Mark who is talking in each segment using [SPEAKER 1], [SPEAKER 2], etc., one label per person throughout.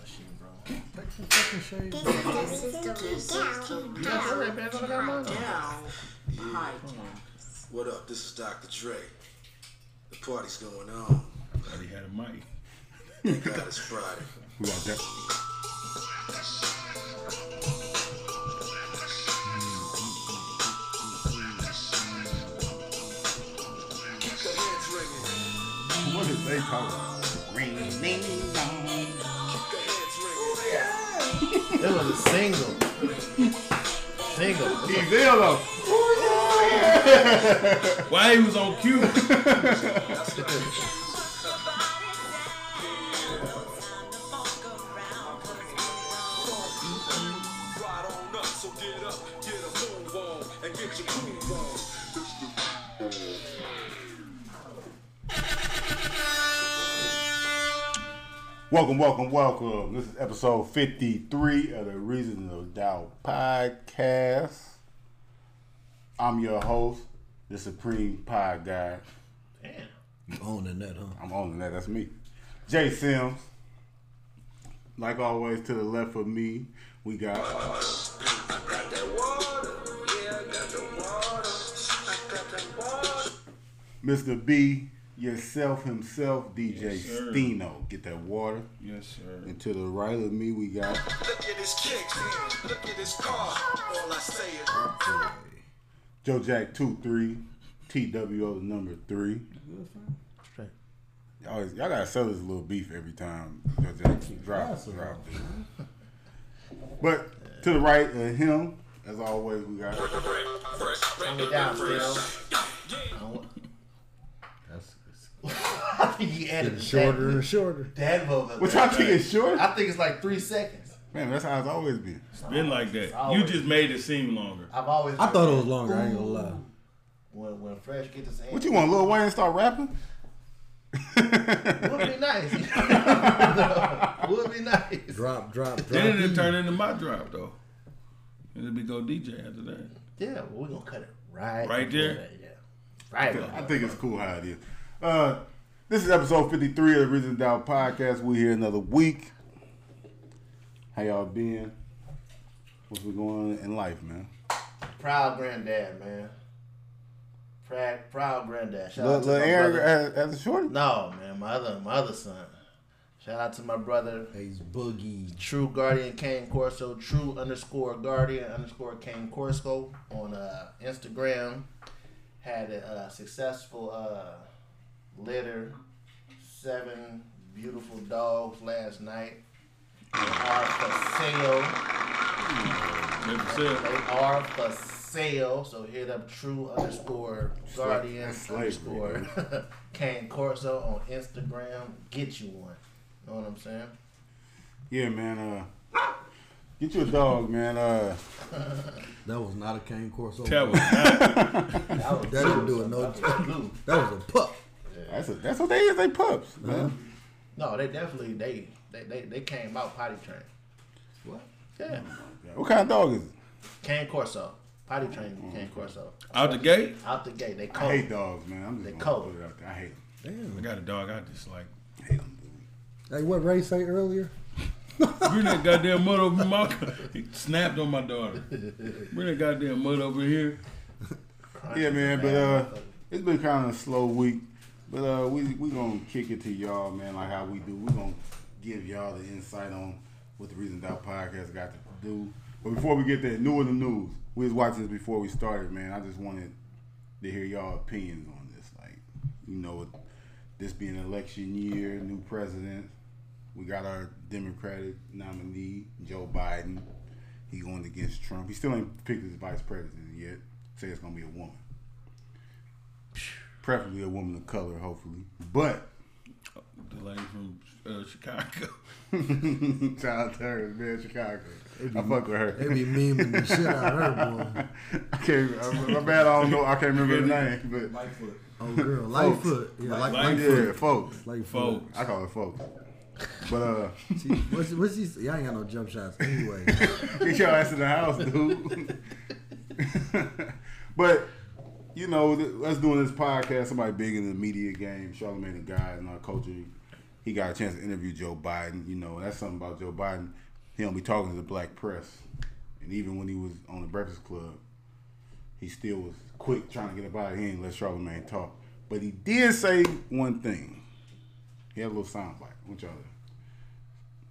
[SPEAKER 1] machine, bro.
[SPEAKER 2] Take some fucking shade.
[SPEAKER 3] This is the reason to get
[SPEAKER 2] All
[SPEAKER 3] down.
[SPEAKER 2] right, man, I got mine.
[SPEAKER 4] Down
[SPEAKER 1] Yeah.
[SPEAKER 4] podcast.
[SPEAKER 5] What up? This is Dr. Dre. The party's going on.
[SPEAKER 1] Already had a mic.
[SPEAKER 5] Thank God it's Friday.
[SPEAKER 6] Who out there?
[SPEAKER 5] Keep your hands ringing.
[SPEAKER 6] What is they talking? Ring, ding, dong.
[SPEAKER 5] Keep your hands ringing.
[SPEAKER 1] It was a single. single.
[SPEAKER 6] Evil though.
[SPEAKER 1] Why he was on cue?
[SPEAKER 5] Ride on up, so get up, get a move on, and get your groove on. It's the
[SPEAKER 6] Welcome, welcome, welcome. This is episode 53 of the Reason of Doubt podcast. I'm your host, the Supreme Pie Guy.
[SPEAKER 1] Damn.
[SPEAKER 2] Owning that, huh?
[SPEAKER 6] I'm owning that, that's me. Jay Sims. Like always, to the left of me, we got
[SPEAKER 5] Got that water, yeah, I got the water. I got that water.
[SPEAKER 6] Mr. B, yourself himself, DJ
[SPEAKER 1] Yes, sir.
[SPEAKER 6] Stino. Get that water.
[SPEAKER 1] Yes, sir.
[SPEAKER 6] And to the right of me, we got
[SPEAKER 5] Look at his kicks, look at his car. All I say is,
[SPEAKER 6] Joe Jack 23, TWO the number three.
[SPEAKER 2] Straight.
[SPEAKER 6] Y'all, y'all gotta sell this little beef every time Joe Jack drops.
[SPEAKER 2] That's
[SPEAKER 6] Drop this. but to the right of him, as always, we got
[SPEAKER 1] Bring it down, Phil.
[SPEAKER 2] That's it's
[SPEAKER 1] I think you added
[SPEAKER 2] getting shorter and shorter.
[SPEAKER 1] Dad vocal.
[SPEAKER 6] What y'all think is short?
[SPEAKER 7] I think it's like three seconds.
[SPEAKER 6] Man, that's how it's always been.
[SPEAKER 1] It's been like that. You
[SPEAKER 7] always-
[SPEAKER 1] just made it seem longer.
[SPEAKER 7] I've always.
[SPEAKER 2] I thought it was longer. I ain't gonna lie.
[SPEAKER 7] when when Fresh gets his hand.
[SPEAKER 6] What you want, Lil Wayne to start rapping?
[SPEAKER 7] Would be nice. No, Would be nice.
[SPEAKER 2] Drop, drop, drop.
[SPEAKER 1] Then it
[SPEAKER 2] E.
[SPEAKER 1] turned into my drop though. It'll be go DJ after that.
[SPEAKER 7] Yeah, well, we're gonna cut it right.
[SPEAKER 1] Right
[SPEAKER 7] before
[SPEAKER 1] there?
[SPEAKER 7] that, Yeah. Right.
[SPEAKER 6] I
[SPEAKER 7] before
[SPEAKER 6] think it's cool how it is. Uh, this is episode 53 of the Reason Doubt podcast. We're here another week. How y'all been? What's been going on in life, man?
[SPEAKER 7] that. Proud granddad, man. Proud, proud granddad. Shout
[SPEAKER 6] Lil
[SPEAKER 7] out to
[SPEAKER 6] Lil
[SPEAKER 7] my brother.
[SPEAKER 6] Aaron as a shorty?
[SPEAKER 7] No, man, my other my other son. Shout out to my brother,
[SPEAKER 2] He's boogie.
[SPEAKER 7] True Guardian Kane Corso, True underscore Guardian underscore Kane Corso on uh, Instagram. Had a uh, successful uh, litter, seven beautiful dogs last night. They are for sale.
[SPEAKER 1] Never said.
[SPEAKER 7] They are for sale. So hit up True underscore Guardian
[SPEAKER 6] that's slavery,
[SPEAKER 7] underscore Kane Corso on Instagram. Get you one. Know what I'm saying?
[SPEAKER 6] Yeah, man. Uh, get you a dog, man. Uh,
[SPEAKER 2] That was not a cane corso.
[SPEAKER 1] That
[SPEAKER 2] That
[SPEAKER 1] was not
[SPEAKER 7] That was
[SPEAKER 2] didn't do it no
[SPEAKER 7] blue.
[SPEAKER 2] was a pup.
[SPEAKER 6] that's a, that's what they is. They pups, man.
[SPEAKER 7] No, they definitely they they they, they came out potty trained.
[SPEAKER 2] What?
[SPEAKER 7] Yeah,
[SPEAKER 6] What kind of dog is it?
[SPEAKER 7] Can Corso potty trained Can Corso
[SPEAKER 1] out the gate.
[SPEAKER 7] out the gate. They
[SPEAKER 6] Mm-hmm. I
[SPEAKER 7] cold.
[SPEAKER 6] hate dogs, man. I'm
[SPEAKER 7] They
[SPEAKER 6] just gonna
[SPEAKER 7] cold.
[SPEAKER 6] put it out there. I hate them.
[SPEAKER 1] I
[SPEAKER 2] Damn.
[SPEAKER 1] got a dog. I just like
[SPEAKER 6] Hate them.
[SPEAKER 2] Hey, what Ray say earlier?
[SPEAKER 1] bring that goddamn mud over my. car." He snapped on my daughter. Bring that goddamn mud over here.
[SPEAKER 6] Yeah, man. But uh,
[SPEAKER 7] Bad.
[SPEAKER 6] it's been kind of a slow week. But uh, we we gonna kick it to y'all, man. Like how we do. We gonna give y'all the insight on what the Reason Doubt podcast got to do. But before we get there, new in the news. We was watching this before we started, man. I just wanted to hear y'all opinions on this. Like, you know, with this being election year, new president. We got our Democratic nominee, Joe Biden. He going against Trump. He still ain't picked his vice president yet. Say it's gonna be a woman. Preferably a woman of color, hopefully. But
[SPEAKER 1] The lady from uh, Chicago.
[SPEAKER 6] shout out to her, man, Chicago. I fuck with her.
[SPEAKER 2] They be memeing the shit out of her,
[SPEAKER 6] I can't. I'm, I'm bad. I don't know. I can't remember the name. But
[SPEAKER 7] Lightfoot.
[SPEAKER 2] boy. Oh, girl. Lightfoot. Yeah, like,
[SPEAKER 1] Light-
[SPEAKER 6] yeah, folks.
[SPEAKER 2] Lightfoot.
[SPEAKER 1] Folks.
[SPEAKER 6] I call it folks. But uh,
[SPEAKER 2] She, what's, what's she say? Y'all ain't got no jump shots anyway.
[SPEAKER 6] get your ass in the house, dude. but you know, th- us doing this podcast, somebody big in the media game, Charlamagne the guy in our culture, he got a chance to interview Joe Biden. You know, and that's something about Joe Biden. He don't be talking to the black press, and even when he was on the Breakfast Club, he still was quick trying to get about it. He ain't let Charlemagne talk, but he did say one thing. He had a little sound bite. What y'all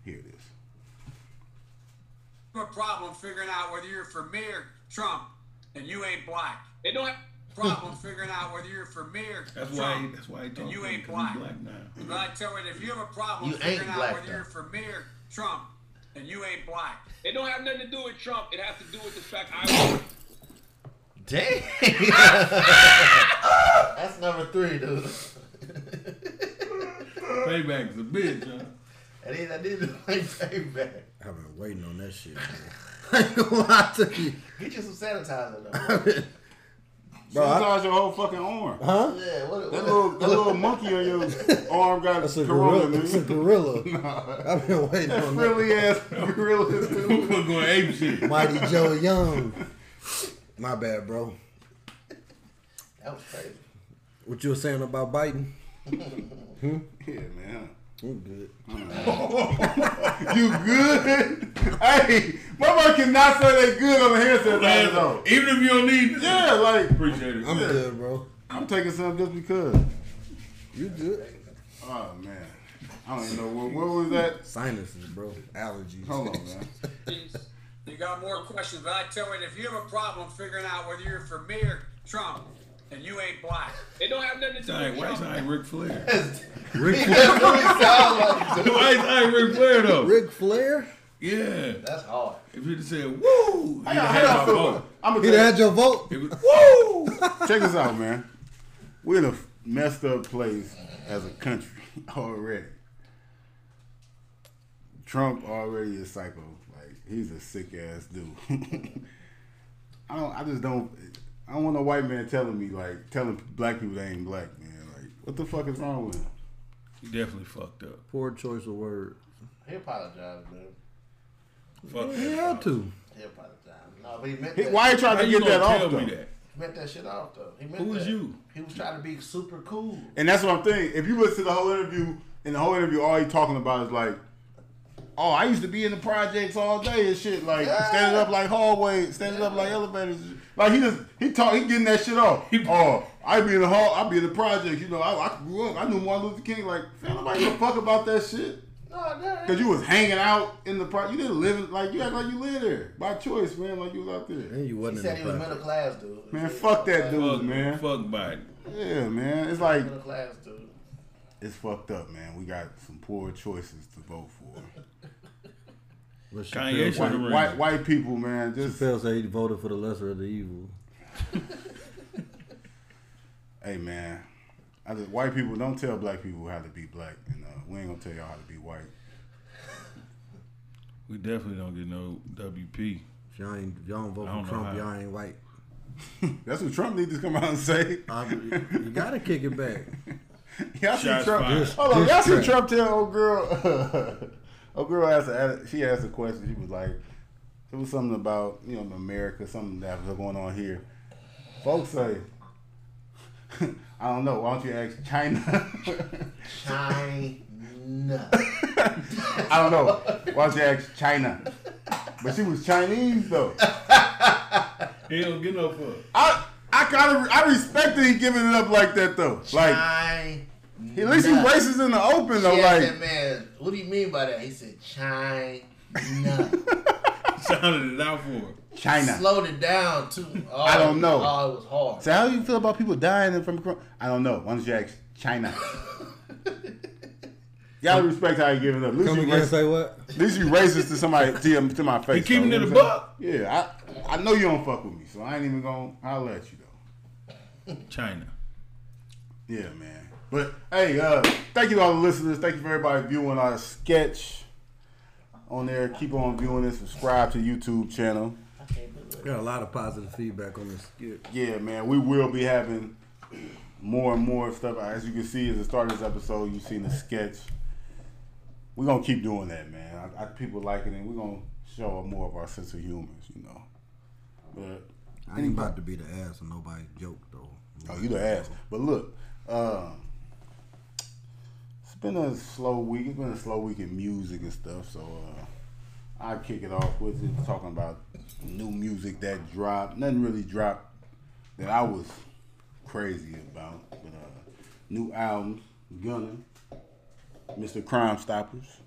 [SPEAKER 6] hear this?
[SPEAKER 4] have a problem figuring out whether you're for me or Trump, and you ain't black. They don't have a problem figuring out whether you're for me or
[SPEAKER 1] That's
[SPEAKER 4] Trump.
[SPEAKER 1] why. He, that's why he talking.
[SPEAKER 4] you
[SPEAKER 1] to me,
[SPEAKER 4] ain't
[SPEAKER 1] 'cause he
[SPEAKER 4] black.
[SPEAKER 1] black now.
[SPEAKER 4] But I tell you, if you have a problem
[SPEAKER 7] You ain't
[SPEAKER 4] figuring out
[SPEAKER 7] black,
[SPEAKER 4] whether
[SPEAKER 7] though.
[SPEAKER 4] you're for me or Trump, and you ain't black. It don't have nothing to do with Trump. It has to do with the fact I.
[SPEAKER 7] Dang. That's number three, dude.
[SPEAKER 1] Payback's a bitch, huh?
[SPEAKER 7] I did. I did like payback.
[SPEAKER 2] I've been waiting on that shit. man. I ain't gonna lie to you.
[SPEAKER 7] Get you some sanitizer, though.
[SPEAKER 6] Bro, Sanitize your whole fucking arm.
[SPEAKER 2] Huh?
[SPEAKER 7] yeah. What?
[SPEAKER 6] That
[SPEAKER 7] what
[SPEAKER 6] little that little monkey on your arm got
[SPEAKER 2] That's a gorilla.
[SPEAKER 6] corona,
[SPEAKER 2] That's a
[SPEAKER 6] nigga.
[SPEAKER 2] gorilla. I've been waiting on that.
[SPEAKER 6] Really ass gorilla.
[SPEAKER 1] We was going ape shit.
[SPEAKER 2] Mighty Joe Young. My bad, bro.
[SPEAKER 7] that was crazy.
[SPEAKER 2] What you were saying about Biden?
[SPEAKER 6] Yeah, man.
[SPEAKER 2] I'm good.
[SPEAKER 6] You good? hey, my mother cannot say they good on the handset
[SPEAKER 1] Man,
[SPEAKER 6] like though.
[SPEAKER 1] even if you don't need,
[SPEAKER 6] Yeah, like
[SPEAKER 1] appreciate it.
[SPEAKER 2] I'm good, bro.
[SPEAKER 6] I'm taking some just because.
[SPEAKER 2] You good?
[SPEAKER 6] Oh man, I don't even know what, what was that.
[SPEAKER 2] Sinuses, bro. Allergies.
[SPEAKER 6] Hold on, man.
[SPEAKER 4] You got more questions, but I tell you, if you have a problem figuring out whether you're for me or Trump, and you ain't black. It don't have nothing to do
[SPEAKER 1] All right,
[SPEAKER 4] with
[SPEAKER 1] why is
[SPEAKER 4] Trump.
[SPEAKER 1] I Ric Flair?
[SPEAKER 2] Rick, Flair.
[SPEAKER 1] Why is I Ric Flair though?
[SPEAKER 2] Ric Flair?
[SPEAKER 1] Yeah.
[SPEAKER 7] That's hard.
[SPEAKER 1] If he'd have said woo, he'd
[SPEAKER 6] I
[SPEAKER 1] have
[SPEAKER 6] got, I
[SPEAKER 1] had my
[SPEAKER 6] got
[SPEAKER 1] vote.
[SPEAKER 6] some, I'm gonna
[SPEAKER 2] He'd
[SPEAKER 6] tell you-
[SPEAKER 2] have had your vote.
[SPEAKER 1] It was-
[SPEAKER 6] Woo! Check this out, man. We're in a messed up place as a country already. Trump already is psycho. Like he's a sick ass dude. I don't. I just don't. I don't want no white man telling me like telling black people they ain't black, man. Like what the fuck is wrong with him?
[SPEAKER 1] He definitely fucked up.
[SPEAKER 2] Poor choice of word.
[SPEAKER 7] He apologized, dude.
[SPEAKER 1] Fuck
[SPEAKER 2] He
[SPEAKER 1] that.
[SPEAKER 2] had to.
[SPEAKER 7] He apologized. No, but he meant
[SPEAKER 6] He,
[SPEAKER 7] that.
[SPEAKER 6] why he trying
[SPEAKER 1] How
[SPEAKER 6] to
[SPEAKER 1] you
[SPEAKER 6] get
[SPEAKER 1] gonna
[SPEAKER 6] that
[SPEAKER 1] tell
[SPEAKER 6] off
[SPEAKER 1] me
[SPEAKER 6] though?
[SPEAKER 1] that?
[SPEAKER 7] He meant that shit off though. He meant
[SPEAKER 1] Who was
[SPEAKER 7] that.
[SPEAKER 1] you?
[SPEAKER 7] He was trying to be super cool.
[SPEAKER 6] And that's what I'm thinking. If you listen to the whole interview, and the whole interview, all he talking about is like, "Oh, I used to be in the projects all day and shit, like standing up like hallways, standing up like elevators." Like he just he talk, he getting that shit off. oh, I be in the hall, I be in the projects. You know, I, I grew up, I knew Martin Luther King. Like, man, nobody give a fuck about that shit.
[SPEAKER 7] No, that
[SPEAKER 6] Cause you was hanging out in the pro, you didn't live in, like you act like you lived there by choice, man. Like you was out there,
[SPEAKER 2] And you
[SPEAKER 7] He
[SPEAKER 2] wasn't
[SPEAKER 7] said
[SPEAKER 2] in
[SPEAKER 7] he
[SPEAKER 2] the
[SPEAKER 7] was
[SPEAKER 2] project.
[SPEAKER 7] middle class, dude.
[SPEAKER 6] man. Fuck that dude,
[SPEAKER 1] Fuck,
[SPEAKER 6] man.
[SPEAKER 1] Fuck Biden.
[SPEAKER 6] Yeah, man. It's like
[SPEAKER 7] Middle class, dude.
[SPEAKER 6] it's fucked up, man. We got some poor choices to vote for.
[SPEAKER 2] But
[SPEAKER 1] Kanye should-
[SPEAKER 6] White,
[SPEAKER 2] Chappelle, Chappelle
[SPEAKER 1] Should've ran.
[SPEAKER 6] white, white people, man. Just
[SPEAKER 2] said he voted for the lesser of the evil.
[SPEAKER 6] hey, man. I just, white people don't tell black people how to be black, and uh, we ain't gonna tell y'all how to be white.
[SPEAKER 1] We definitely don't get no WP.
[SPEAKER 2] If y'all ain't, if y'all don't vote
[SPEAKER 1] I don't
[SPEAKER 2] for
[SPEAKER 1] know
[SPEAKER 2] Trump,
[SPEAKER 1] how.
[SPEAKER 2] y'all ain't white.
[SPEAKER 6] That's what Trump needs to come out and say.
[SPEAKER 2] I, you gotta kick it back.
[SPEAKER 6] y'all see
[SPEAKER 1] Shots
[SPEAKER 6] Trump?
[SPEAKER 1] fired.
[SPEAKER 6] Hold on, y'all see
[SPEAKER 2] Distract.
[SPEAKER 6] Trump tell old girl? old girl asked, a, she asked a question. She was like, it was something about you know America, something that was going on here. Folks say, I don't know. Why don't you ask China?
[SPEAKER 7] China.
[SPEAKER 6] I don't know. Why don't you ask China? But she was Chinese though.
[SPEAKER 1] He don't get no fuck.
[SPEAKER 6] I I kind of I respect that he giving it up like that though. Like
[SPEAKER 7] China.
[SPEAKER 6] at least he racist in the open though.
[SPEAKER 7] She asked
[SPEAKER 6] Like
[SPEAKER 7] that man, what do you mean by that? He said China.
[SPEAKER 1] Sounded it out for him.
[SPEAKER 6] China.
[SPEAKER 7] Slowed it down too. Oh,
[SPEAKER 6] I don't know.
[SPEAKER 7] Oh, it was hard.
[SPEAKER 6] So how do you feel about people dying from corona? I don't know. Why don't you ask China? Y'all respect how you giving up. At least
[SPEAKER 2] Come
[SPEAKER 6] you,
[SPEAKER 2] again,
[SPEAKER 6] racist,
[SPEAKER 2] say what?
[SPEAKER 6] at least you racist to somebody to, your- to my face.
[SPEAKER 1] keeping
[SPEAKER 6] though.
[SPEAKER 1] it a
[SPEAKER 6] You know what
[SPEAKER 1] buck.
[SPEAKER 6] I'm saying? Yeah, I I know you don't fuck with me, so I ain't even gonna holler at you though.
[SPEAKER 1] China.
[SPEAKER 6] Yeah, man. But hey, uh, thank you to all the listeners. Thank you for everybody viewing our sketch on there. Keep on viewing it. Subscribe to the YouTube channel.
[SPEAKER 2] Got a lot of positive feedback on this skit.
[SPEAKER 6] Yeah, man. We will be having more and more stuff. As you can see, as the start of this episode, you've seen the sketch. We're gonna keep doing that, man. I, I, people liking it. We're gonna show more of our sense of humor, you know. But
[SPEAKER 2] I ain't about to be the ass of nobody's joke though.
[SPEAKER 6] Oh, you the ass. But look, um, been a slow week. It's been a slow week in music and stuff. So uh, I kick it off with just talking about new music that dropped. Nothing really dropped that I was crazy about, but uh, new albums, Gunna, Mr. Crime Stoppers.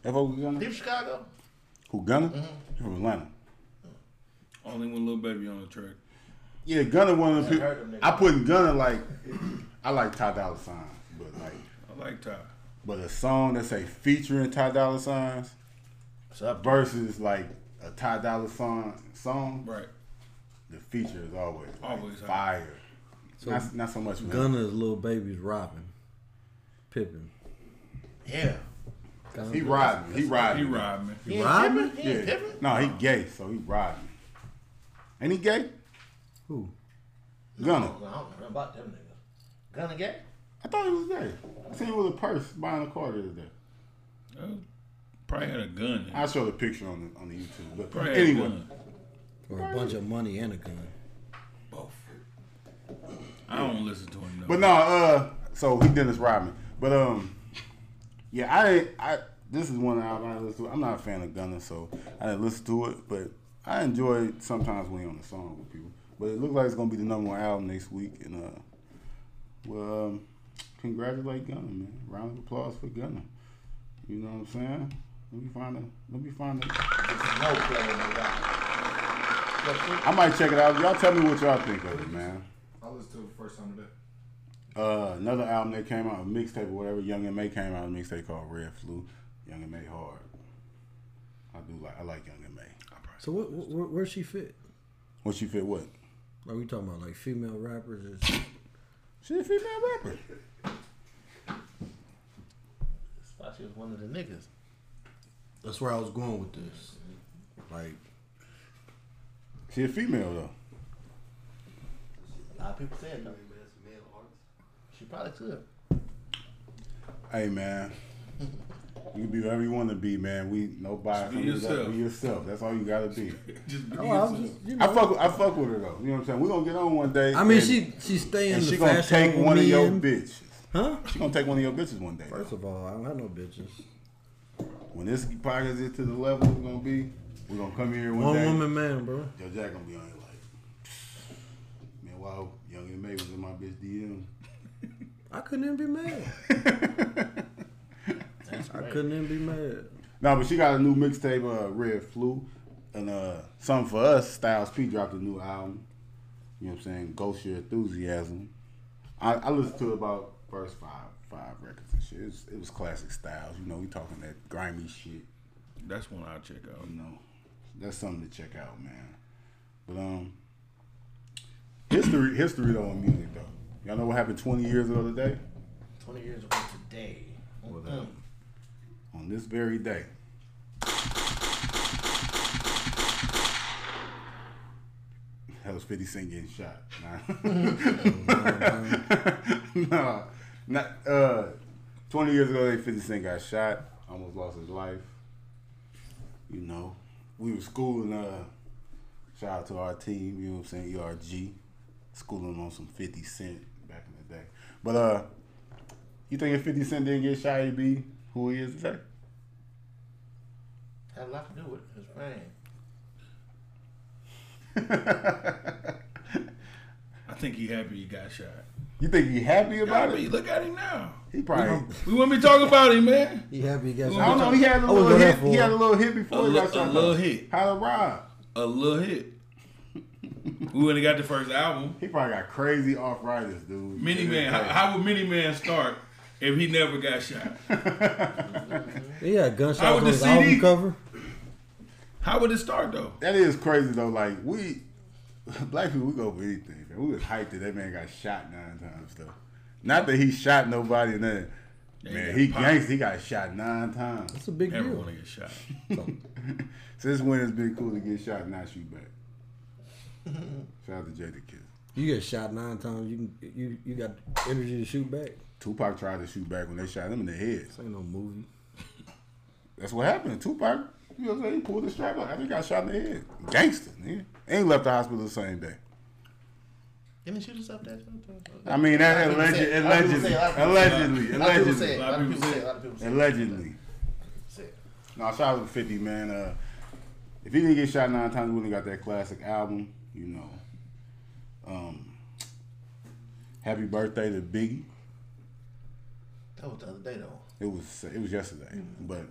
[SPEAKER 6] That folk Gunna?
[SPEAKER 7] Deep Chicago.
[SPEAKER 6] Who Gunna? From Atlanta.
[SPEAKER 1] Only one little baby on the track.
[SPEAKER 6] Yeah, Gunna one of the people.
[SPEAKER 7] heard them niggas.
[SPEAKER 6] I put Gunna like I like Ty Dolla Sign, but like
[SPEAKER 1] I like Ty.
[SPEAKER 6] but a song that say featuring Ty Dolla Signs
[SPEAKER 7] What's up, bro?
[SPEAKER 6] versus like a Ty Dolla Sign song.
[SPEAKER 1] Right.
[SPEAKER 6] The feature is always like,
[SPEAKER 1] Always, huh?
[SPEAKER 6] fire.
[SPEAKER 2] So
[SPEAKER 6] not, not so much. Gunna.
[SPEAKER 2] Gunna's little baby's robbing. Pippin.
[SPEAKER 7] Yeah.
[SPEAKER 6] He riding. He
[SPEAKER 1] He
[SPEAKER 6] riding.
[SPEAKER 1] robbing.
[SPEAKER 7] He ain't
[SPEAKER 2] robbing?
[SPEAKER 7] pimping? He ain't
[SPEAKER 6] Yeah.
[SPEAKER 7] pimping?
[SPEAKER 6] No, he gay, so he riding. Ain't he gay?
[SPEAKER 2] Who?
[SPEAKER 6] Gunna.
[SPEAKER 7] Oh, I don't know about them niggas. Gunna gay?
[SPEAKER 6] I thought he was gay. I seen him with a purse buying a car the other day.
[SPEAKER 1] Uh, probably had a gun. in it.
[SPEAKER 6] I will show the picture on the on the YouTube. But
[SPEAKER 1] Probably had a
[SPEAKER 6] anyway.
[SPEAKER 1] gun.
[SPEAKER 2] Or a bunch of money and a gun.
[SPEAKER 1] Both. I don't listen to him though.
[SPEAKER 6] But no, uh, so he Dennis Rodman. But um, yeah, I didn't- I this is one album I didn't listen to. I'm not a fan of Gunna, so I didn't listen to it. But I enjoy it sometimes when he on the song with people. But it looks like it's gonna be the number one album next week, and uh, well, um, congratulate Gunna, man. Round of applause for Gunna. You know what I'm saying? Let me find a. Let me find a.
[SPEAKER 7] No play in the rock.
[SPEAKER 6] I might check it out. Y'all tell me what y'all think of it, man.
[SPEAKER 8] I listened to it the first time today.
[SPEAKER 6] Uh, another album that came out, a mixtape or whatever, Young and May came out, a mixtape called Red Flu. Young and May hard. I do like I like Young and May.
[SPEAKER 2] So what, what where, where she fit?
[SPEAKER 6] What you feel? What?
[SPEAKER 2] Are we talking about like female rappers? Or shit?
[SPEAKER 6] She's a female rapper.
[SPEAKER 7] That's why she was one of the niggas.
[SPEAKER 2] That's where I was going with this. Like
[SPEAKER 6] She a female though.
[SPEAKER 7] A lot of people said that. She probably could.
[SPEAKER 6] Hey man, you can be whoever you want to be, man. We no bias.
[SPEAKER 1] Just be
[SPEAKER 6] from this-
[SPEAKER 1] yourself.
[SPEAKER 6] Be yourself. That's all you gotta be.
[SPEAKER 1] just be
[SPEAKER 2] Oh, I was
[SPEAKER 1] yourself.
[SPEAKER 2] just- you
[SPEAKER 6] I
[SPEAKER 2] know.
[SPEAKER 6] fuck. with- I fuck with her though. You know what I'm saying? We gonna get on one day.
[SPEAKER 2] I mean,
[SPEAKER 6] and-
[SPEAKER 2] she she stay in
[SPEAKER 6] and
[SPEAKER 2] the
[SPEAKER 6] she gonna
[SPEAKER 2] fashion
[SPEAKER 6] take one of
[SPEAKER 2] me
[SPEAKER 6] your
[SPEAKER 2] in.
[SPEAKER 6] bitches.
[SPEAKER 2] Huh?
[SPEAKER 6] She gonna take one of your bitches one day. though.
[SPEAKER 2] First of all, I don't have no bitches.
[SPEAKER 6] When this podcast gets to the level it's gonna be, we're gonna come here one,
[SPEAKER 2] One
[SPEAKER 6] day.
[SPEAKER 2] woman man, bro.
[SPEAKER 6] Yo, Jack gonna be on here like, man, while Young and May was in my bitch DM.
[SPEAKER 2] I couldn't even be mad. I couldn't even be mad.
[SPEAKER 6] No, but she got a new mixtape, uh, Red Flu, and uh, something for us. Styles P dropped a new album. You know what I'm saying? Ghost Your Enthusiasm. I, I listened to about first five five records and shit. It was, it was classic Styles. You know, we talking that grimy shit.
[SPEAKER 1] That's one I'll check out.
[SPEAKER 6] You know, that's something to check out, man. But um, history history though on music though. Y'all know what happened 20 years ago today?
[SPEAKER 7] 20 years ago today. Mm-mm.
[SPEAKER 6] on this very day. That was 50 Cent getting shot. Nah. no, not, uh, 20 years ago, they 50 Cent got shot, almost lost his life. You know, we were schooling, uh, shout out to our team, you know what I'm saying, ERG, schooling on some 50 Cent back in the day. But, uh, you think if 50 Cent didn't get shot, he'd be who he is today?
[SPEAKER 7] Had a lot to do with his brain.
[SPEAKER 1] I think he happy he got shot.
[SPEAKER 6] You think he happy about
[SPEAKER 1] Gotta be.
[SPEAKER 6] it?
[SPEAKER 1] Look at him now.
[SPEAKER 6] He probably.
[SPEAKER 1] We wouldn't be talking about him, man.
[SPEAKER 2] He happy he got
[SPEAKER 6] I don't know. He had a
[SPEAKER 2] I was
[SPEAKER 6] little
[SPEAKER 2] there
[SPEAKER 6] hit.
[SPEAKER 2] for
[SPEAKER 6] He had
[SPEAKER 2] it.
[SPEAKER 6] a little hit before
[SPEAKER 1] A
[SPEAKER 6] he
[SPEAKER 1] li-
[SPEAKER 6] got shot.
[SPEAKER 1] a little hit.
[SPEAKER 6] How to rob?
[SPEAKER 1] A little hit. We wouldn't have got the first album.
[SPEAKER 6] He probably got crazy off riders, dude.
[SPEAKER 1] Miniman. How, how would Miniman start if he never got shot?
[SPEAKER 2] He had gunshots
[SPEAKER 1] I
[SPEAKER 2] on
[SPEAKER 1] would
[SPEAKER 2] his
[SPEAKER 1] just see
[SPEAKER 2] album
[SPEAKER 1] these-
[SPEAKER 2] cover.
[SPEAKER 1] How would it start though?
[SPEAKER 6] That is crazy though. Like we, black people, we go for anything. Man. We was hyped that that man got shot nine times though. Not that he shot nobody. and Nothing.
[SPEAKER 1] he
[SPEAKER 6] Man,
[SPEAKER 1] got
[SPEAKER 6] he
[SPEAKER 1] popped.
[SPEAKER 6] gangsta. He got shot nine times.
[SPEAKER 2] It's a big
[SPEAKER 1] Never
[SPEAKER 2] deal.
[SPEAKER 1] want to get shot.
[SPEAKER 6] Since when it's been cool to get shot and not shoot back? Shout out to Jada Kiss.
[SPEAKER 2] You get shot nine times. You can, you you got energy to shoot back.
[SPEAKER 6] Tupac tried to shoot back when they shot him in the head.
[SPEAKER 2] This ain't no movie.
[SPEAKER 6] That's what happened. Tupac, you know what I'm saying? He pulled the strap out after he got shot in the head. Gangster, nigga. Ain't left the hospital the same day.
[SPEAKER 7] Didn't she just up there?
[SPEAKER 6] I mean, that
[SPEAKER 7] A lot of
[SPEAKER 6] alleged,
[SPEAKER 7] people say
[SPEAKER 6] allegedly, allegedly,
[SPEAKER 7] it. A lot of people say
[SPEAKER 6] allegedly,
[SPEAKER 7] it. A lot of people say it. A lot of people say it. A lot of
[SPEAKER 6] allegedly.
[SPEAKER 7] people say it.
[SPEAKER 6] No, shout out to 50, man. Uh, if he didn't get shot nine times, he wouldn't have got that classic album, you know. Um, happy birthday to Biggie.
[SPEAKER 7] That was the other day though.
[SPEAKER 6] It was it was yesterday, but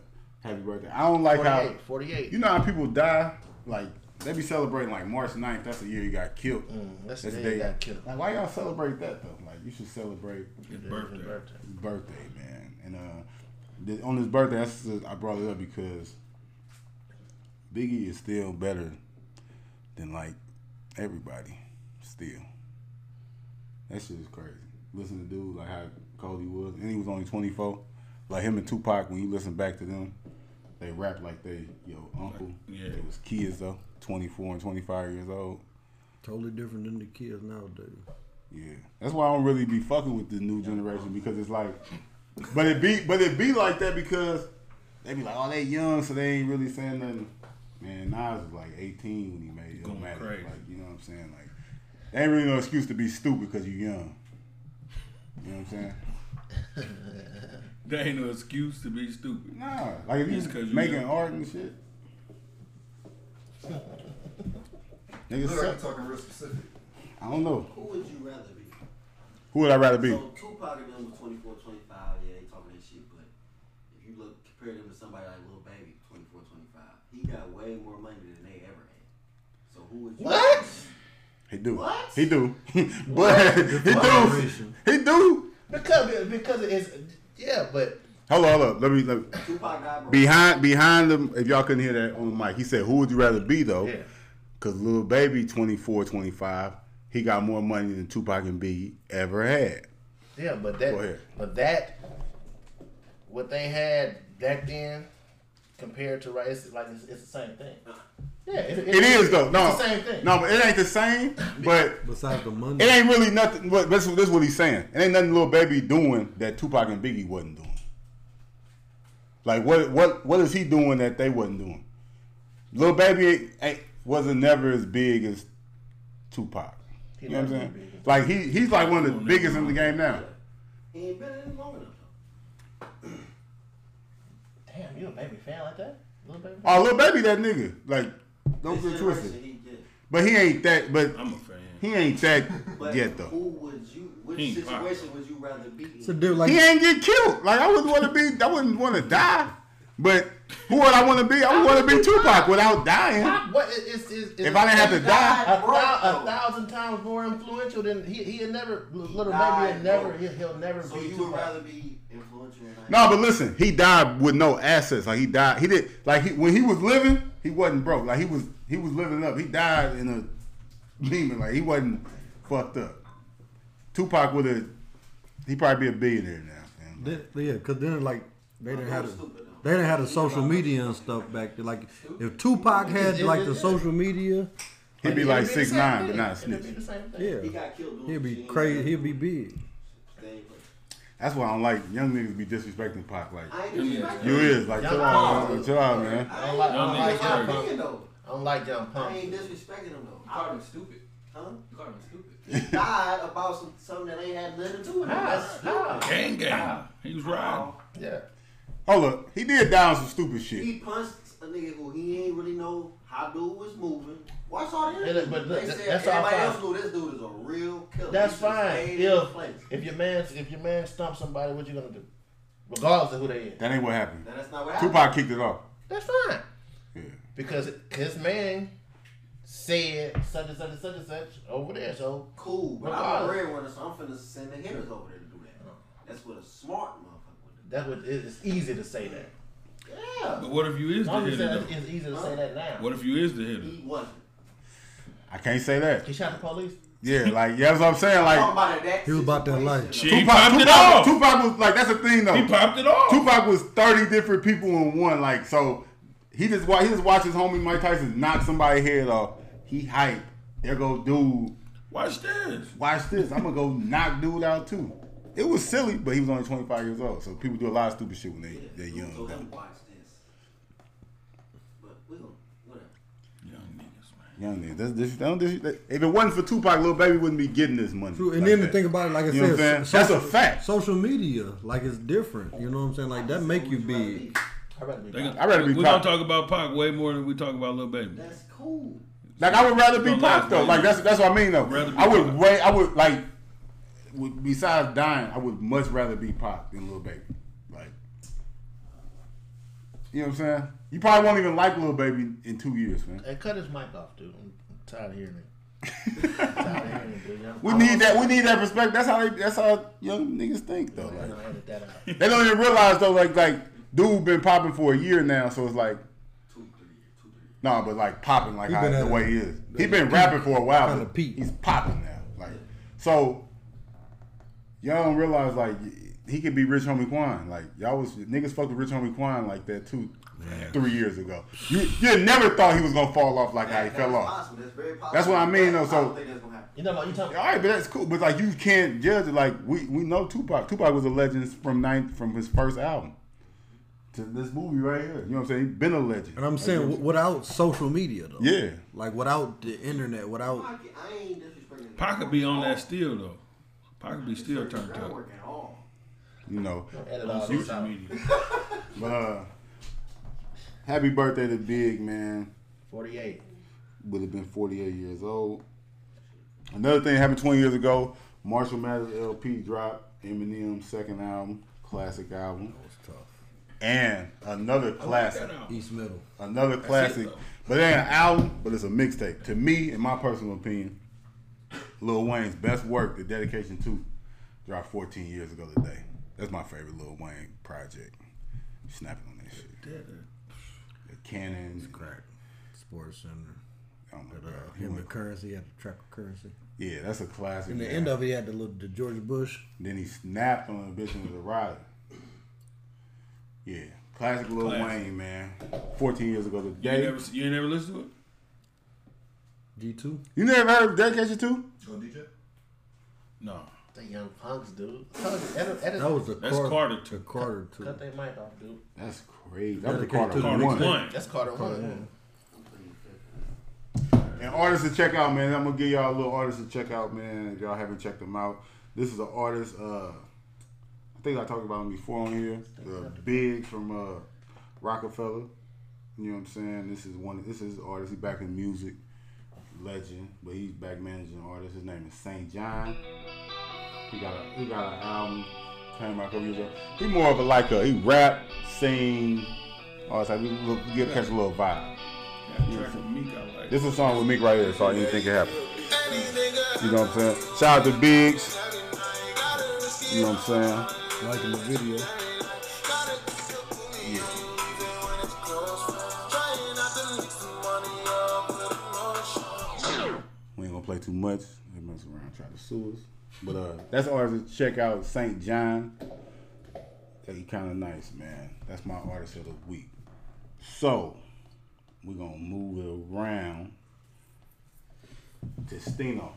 [SPEAKER 6] happy birthday. I don't like how
[SPEAKER 7] 48, 48.
[SPEAKER 6] you know how people die like they be celebrating like March 9th. That's the year you got killed.
[SPEAKER 7] Mm, That's the
[SPEAKER 6] That's the
[SPEAKER 7] day you
[SPEAKER 6] day.
[SPEAKER 7] got killed.
[SPEAKER 6] Like why y'all celebrate that though? Like you should celebrate
[SPEAKER 1] His
[SPEAKER 7] His
[SPEAKER 1] birthday.
[SPEAKER 7] birthday.
[SPEAKER 6] his birthday, man. And uh, the, on his birthday, that's the- I brought it up because Biggie is still better than like everybody. Still, that shit is crazy. Listen to dude like how cold he was, and he was only twenty four. Like him and Tupac, when you listen back to them, they rap like they yo uncle.
[SPEAKER 1] Yeah.
[SPEAKER 6] They was kids though, twenty four and twenty five years old.
[SPEAKER 2] Totally different than the kids nowadays.
[SPEAKER 6] Yeah, that's why I don't really be fucking with the new generation because it's like, but it be but it be like that because they be like, oh they young so they ain't really saying nothing. Man, Nas was like 18 when he made
[SPEAKER 1] Going
[SPEAKER 6] Illmatic.
[SPEAKER 1] crazy.
[SPEAKER 6] Like you know what I'm saying? Like, there ain't really no excuse to be stupid because you young. You know what I'm saying?
[SPEAKER 1] That ain't no excuse to be stupid.
[SPEAKER 6] Nah, like if
[SPEAKER 1] Just
[SPEAKER 6] you
[SPEAKER 1] 'cause you
[SPEAKER 6] making
[SPEAKER 1] young.
[SPEAKER 6] art and shit. Niggas,
[SPEAKER 8] Look, I'm
[SPEAKER 6] suck.
[SPEAKER 8] talking real specific.
[SPEAKER 6] I don't know.
[SPEAKER 9] Who would you rather be?
[SPEAKER 6] Who would I rather be?
[SPEAKER 9] So Tupac and them was 24, 25. Yeah, they talking that shit, but if you look compare them to somebody like Lil Baby, 24, 25, he got way more money than they ever had. So who would you?
[SPEAKER 7] What?
[SPEAKER 6] He do.
[SPEAKER 9] What?
[SPEAKER 6] He do. but he do.
[SPEAKER 2] Generation.
[SPEAKER 6] He do.
[SPEAKER 7] Because because it's yeah, but
[SPEAKER 6] Hold on, hold up. Let me let me.
[SPEAKER 9] Tupac got broke.
[SPEAKER 6] Behind behind them, if y'all couldn't hear that on the mic, he said, "Who would you rather be though?"
[SPEAKER 7] Yeah.
[SPEAKER 6] Cause little baby, 24, 25, he got more money than Tupac and B ever had.
[SPEAKER 7] yeah,
[SPEAKER 6] Go
[SPEAKER 7] but that
[SPEAKER 6] ahead.
[SPEAKER 7] but that what they had back then compared to right, it's like it's, it's the same thing. Yeah, it,
[SPEAKER 6] It is though. No,
[SPEAKER 7] it's the same thing.
[SPEAKER 6] No, but it ain't the same. But
[SPEAKER 2] Besides the money,
[SPEAKER 6] it ain't really nothing. But this, this is what he's saying. It ain't nothing little baby doing that Tupac and Biggie wasn't doing. Like what what what is he doing that they wasn't doing? Little baby ain't, wasn't never as big as Tupac. You know what I'm saying? Like he he's like one of the biggest in the game now.
[SPEAKER 9] He ain't been in it long enough. though.
[SPEAKER 7] Damn, you a baby fan like that? Little baby.
[SPEAKER 6] Oh, little baby, that nigga. Like don't
[SPEAKER 9] This
[SPEAKER 6] get
[SPEAKER 9] generation,
[SPEAKER 6] twisted.
[SPEAKER 9] He did.
[SPEAKER 6] But he ain't that. But
[SPEAKER 1] I'm a fan.
[SPEAKER 6] he ain't that
[SPEAKER 9] But
[SPEAKER 6] yet
[SPEAKER 9] who
[SPEAKER 6] though.
[SPEAKER 9] would you? Which
[SPEAKER 1] He ain't
[SPEAKER 9] situation would you rather be in?
[SPEAKER 2] it's a different. Like
[SPEAKER 6] He ain't get killed. Like I wouldn't want to be. I wouldn't want to die. But who would I want to be? I would want to be Tupac without dying.
[SPEAKER 7] What it- it's, it's, it's
[SPEAKER 6] If I didn't have to die,
[SPEAKER 7] a, thou- a
[SPEAKER 9] Bro.
[SPEAKER 7] thousand times more influential than he he'll never little
[SPEAKER 9] Nah,
[SPEAKER 7] baby he'll never
[SPEAKER 9] bro.
[SPEAKER 7] he'll, he'll never
[SPEAKER 9] So
[SPEAKER 7] be
[SPEAKER 9] you would
[SPEAKER 7] Tupac.
[SPEAKER 9] rather be influential than I
[SPEAKER 6] no. But listen, he died with no assets. Like he died. He did. Like he, when he was living, he wasn't broke. Like he was. He was living up. He died in a demon. Like he wasn't fucked up. Tupac would have. He probably be a billionaire now. fam.
[SPEAKER 2] Then, yeah, because then like they didn't have the,
[SPEAKER 9] Stupid, though.
[SPEAKER 2] they didn't have the social media and stuff back then. Like if Tupac had
[SPEAKER 7] Yeah,
[SPEAKER 2] like
[SPEAKER 7] yeah,
[SPEAKER 2] the
[SPEAKER 7] yeah.
[SPEAKER 2] social media,
[SPEAKER 6] He'd be
[SPEAKER 7] It'll
[SPEAKER 6] like
[SPEAKER 7] the
[SPEAKER 6] six
[SPEAKER 7] same
[SPEAKER 6] nine, but
[SPEAKER 7] thing.
[SPEAKER 6] not a
[SPEAKER 7] It'll be
[SPEAKER 6] snitch.
[SPEAKER 7] the same thing.
[SPEAKER 2] yeah,
[SPEAKER 9] He got killed. doing
[SPEAKER 2] he'd
[SPEAKER 9] shit
[SPEAKER 2] be
[SPEAKER 9] he
[SPEAKER 2] crazy.
[SPEAKER 9] ain't
[SPEAKER 2] He'd be big.
[SPEAKER 9] done.
[SPEAKER 6] That's why I don't like young niggas be disrespecting Pac. Like
[SPEAKER 9] I ain't even like
[SPEAKER 6] you is. Like chill out, man. chill out, man.
[SPEAKER 9] I ain't
[SPEAKER 7] Y'all
[SPEAKER 1] niggas
[SPEAKER 9] I ain't
[SPEAKER 1] crazy.
[SPEAKER 9] opinion, though.
[SPEAKER 7] I don't like young punk.
[SPEAKER 9] I ain't disrespecting him though.
[SPEAKER 8] You called him stupid.
[SPEAKER 9] Huh?
[SPEAKER 8] You called him stupid.
[SPEAKER 9] He died about some, something that ain't had nothing to do with him. That's stupid.
[SPEAKER 1] Gang gang. He was riding.
[SPEAKER 9] Uh-huh.
[SPEAKER 7] Yeah.
[SPEAKER 6] Hold up, Oh, he did die on some stupid shit.
[SPEAKER 9] He punched a nigga who he ain't really know how dude was moving. Watch all the
[SPEAKER 7] Yeah,
[SPEAKER 9] interviews.
[SPEAKER 7] but
[SPEAKER 9] they
[SPEAKER 7] that-
[SPEAKER 9] said
[SPEAKER 7] that's all
[SPEAKER 9] everybody
[SPEAKER 7] fine.
[SPEAKER 9] else knew this dude is a real killer.
[SPEAKER 7] That's
[SPEAKER 9] He should've
[SPEAKER 7] fine.
[SPEAKER 9] stayed in his
[SPEAKER 7] If,
[SPEAKER 9] place.
[SPEAKER 7] if your man if your man stumps somebody, what you gonna do? Regardless of who they is.
[SPEAKER 6] That ain't what happened.
[SPEAKER 9] Now, that's not what happened.
[SPEAKER 6] Tupac kicked it off.
[SPEAKER 7] That's fine.
[SPEAKER 6] Yeah.
[SPEAKER 7] Because his man said such and such and such and such over there. So
[SPEAKER 9] Cool, but I'm a
[SPEAKER 7] Regardless.
[SPEAKER 9] breadwinner, so I'm finna send the hitters over there to do that. That's what a smart motherfucker would do.
[SPEAKER 7] that was it- it's easy to say that.
[SPEAKER 9] Yeah.
[SPEAKER 1] But what if you is the
[SPEAKER 7] I'm just
[SPEAKER 1] hitter
[SPEAKER 7] saying
[SPEAKER 1] though?
[SPEAKER 7] it's easy to say that now.
[SPEAKER 1] What if you is the hitter?
[SPEAKER 9] He wasn't.
[SPEAKER 6] I can't say that.
[SPEAKER 7] He shot the police.
[SPEAKER 6] Yeah, like yeah, that's what I'm saying.
[SPEAKER 9] Talking
[SPEAKER 6] Like
[SPEAKER 9] about that
[SPEAKER 2] He was about that
[SPEAKER 9] situation,
[SPEAKER 2] life.
[SPEAKER 9] though.
[SPEAKER 1] Shit. He
[SPEAKER 6] Tupac,
[SPEAKER 1] popped it
[SPEAKER 6] Tupac,
[SPEAKER 1] off.
[SPEAKER 6] Tupac was like that's the thing though.
[SPEAKER 1] He popped it off.
[SPEAKER 6] Tupac was 30 different people in one. Like so, he just wa- he just watched his homie Mike Tyson knock somebody head off. He hype. There go dude.
[SPEAKER 1] Watch this.
[SPEAKER 6] Watch this. I'm gonna go knock dude out too. It was silly, but he was only 25 years old. So people do a lot of stupid shit when they they're young.
[SPEAKER 9] So
[SPEAKER 6] though.
[SPEAKER 9] watch this. But we gonna whatever.
[SPEAKER 1] Young niggas, man.
[SPEAKER 6] Young niggas. That's dis- that don't dis- that- if it wasn't for Tupac, Lil Baby wouldn't be getting this money.
[SPEAKER 2] True. And
[SPEAKER 6] like
[SPEAKER 2] then
[SPEAKER 6] that.
[SPEAKER 2] to think about it, like I
[SPEAKER 6] You know what
[SPEAKER 2] said,
[SPEAKER 6] I'm saying?
[SPEAKER 2] so-
[SPEAKER 6] That's a fact.
[SPEAKER 2] Social media, like it's different. You know what I'm saying? Like that make you big.
[SPEAKER 7] I'd rather be
[SPEAKER 1] They
[SPEAKER 7] Pac.
[SPEAKER 1] gon-
[SPEAKER 6] I'd rather be
[SPEAKER 1] we
[SPEAKER 6] Pac.
[SPEAKER 1] don't talk about Pac way more than we talk about Lil Baby.
[SPEAKER 9] That's cool.
[SPEAKER 6] Like I would rather be
[SPEAKER 1] Don't
[SPEAKER 6] Pac
[SPEAKER 1] laugh,
[SPEAKER 6] though.
[SPEAKER 1] man.
[SPEAKER 6] Like that's that's what I mean though.
[SPEAKER 1] Rather be
[SPEAKER 6] I would
[SPEAKER 1] Pac.
[SPEAKER 6] way I would like would, besides dying, I would much rather be Pac than Lil Baby. Like you know what I'm saying? You probably won't even like Lil Baby in two years, man.
[SPEAKER 7] Hey, cut his mic off, dude. I'm tired of hearing it. I'm tired of hearing it, dude. I'm-
[SPEAKER 6] We
[SPEAKER 7] I'm
[SPEAKER 6] need
[SPEAKER 7] on-
[SPEAKER 6] that. We need that perspective. That's how they. That's how young niggas think though.
[SPEAKER 7] I'm
[SPEAKER 6] Like
[SPEAKER 7] gonna edit that out.
[SPEAKER 6] they don't even realize though. Like like dude been popping for a year now, so it's like
[SPEAKER 9] Two, three, two, three.
[SPEAKER 6] No, but like popping, like
[SPEAKER 2] He
[SPEAKER 6] how
[SPEAKER 2] been
[SPEAKER 6] the
[SPEAKER 2] at
[SPEAKER 6] way
[SPEAKER 2] a-
[SPEAKER 6] he is. He been rapping for a while.
[SPEAKER 2] kinda
[SPEAKER 6] but
[SPEAKER 2] peak.
[SPEAKER 6] He's popping now. Like so, y'all don't realize like he could be Rich Homie Quan. Like y'all was niggas fucked with Rich Homie Quan like that too, three years ago. You you never thought he was gonna fall off like how he
[SPEAKER 9] That-
[SPEAKER 6] fell
[SPEAKER 9] that's
[SPEAKER 6] off.
[SPEAKER 9] Possible. That's very possible.
[SPEAKER 6] That's what I mean, though,
[SPEAKER 9] I
[SPEAKER 6] so-
[SPEAKER 9] don't think that's gonna happen.
[SPEAKER 7] You know what you talking
[SPEAKER 6] All right, but that's cool. But like you can't judge it. Like we we know Tupac. Tupac was a legend from ninth from his first album to this movie right here. You know what I'm saying? He been a legend.
[SPEAKER 2] And I'm saying w- without social media though.
[SPEAKER 6] Yeah.
[SPEAKER 2] Like without the internet, without
[SPEAKER 9] Pac, I ain't disrespecting.
[SPEAKER 1] Pac could be on that still though. Pac could be still
[SPEAKER 9] Disrespecting
[SPEAKER 1] turned up.
[SPEAKER 9] groundwork at all.
[SPEAKER 6] you know.
[SPEAKER 7] about? Edit all
[SPEAKER 1] On
[SPEAKER 7] this
[SPEAKER 1] social
[SPEAKER 7] out.
[SPEAKER 1] media.
[SPEAKER 6] But uh, happy birthday to Big Man.
[SPEAKER 7] 48.
[SPEAKER 6] Would have been 48 years old. Another thing happened 20 years ago. Marshall Mathers LP dropped Eminem's second album, classic album,
[SPEAKER 2] it's tough.
[SPEAKER 6] and another classic,
[SPEAKER 2] East Middle.
[SPEAKER 6] another classic.
[SPEAKER 1] though.
[SPEAKER 6] But it ain't an album, but it's a mixtape. To me, in my personal opinion, Lil Wayne's best work, The Dedication to, dropped 14 years ago today. That's my favorite Lil Wayne project. Snapping on that shit. The Cannon.
[SPEAKER 2] uh, Crack. Sports Center.
[SPEAKER 6] Oh my
[SPEAKER 2] Uh,
[SPEAKER 6] God.
[SPEAKER 2] human currency, he had the track of currency.
[SPEAKER 6] Yeah, that's a classic.
[SPEAKER 2] In the
[SPEAKER 6] man.
[SPEAKER 2] end of it, he had the little the George Bush.
[SPEAKER 6] then he snapped on the bitch and was a rider. Yeah, classic Lil
[SPEAKER 1] Classic.
[SPEAKER 6] Wayne, man. 14 years ago
[SPEAKER 1] You ain't
[SPEAKER 6] today.
[SPEAKER 1] never, you ain't never listened to it?
[SPEAKER 2] G two.
[SPEAKER 6] you never heard of Dedication 2?
[SPEAKER 8] Go DJ.
[SPEAKER 1] No.
[SPEAKER 7] The young punks, dude. Punks, edit, edit,
[SPEAKER 2] That was the
[SPEAKER 1] That's Carter
[SPEAKER 2] The
[SPEAKER 1] two.
[SPEAKER 2] Carter two.
[SPEAKER 7] cut their mic off, dude.
[SPEAKER 6] That's crazy. That was a
[SPEAKER 2] Dedication
[SPEAKER 6] Carter
[SPEAKER 2] to the
[SPEAKER 1] Carter
[SPEAKER 6] one.
[SPEAKER 1] one.
[SPEAKER 7] That's Carter,
[SPEAKER 2] Carter
[SPEAKER 7] one.
[SPEAKER 2] one.
[SPEAKER 6] And artists to check out, man. I'm gonna give y'all a little artist to check out, man. If y'all haven't checked them out, this is an artist. Uh, I think I talked about him before on here. The Big from uh, Rockefeller. You know what I'm saying? This is one. This is an artist. He's back in music, legend, but he's back managing artists. His name is Saint John. He got a he got an album came out a couple years ago. He more of a like a he rap, sing, all that. type. We we- we get catch a little vibe.
[SPEAKER 1] That track from Meek I like.
[SPEAKER 6] This is a song with Meek right here, so anything can happen. You know what I'm saying? Shout out to Biggs. You know what I'm
[SPEAKER 2] Liking the video.
[SPEAKER 6] saying? Yeah. We ain't gonna play too much. They mess around, and try to sue us. But uh, that's artist to check out St. John. He kind of nice, man. That's my artist of the week. So we're gonna move it around to Steno.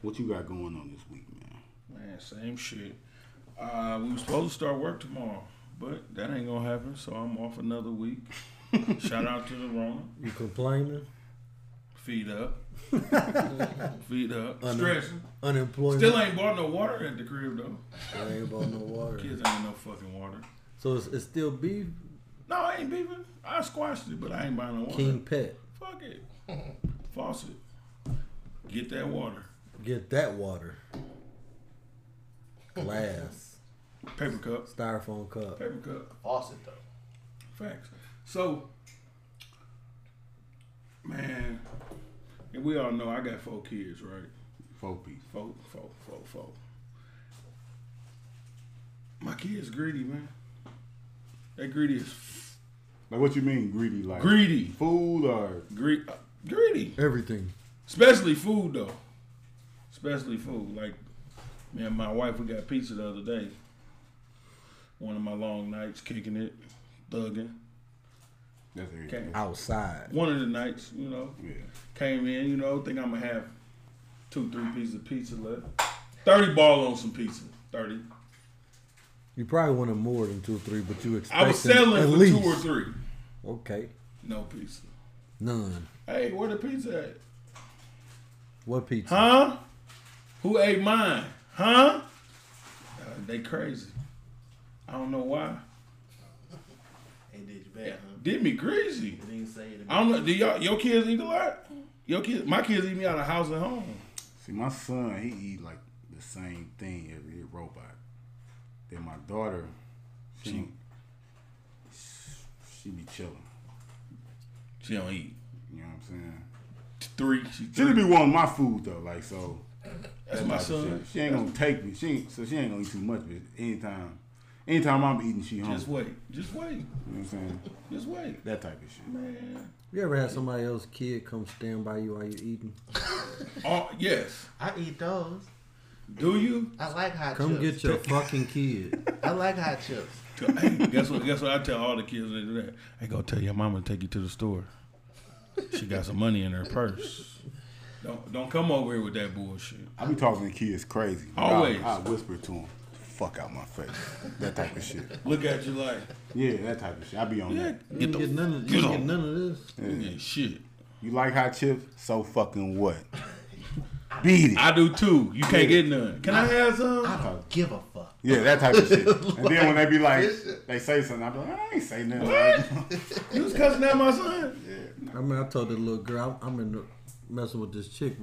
[SPEAKER 6] What you got going on this week, man?
[SPEAKER 1] Man, same shit. Uh, we were supposed to start work tomorrow, but that ain't gonna happen, so I'm off another week. Shout out to the Rona.
[SPEAKER 2] You complaining?
[SPEAKER 1] Feed up. Feed up.
[SPEAKER 2] Unem-
[SPEAKER 1] Stressing.
[SPEAKER 2] Unemployment.
[SPEAKER 1] Still ain't bought no water at the crib though.
[SPEAKER 2] There ain't about no water.
[SPEAKER 1] Kids ain't no fucking water.
[SPEAKER 2] So it's, it's still beef.
[SPEAKER 1] No, I ain't beefing. I squashed it, but I ain't buying no water.
[SPEAKER 2] King Pet.
[SPEAKER 1] Fuck it. Faucet. Get that water.
[SPEAKER 2] Get that water. Glass.
[SPEAKER 1] Paper cup.
[SPEAKER 2] Styrofoam cup.
[SPEAKER 1] Paper cup.
[SPEAKER 7] Fawcett, though.
[SPEAKER 1] Facts. So, man, and we all know I got four kids, right?
[SPEAKER 6] Four piece.
[SPEAKER 1] Four, four, four, four. My kids greedy, man. They greedy is
[SPEAKER 6] Like what you mean greedy? Like
[SPEAKER 1] greedy,
[SPEAKER 6] food or
[SPEAKER 1] Gre- uh, greedy,
[SPEAKER 2] Everything.
[SPEAKER 1] especially food though. Especially food. Like, man, my wife we got pizza the other day. One of my long nights kicking it, thugging.
[SPEAKER 6] that's everything.
[SPEAKER 1] Came,
[SPEAKER 2] Outside.
[SPEAKER 1] one of the nights, you know,
[SPEAKER 6] Yeah.
[SPEAKER 1] came in, you know, think I'm gonna have two, three pieces of pizza left. Thirty ball on some pizza. Thirty.
[SPEAKER 2] You probably wanted more than two or three, but you expected
[SPEAKER 1] I was selling
[SPEAKER 2] at
[SPEAKER 1] for
[SPEAKER 2] least.
[SPEAKER 1] two or three.
[SPEAKER 2] Okay.
[SPEAKER 1] No pizza.
[SPEAKER 2] None.
[SPEAKER 1] Hey, where the pizza at?
[SPEAKER 2] What pizza?
[SPEAKER 1] Huh? Who ate mine? Huh? Uh, they crazy. I don't know why.
[SPEAKER 7] It did you bad, huh?
[SPEAKER 1] Did me crazy.
[SPEAKER 7] It didn't say it.
[SPEAKER 1] I don't know. Do y'all your kids eat a lot? Your kids, my kids eat me out of house and home.
[SPEAKER 6] See, my son, he eat like the same thing every year, robot. Then my daughter, she she be chilling.
[SPEAKER 1] She don't eat
[SPEAKER 6] You know what I'm saying?
[SPEAKER 1] three. She
[SPEAKER 6] She
[SPEAKER 1] three.
[SPEAKER 6] would be wanting my food though, like so.
[SPEAKER 1] That's my son.
[SPEAKER 6] She, she ain't gonna take me. She ain't, so she ain't gonna eat too much. But anytime, anytime I'm eating, she hungry.
[SPEAKER 1] Just wait. Just wait.
[SPEAKER 6] You know what I'm saying?
[SPEAKER 1] Just wait.
[SPEAKER 6] That type of shit.
[SPEAKER 1] Man.
[SPEAKER 2] You ever had somebody else's kid come stand by you while you eating?
[SPEAKER 1] Oh yes.
[SPEAKER 7] I eat those.
[SPEAKER 1] Do you?
[SPEAKER 7] I like hot
[SPEAKER 2] Come
[SPEAKER 7] chips.
[SPEAKER 2] get your fucking kid.
[SPEAKER 7] I like hot chips.
[SPEAKER 1] Hey, guess what? Guess what? I tell all the kids they do that. I go tell your mama to take you to the store. She got some money in her purse. Don't don't come over here with that bullshit.
[SPEAKER 6] I be talking to kids crazy. Like, I-
[SPEAKER 1] Always.
[SPEAKER 6] I, whisper to them, "Fuck out my face." That type of shit.
[SPEAKER 1] Look at you like
[SPEAKER 6] Yeah, that type of shit. I be on
[SPEAKER 1] yeah,
[SPEAKER 6] that.
[SPEAKER 2] You
[SPEAKER 1] get
[SPEAKER 2] didn't
[SPEAKER 1] the
[SPEAKER 2] get none of,
[SPEAKER 1] get
[SPEAKER 2] you didn't
[SPEAKER 1] on.
[SPEAKER 2] get none of this.
[SPEAKER 1] yeah, shit.
[SPEAKER 6] You like hot chips? So fucking what? Beat it.
[SPEAKER 1] I do too. You can't get none. Can I have
[SPEAKER 7] I
[SPEAKER 1] some?
[SPEAKER 7] don't give a fuck.
[SPEAKER 6] Yeah, that type of shit. And then when they be like, they say something, I be like, I ain't say nothing.
[SPEAKER 1] You was cussing at my son.
[SPEAKER 2] I mean, I told the little girl, I'm, I'm in the, messing with this chick.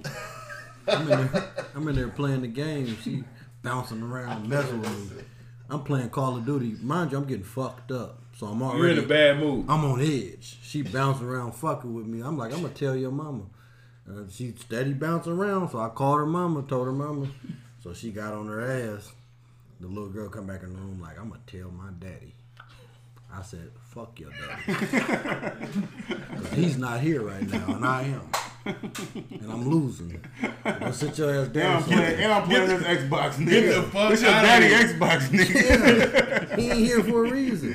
[SPEAKER 2] I'm in, there, I'm in there playing the game. She bouncing around, messing with me. I'm playing Call of Duty. Mind you, I'm getting fucked up, so I'm
[SPEAKER 1] You're
[SPEAKER 2] already
[SPEAKER 1] in a bad mood.
[SPEAKER 2] I'm on edge. She bouncing around, fucking with me. I'm like, I'm gonna tell your mama. Uh, she steady bouncing around, so I called her mama, told her mama. So she got on her ass. The little girl come back in the room like, I'm gonna tell my daddy. I said, fuck your daddy. 'Cause he's not here right now, and I am. And I'm losing. Go sit your ass
[SPEAKER 6] And I'm
[SPEAKER 2] down.
[SPEAKER 6] playing, and
[SPEAKER 2] somewhere.
[SPEAKER 6] I'm playing this Xbox, nigga.
[SPEAKER 1] Get the fuck
[SPEAKER 6] this your
[SPEAKER 1] outta
[SPEAKER 6] daddy
[SPEAKER 1] here.
[SPEAKER 6] Xbox, nigga.
[SPEAKER 2] He ain't here for a reason.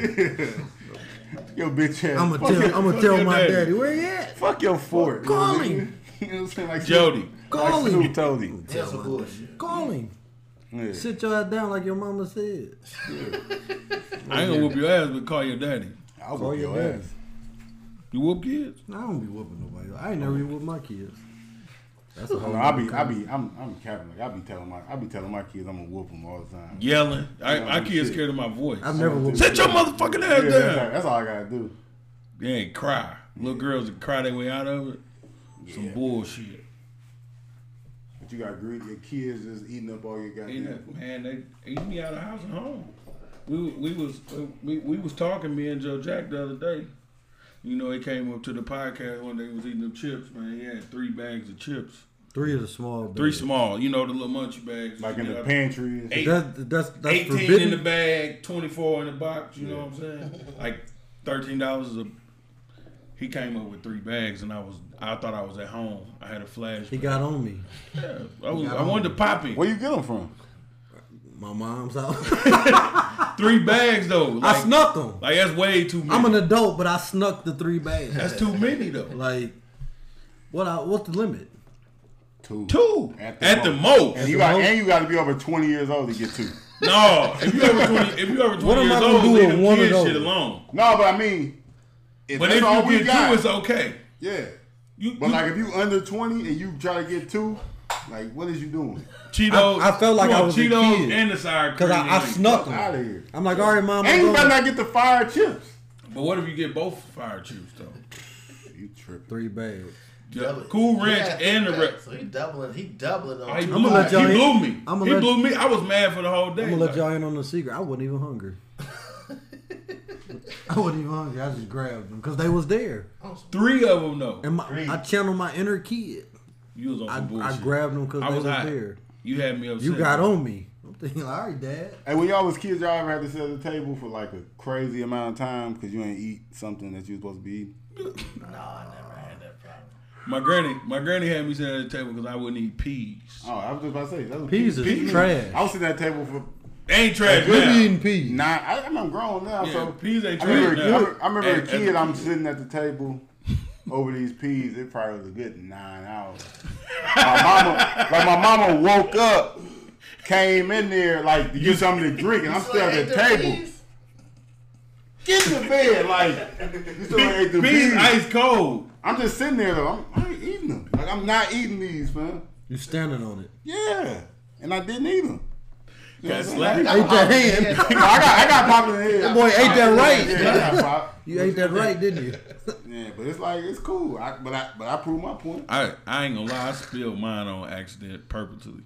[SPEAKER 6] Yo, bitch ass.
[SPEAKER 2] I'm gonna
[SPEAKER 6] fuck,
[SPEAKER 2] tell.
[SPEAKER 6] your,
[SPEAKER 2] I'm gonna
[SPEAKER 1] fuck
[SPEAKER 2] tell
[SPEAKER 1] your
[SPEAKER 2] my
[SPEAKER 1] daddy.
[SPEAKER 2] daddy where he at.
[SPEAKER 6] fuck your fort.
[SPEAKER 2] Call
[SPEAKER 6] nigga.
[SPEAKER 2] him.
[SPEAKER 6] You know what I'm saying? Like
[SPEAKER 1] Jody.
[SPEAKER 2] Call
[SPEAKER 6] Like
[SPEAKER 2] him.
[SPEAKER 6] Snoop told him.
[SPEAKER 7] That's some bullshit.
[SPEAKER 2] Call him.
[SPEAKER 6] Yeah.
[SPEAKER 2] Sit your ass down like your mama said.
[SPEAKER 1] I ain't gonna whoop your ass, but call your daddy.
[SPEAKER 6] I'll
[SPEAKER 2] Call
[SPEAKER 6] whoop
[SPEAKER 2] your
[SPEAKER 6] your
[SPEAKER 2] daddy.
[SPEAKER 6] ass.
[SPEAKER 1] You whoop kids?
[SPEAKER 2] I don't be whooping nobody. I ain't never even whooped my kids. That's a whole.
[SPEAKER 6] No, I be, I be, I'm, I'm capping. Like I be telling my, I be telling my kids I'm gonna whoop them all the time.
[SPEAKER 1] Yelling. I, I
[SPEAKER 6] Yeah,
[SPEAKER 1] kids
[SPEAKER 6] shit.
[SPEAKER 1] scared of my voice.
[SPEAKER 2] I've never whooped.
[SPEAKER 1] Sit your motherfucking
[SPEAKER 6] Yeah,
[SPEAKER 1] ass
[SPEAKER 6] that's,
[SPEAKER 1] down.
[SPEAKER 6] that's all I gotta do.
[SPEAKER 1] They ain't cry. Little girls that cry their way out of it. Some bullshit.
[SPEAKER 6] But you got greedy. Your kids just eating up all your
[SPEAKER 1] Ain't
[SPEAKER 6] goddamn.
[SPEAKER 1] that- Man, they eat me out of house and home. We wa- we was uh, we, we was talking me and Joe Jack the other day. You know, he came up to the podcast one day. He was eating them chips, man. He had three bags of chips,
[SPEAKER 2] Three of the small. Bags.
[SPEAKER 1] three small. You know, the little munchie bags.
[SPEAKER 6] Like in
[SPEAKER 1] You
[SPEAKER 6] the
[SPEAKER 1] know,
[SPEAKER 6] pantry. and shit.
[SPEAKER 1] Eight-
[SPEAKER 2] That, that's that's
[SPEAKER 1] Eighteen
[SPEAKER 2] forbidden.
[SPEAKER 1] in the bag, twenty four in the box. You know what I'm saying? Like thirteen dollars a. He came up with three bags, and I was I thought I was at home. I had a flash.
[SPEAKER 2] he got on me.
[SPEAKER 1] Yeah, I, was, I wanted to pop him.
[SPEAKER 6] Where you get them from?
[SPEAKER 2] My mom's out.
[SPEAKER 1] Three bags though. Like,
[SPEAKER 2] I snuck them.
[SPEAKER 1] Like that's way too many.
[SPEAKER 2] I'm an adult, but I snuck the three bags.
[SPEAKER 1] that's too many though.
[SPEAKER 2] like, what? I, what's the limit?
[SPEAKER 6] Two.
[SPEAKER 1] Two
[SPEAKER 6] At
[SPEAKER 1] at
[SPEAKER 6] the
[SPEAKER 1] the,
[SPEAKER 6] most.
[SPEAKER 1] most.
[SPEAKER 6] And you got, and you got to be over 20 years old to get two.
[SPEAKER 1] no, if you ever twenty, if you ever
[SPEAKER 2] What
[SPEAKER 1] twenty
[SPEAKER 2] am
[SPEAKER 1] years
[SPEAKER 2] I gonna
[SPEAKER 1] old,
[SPEAKER 2] do
[SPEAKER 1] leave
[SPEAKER 2] with
[SPEAKER 1] them
[SPEAKER 2] one of
[SPEAKER 1] kids
[SPEAKER 2] those?
[SPEAKER 1] shit alone.
[SPEAKER 6] No, but I mean, if
[SPEAKER 1] But
[SPEAKER 6] that's
[SPEAKER 1] if
[SPEAKER 6] all
[SPEAKER 1] you
[SPEAKER 6] we
[SPEAKER 1] get
[SPEAKER 6] got,
[SPEAKER 1] two, it's okay.
[SPEAKER 6] yeah.
[SPEAKER 1] You,
[SPEAKER 6] But
[SPEAKER 1] you
[SPEAKER 6] like, if you under 20 and you try to get two, like, what is you doing?
[SPEAKER 1] Cheetos,
[SPEAKER 2] I- I felt like
[SPEAKER 1] you
[SPEAKER 2] I
[SPEAKER 1] want
[SPEAKER 2] was a
[SPEAKER 1] Cheetos
[SPEAKER 2] kid.
[SPEAKER 1] and the sour cream.
[SPEAKER 2] Cause I, I
[SPEAKER 1] and-
[SPEAKER 2] snuck
[SPEAKER 6] Out of
[SPEAKER 2] them.
[SPEAKER 6] here.
[SPEAKER 2] I'm like, all right, mom.
[SPEAKER 6] And
[SPEAKER 2] I'm
[SPEAKER 6] you better
[SPEAKER 2] going.
[SPEAKER 6] not get the fire chips.
[SPEAKER 1] But what if you get both fire chips though?
[SPEAKER 6] You tripping?
[SPEAKER 2] Three bags.
[SPEAKER 1] The
[SPEAKER 7] Double it.
[SPEAKER 1] Cool Ranch
[SPEAKER 7] Yeah,
[SPEAKER 1] and the
[SPEAKER 7] yeah.
[SPEAKER 1] rest.
[SPEAKER 7] So he doubling. He doubling on.
[SPEAKER 1] He
[SPEAKER 7] two.
[SPEAKER 1] blew,
[SPEAKER 2] let y'all
[SPEAKER 1] he
[SPEAKER 2] in-
[SPEAKER 1] blew me.
[SPEAKER 2] I'ma
[SPEAKER 1] he
[SPEAKER 2] let-
[SPEAKER 1] blew me. I was mad for the whole day.
[SPEAKER 2] I'm gonna let
[SPEAKER 1] like,
[SPEAKER 2] y'all in on the secret. I wasn't even hungry. I wasn't even hungry. I just grabbed them because they was there,
[SPEAKER 7] Oh,
[SPEAKER 1] three of them though.
[SPEAKER 2] and my, I channeled my inner kid.
[SPEAKER 1] You was on
[SPEAKER 2] I,
[SPEAKER 1] some bullshit.
[SPEAKER 2] I grabbed them because
[SPEAKER 1] I
[SPEAKER 2] they
[SPEAKER 1] was
[SPEAKER 2] was
[SPEAKER 1] hot.
[SPEAKER 2] there.
[SPEAKER 1] You had me upset.
[SPEAKER 2] You got on me. I'm thinking, like, all right, dad.
[SPEAKER 6] Hey, when y'all was kids, y'all ever had to sit at the table for like a crazy amount of time because you ain't eat something that you was supposed to be eating?
[SPEAKER 1] My granny, my granny had me sit at the table because I wouldn't eat peas.
[SPEAKER 6] Oh, I was just about to say that was
[SPEAKER 2] Peas is trash.
[SPEAKER 6] I was sitting at the table for
[SPEAKER 1] Ain't trash
[SPEAKER 2] Good
[SPEAKER 1] now.
[SPEAKER 2] eating peas.
[SPEAKER 6] nine. I, I'm grown now,
[SPEAKER 1] Yeah,
[SPEAKER 6] so
[SPEAKER 1] peas ain't
[SPEAKER 6] I remember,
[SPEAKER 1] trash
[SPEAKER 6] a- I
[SPEAKER 1] now.
[SPEAKER 6] remember- I remember
[SPEAKER 1] As-
[SPEAKER 6] a
[SPEAKER 1] as
[SPEAKER 6] kid.
[SPEAKER 1] a
[SPEAKER 6] I'm
[SPEAKER 1] kid.
[SPEAKER 6] sitting at the table over these peas. It probably was a good nine hours. My mama, like my mama, woke up, came in there like to get something to drink, and I'm still at the table. Get in the bed, like you still ate the
[SPEAKER 1] Beans
[SPEAKER 6] beans.
[SPEAKER 1] ice cold.
[SPEAKER 6] I'm just sitting there though. I'm, I ain't eating them. Like I'm not eating these, man.
[SPEAKER 2] You standing on it.
[SPEAKER 6] Yeah, and I didn't eat them.
[SPEAKER 1] Got
[SPEAKER 6] I
[SPEAKER 1] slapped.
[SPEAKER 6] got,
[SPEAKER 2] Ate that hand.
[SPEAKER 6] I got popped in the head.
[SPEAKER 2] That boy ate that right.
[SPEAKER 6] Yeah, I got popped.
[SPEAKER 2] You ate that right, didn't you?
[SPEAKER 6] Yeah, but it's like it's cool. I, but I but I proved my point.
[SPEAKER 1] I I ain't gonna lie, I spilled mine on accident purposely.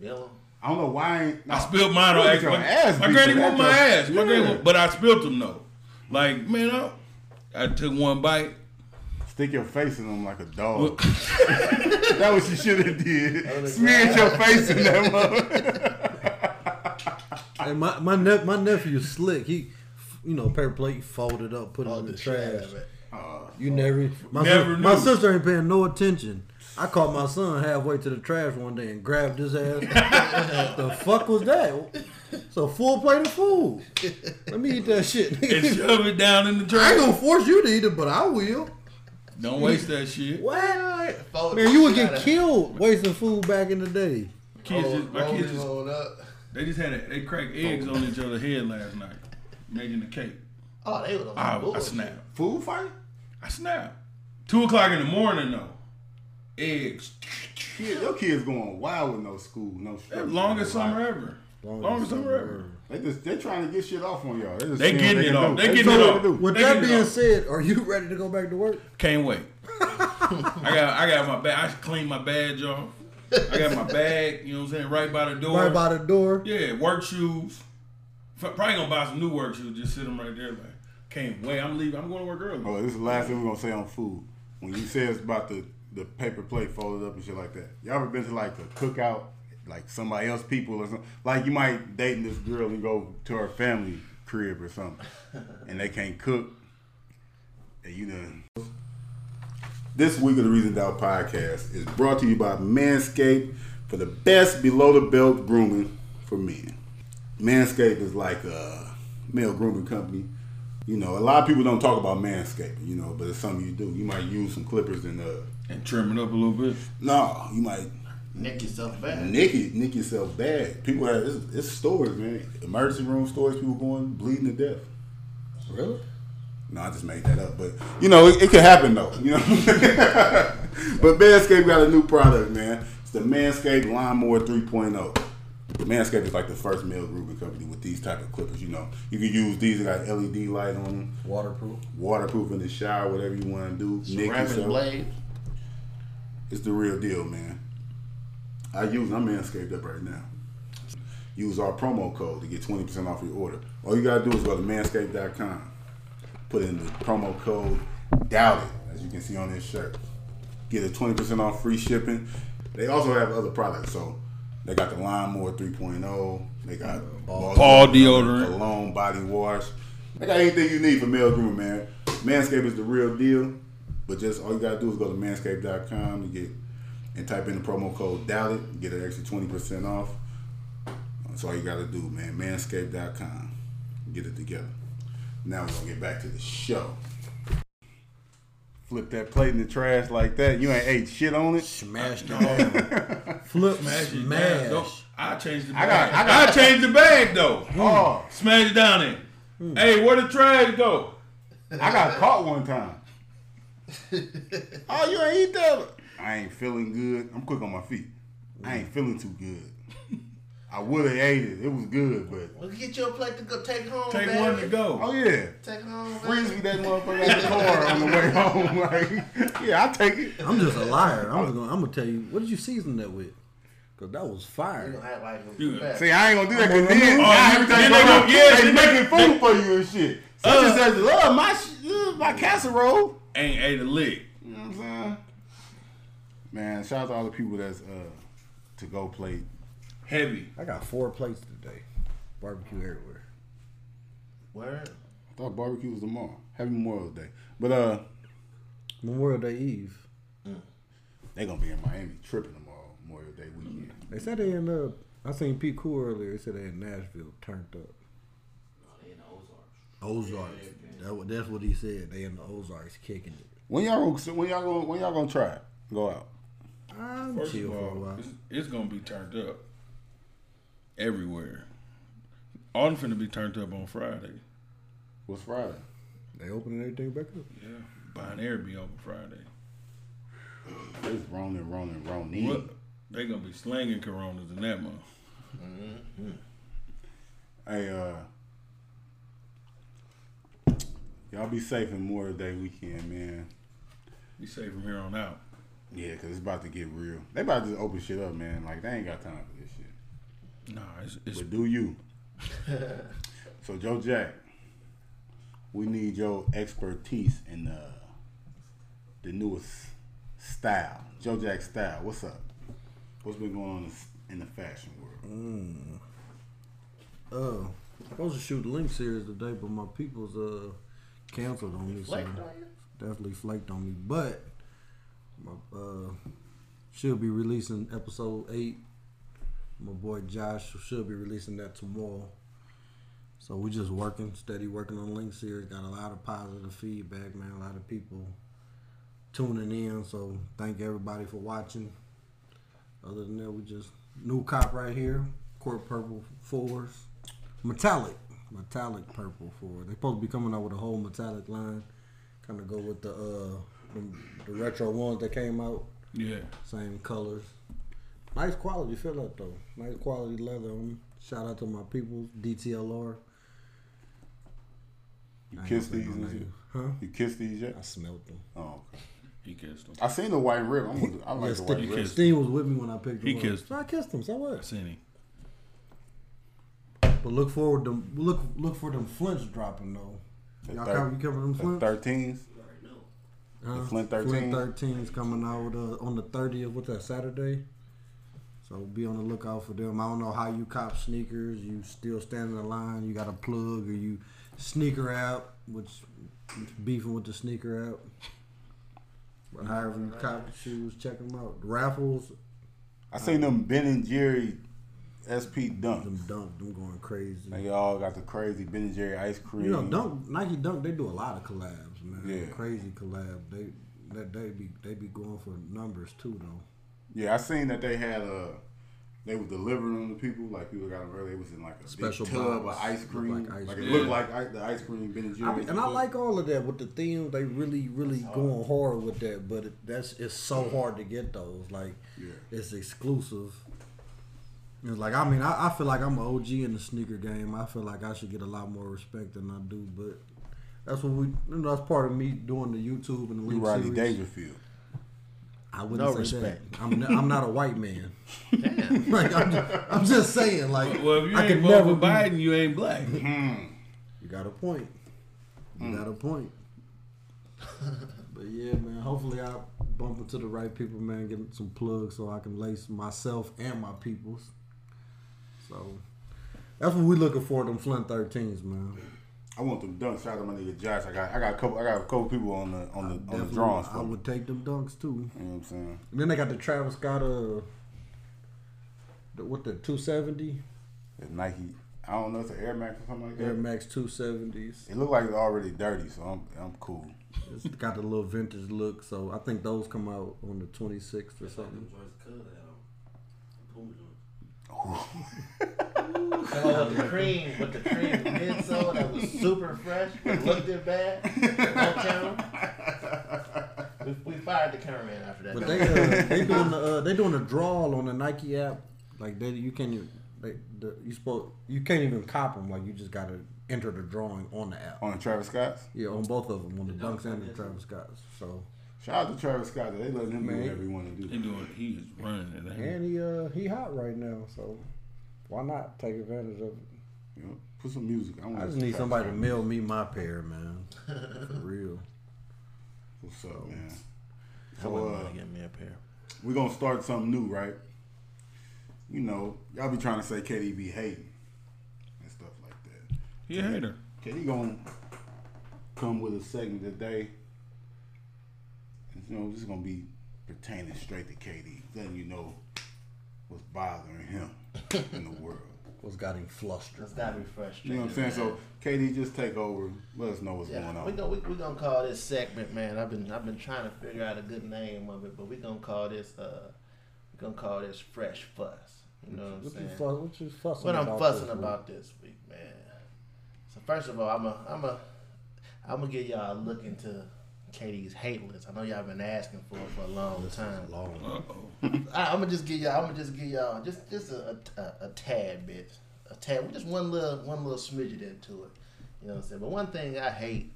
[SPEAKER 7] Yellow.
[SPEAKER 6] I don't know why I ain't.
[SPEAKER 1] I spilled mine on
[SPEAKER 6] Look at your
[SPEAKER 1] accident.
[SPEAKER 6] ass
[SPEAKER 1] my
[SPEAKER 6] beat
[SPEAKER 1] granny
[SPEAKER 6] for that,
[SPEAKER 1] whooped my
[SPEAKER 6] though.
[SPEAKER 1] ass. My granny,
[SPEAKER 6] Yeah.
[SPEAKER 1] whooped- but I spilled them though. Like man, I, I took one bite.
[SPEAKER 6] Stick your face in them like a dog. that what you should have did. Smeared your face in that motherfucker.
[SPEAKER 2] Hey, my my, nep- my nephew is slick. He, you know, paper plate folded up, put it in the trash.
[SPEAKER 6] Oh,
[SPEAKER 2] You never, my,
[SPEAKER 1] Never
[SPEAKER 2] sis- my
[SPEAKER 1] knew.
[SPEAKER 2] sister ain't paying no attention. I caught my son halfway to the trash one day and grabbed his ass. the fuck was that? It's a full plate of food. Let me eat that shit.
[SPEAKER 1] and
[SPEAKER 2] I
[SPEAKER 1] shove it down in the
[SPEAKER 2] ain't
[SPEAKER 1] trash.
[SPEAKER 2] gonna force you to eat it, but I will.
[SPEAKER 1] Don't waste that shit.
[SPEAKER 2] What?
[SPEAKER 7] Fold-
[SPEAKER 2] Man, you would get
[SPEAKER 7] gotta-
[SPEAKER 2] killed wasting food back in the day.
[SPEAKER 1] Kids just, my
[SPEAKER 7] Roll
[SPEAKER 1] kids
[SPEAKER 7] it,
[SPEAKER 1] just,
[SPEAKER 7] roll it up.
[SPEAKER 1] they just had a, they cracked eggs on each other's head last night, making the cake.
[SPEAKER 7] Oh, they was on
[SPEAKER 1] Ah, I, I
[SPEAKER 7] bullshit.
[SPEAKER 1] snapped.
[SPEAKER 6] food fight?
[SPEAKER 1] I snapped. Two o'clock in the morning though. Eggs.
[SPEAKER 6] Kid, your kids going wild with no school, no structure,
[SPEAKER 1] Longest
[SPEAKER 6] no life.
[SPEAKER 1] summer ever. Longest summer ever.
[SPEAKER 6] They just they trying to get shit off on y'all. They, just
[SPEAKER 1] They
[SPEAKER 6] seeing
[SPEAKER 1] getting it
[SPEAKER 6] what can
[SPEAKER 1] off.
[SPEAKER 6] do.
[SPEAKER 1] They
[SPEAKER 6] That's
[SPEAKER 1] getting
[SPEAKER 6] all
[SPEAKER 1] it
[SPEAKER 6] they
[SPEAKER 1] off.
[SPEAKER 6] do.
[SPEAKER 2] With
[SPEAKER 1] They
[SPEAKER 2] that
[SPEAKER 1] get it
[SPEAKER 2] being
[SPEAKER 1] off.
[SPEAKER 2] said, are you ready to go back to work?
[SPEAKER 1] Can't wait. I got I got my bag. I cleaned my badge off. I got my bag. You know what I'm saying? Right by the door.
[SPEAKER 2] Right by the door.
[SPEAKER 1] Yeah, work shoes. F- Probably gonna buy some new work shoes. Just sit them right there. Like can't wait. I'm leaving. I'm going to work early.
[SPEAKER 6] Oh, this is the last thing we're gonna say on food. When you say it's about the the paper plate folded up and shit like that. Y'all ever been to like a cookout, like somebody else people or something? Like you might dating this girl and go to her family crib or something, and they can't cook, and you know. This week of the Reason Doubt podcast is brought to you by Manscaped for the best below the belt grooming for men. Manscaped is like a male grooming company. You know, a lot of people don't talk about manscaping, you know, but it's something you do. You might use some clippers and uh
[SPEAKER 1] And trim it up a little bit.
[SPEAKER 6] no, you might
[SPEAKER 7] Nick yourself back.
[SPEAKER 6] nick it, nick yourself bad. People have it's, it's stores, man. Emergency room stores, people going bleeding to death.
[SPEAKER 2] Really?
[SPEAKER 6] No, I just made that up, but you know, it, it could happen though. You know, but Manscaped got a new product, man. It's the Manscaped Lawnmower 3.0. Manscaped is like the first male grooming company with these type of clippers. You know, you can use these. They got LED light on them,
[SPEAKER 2] Waterproof.
[SPEAKER 6] waterproof in the shower, whatever you want to do. Nick
[SPEAKER 7] Ceramic
[SPEAKER 6] yourself.
[SPEAKER 7] blade.
[SPEAKER 6] It's the real deal, man. I use I'm manscaped up right now. Use our promo code to get 20% off your order. All you gotta do is go to manscaped.com, put in the promo code doubt it, as you can see on this shirt. Get a 20% off free shipping. They also have other products, so they got the lawnmower 3.0, they got
[SPEAKER 1] Paul deodorant.
[SPEAKER 6] cologne, body wash. They got anything you need for male grooming, man. Manscaped is the real deal. But just all you gotta do is go to manscaped.com and get and type in the promo code doubt it, get an extra twenty percent off. That's all you gotta do, man. Manscaped.com. Get it together. Now we're gonna get back to the show. Flip that plate in the trash like that. You ain't ate shit on it.
[SPEAKER 2] Smashed it. Flip,
[SPEAKER 1] Smash it
[SPEAKER 2] smash.
[SPEAKER 1] down. Don't- I changed the
[SPEAKER 6] I
[SPEAKER 1] bag.
[SPEAKER 6] got-
[SPEAKER 1] I,
[SPEAKER 6] I got-
[SPEAKER 1] changed the bag though.
[SPEAKER 6] Oh,
[SPEAKER 1] Smash it down there.
[SPEAKER 2] Hmm.
[SPEAKER 1] Hey, where the trash go?
[SPEAKER 6] I got caught one time. oh, you ain't eat that. I ain't feeling good. I'm quick on my feet. I ain't feeling too good. I would have ate it. It was good, but
[SPEAKER 7] We'll get you a plate to go take home,
[SPEAKER 1] Take
[SPEAKER 7] baby.
[SPEAKER 1] one to go.
[SPEAKER 6] oh yeah.
[SPEAKER 7] Take home, baby.
[SPEAKER 6] Frisbee that motherfucker out the car on the way home. Like, yeah, I take it.
[SPEAKER 2] I'm just a liar. I'm just gonna. I'm gonna tell you. What did you season that with? Cause that was
[SPEAKER 7] You
[SPEAKER 2] fire.
[SPEAKER 7] gonna act like it was
[SPEAKER 1] You-
[SPEAKER 7] bad.
[SPEAKER 6] See, I ain't gonna do that because then,
[SPEAKER 1] Oh,
[SPEAKER 6] now
[SPEAKER 1] you-
[SPEAKER 6] every time
[SPEAKER 1] then
[SPEAKER 6] you
[SPEAKER 1] they
[SPEAKER 6] go
[SPEAKER 1] gonna-
[SPEAKER 6] out,
[SPEAKER 1] yeah,
[SPEAKER 6] they
[SPEAKER 1] then they-
[SPEAKER 6] making food for you and shit. So
[SPEAKER 1] Uh.
[SPEAKER 6] uh, just says, love my sh- uh, my casserole.
[SPEAKER 1] Ain't ate a lick.
[SPEAKER 6] You know what I'm saying? Man, shout out to all the people that's uh to go play.
[SPEAKER 1] Heavy.
[SPEAKER 2] I got four plates today. Barbecue everywhere.
[SPEAKER 7] Word.
[SPEAKER 6] I thought barbecue was tomorrow. Happy Memorial Day. But uh
[SPEAKER 2] Memorial Day Eve.
[SPEAKER 6] they gonna be in Miami tripping tomorrow, Memorial Day weekend.
[SPEAKER 2] They said they in uh I seen Pete Cool earlier. They said they in Nashville turned up.
[SPEAKER 1] Oh,
[SPEAKER 2] Ozarks. That, wa- that's what he said. They in the Ozarks kicking it.
[SPEAKER 6] When y'all gonna when y'all gonna when y'all gonna try it? Go out.
[SPEAKER 2] I'm
[SPEAKER 1] First of
[SPEAKER 2] chill for a
[SPEAKER 1] all,
[SPEAKER 2] while.
[SPEAKER 1] it's, it's gonna be turned up everywhere. I'm finna be turned up on Friday.
[SPEAKER 6] What's Friday?
[SPEAKER 2] They opening everything back up.
[SPEAKER 1] Yeah. Buying air be open Friday.
[SPEAKER 6] It's Ronin, Ronin, Ronin.
[SPEAKER 1] What? They gonna be slinging Coronas in that month.
[SPEAKER 6] Hey, uh, y'all be safe in Memorial Day weekend, man.
[SPEAKER 1] Be safe from here on out.
[SPEAKER 6] Yeah, cause it's about to get real. They about to just open shit up, man. Like they ain't got time for this shit.
[SPEAKER 1] Nah, it's, it's
[SPEAKER 6] But do you? so Joe Jack, we need your expertise in the the newest style, Joe Jack style. What's up? What's been going on in s- in the fashion world?
[SPEAKER 2] Oh, I'm supposed to shoot the link series today, but my people's uh canceled on me. So
[SPEAKER 7] Flaked on you?
[SPEAKER 2] definitely flaked on me. But my uh should be releasing episode eight. My boy Josh should be releasing that tomorrow. So we just working, steady working on link series. Got a lot of positive feedback, man. A lot of people tuning in. So thank everybody for watching. Other than that, we just new cop right here. Court purple fours, metallic, metallic purple four. They supposed to be coming out with a whole metallic line, kind of go with the uh the, the retro ones that came out,
[SPEAKER 1] yeah.
[SPEAKER 2] same colors. Nice quality fill up though. Nice quality leather on them. Shout out to my people, DTLR.
[SPEAKER 6] You
[SPEAKER 2] I ain't
[SPEAKER 6] kiss
[SPEAKER 2] gonna
[SPEAKER 6] these,
[SPEAKER 2] say no
[SPEAKER 6] and shit?
[SPEAKER 2] name. huh?
[SPEAKER 6] You kiss these yet?
[SPEAKER 2] I smelt them.
[SPEAKER 6] Oh, okay.
[SPEAKER 1] He kissed him.
[SPEAKER 6] I seen the white rib. I'm gonna, I like
[SPEAKER 2] Yes,
[SPEAKER 6] the white
[SPEAKER 1] you
[SPEAKER 6] rib.
[SPEAKER 1] kissed.
[SPEAKER 2] Steen was with me when I picked him
[SPEAKER 1] He
[SPEAKER 2] up.
[SPEAKER 1] kissed.
[SPEAKER 2] So I kissed him. So what?
[SPEAKER 1] I seen him.
[SPEAKER 2] But look forward to look look for them flints dropping though. Y'all
[SPEAKER 6] thir-
[SPEAKER 2] cover, you cover them
[SPEAKER 6] The
[SPEAKER 2] flints?
[SPEAKER 6] thirteens.
[SPEAKER 9] You already know.
[SPEAKER 2] Huh?
[SPEAKER 6] Flint 13.
[SPEAKER 2] Uh, Flint 13 is coming out uh, on the 30th. What's that, Saturday? So be on the lookout for them. I don't know how you cop sneakers. You still stand in the line. You got a plug or you sneaker app, which beefing with the sneaker app. But however you cop the shoes, check them out. Raffles,
[SPEAKER 6] I seen them Ben and Jerry SP
[SPEAKER 2] them
[SPEAKER 6] dunks.
[SPEAKER 2] dunk, them going crazy.
[SPEAKER 6] They all got the crazy Ben and Jerry ice cream.
[SPEAKER 2] You know, Dunk Nike Dunk, they do a lot of collabs, man.
[SPEAKER 6] Yeah.
[SPEAKER 2] Crazy collab. They that they be they be going for numbers too though.
[SPEAKER 6] Yeah, I seen that they had a. They was delivering them to people like people got them early. It was in like a
[SPEAKER 2] Special
[SPEAKER 6] big tub of
[SPEAKER 2] box.
[SPEAKER 6] ice
[SPEAKER 2] Looked
[SPEAKER 6] cream.
[SPEAKER 2] like
[SPEAKER 6] Like,
[SPEAKER 2] ice
[SPEAKER 6] it
[SPEAKER 1] cream.
[SPEAKER 6] looked
[SPEAKER 1] Yeah.
[SPEAKER 6] like I, the ice cream Ben and Jerry.
[SPEAKER 2] I mean, and I like all of that with the themes. They really, really going hard with that, but it, that's it's so hard to get those. Like
[SPEAKER 6] Yeah.
[SPEAKER 2] it's exclusive. It's like I mean, I, I feel like I'm an OG in the sneaker game. I feel like I should get a lot more respect than I do, but that's what we. You know, that's part of me doing the YouTube and the
[SPEAKER 6] You
[SPEAKER 2] link
[SPEAKER 6] Rodney
[SPEAKER 2] series.
[SPEAKER 6] Dangerfield.
[SPEAKER 2] I
[SPEAKER 7] No
[SPEAKER 2] wouldn't say
[SPEAKER 7] respect.
[SPEAKER 2] that. I'm, n- I'm not a white man.
[SPEAKER 7] Damn.
[SPEAKER 2] Like I'm just, I'm just saying, like
[SPEAKER 1] Well, if you
[SPEAKER 2] I
[SPEAKER 1] ain't
[SPEAKER 2] could
[SPEAKER 1] vote
[SPEAKER 2] never
[SPEAKER 1] for
[SPEAKER 2] be.
[SPEAKER 1] Biden, you ain't black.
[SPEAKER 2] You got a point. You got a point. but yeah, man. Hopefully, I bump into the right people, man. Get some plugs so I can lace myself and my peoples. So that's what we looking for. Them Flint Thirteens, man.
[SPEAKER 6] I want them dunks. Shout out to my nigga Josh. I got I got a couple I got a couple people on the on the on the
[SPEAKER 2] Definitely,
[SPEAKER 6] drawings
[SPEAKER 2] I
[SPEAKER 6] for me.
[SPEAKER 2] would take them dunks too.
[SPEAKER 6] You know what I'm saying?
[SPEAKER 2] And then they got the Travis Scott. Uh, the, what the two seventy
[SPEAKER 6] It's Nike. I don't know. It's an Air Max or something like that.
[SPEAKER 2] Air Max two seventies.
[SPEAKER 6] It looked like it's already dirty, so I'm I'm cool.
[SPEAKER 2] It's got the little vintage look. So I think those come out on the twenty sixth or
[SPEAKER 9] Like them
[SPEAKER 2] something.
[SPEAKER 9] joints cut out on. The Puma joints.
[SPEAKER 7] Oh, with the cream, with the cream midsole that was super fresh, but looked it bad on camera. We, we fired the cameraman after that.
[SPEAKER 2] But they uh, they doing the uh, they doing a draw on the Nike app. Like they you can't even they, the, you supposed you can't even cop them. Like you just gotta enter the drawing on the app.
[SPEAKER 6] On the Travis Scott's.
[SPEAKER 2] Yeah, on both of them, on the Dunks and the Travis Scott's. So
[SPEAKER 6] Shout out to Travis Scott. They letting him do
[SPEAKER 2] Man.
[SPEAKER 6] whatever he want to
[SPEAKER 1] They
[SPEAKER 6] do.
[SPEAKER 1] doing. He is running. It ain't.
[SPEAKER 2] and he uh he hot right now. So why not take advantage of it?
[SPEAKER 6] You know, put some music. I,
[SPEAKER 2] I
[SPEAKER 6] want
[SPEAKER 2] just need
[SPEAKER 6] Travis
[SPEAKER 2] somebody to
[SPEAKER 6] Scott.
[SPEAKER 2] mail me my pair, man. For real.
[SPEAKER 6] What's up, man?
[SPEAKER 7] I
[SPEAKER 6] So
[SPEAKER 7] wouldn't
[SPEAKER 6] uh,
[SPEAKER 7] want to get me a pair.
[SPEAKER 6] we gonna start something new, right? You know, y'all be trying to say KD be hating and stuff like that.
[SPEAKER 1] He a hater.
[SPEAKER 6] KD gonna come with a segment today. And, you know, this is gonna be pertaining straight to KD, letting you know what's bothering him in the world.
[SPEAKER 2] What's got him flustered?
[SPEAKER 7] That's gotta be frustrating.
[SPEAKER 6] You know what I'm saying? So KD, just take over. Let us know what's going
[SPEAKER 7] Yeah, we
[SPEAKER 6] on.
[SPEAKER 7] gonna we, we gonna call this segment, man. I've been I've been trying to figure out a good name of it, but we gonna call this uh we gonna call this fresh fuss. You know what I'm
[SPEAKER 2] What you,
[SPEAKER 7] saying?
[SPEAKER 2] fuss, what you fussing
[SPEAKER 7] What I'm
[SPEAKER 2] about
[SPEAKER 7] fussing
[SPEAKER 2] this week?
[SPEAKER 7] about this week, man. So first of all, I'm a I'm a I'm gonna get y'all a look into Katie's hate list. I know y'all been asking for it for a long time.
[SPEAKER 2] Long.
[SPEAKER 7] I, I'm gonna just give y'all. I'm gonna just give y'all just just a, a, a tad bit, a tad, just one little one little smidget into it. You know what I'm saying? But one thing I hate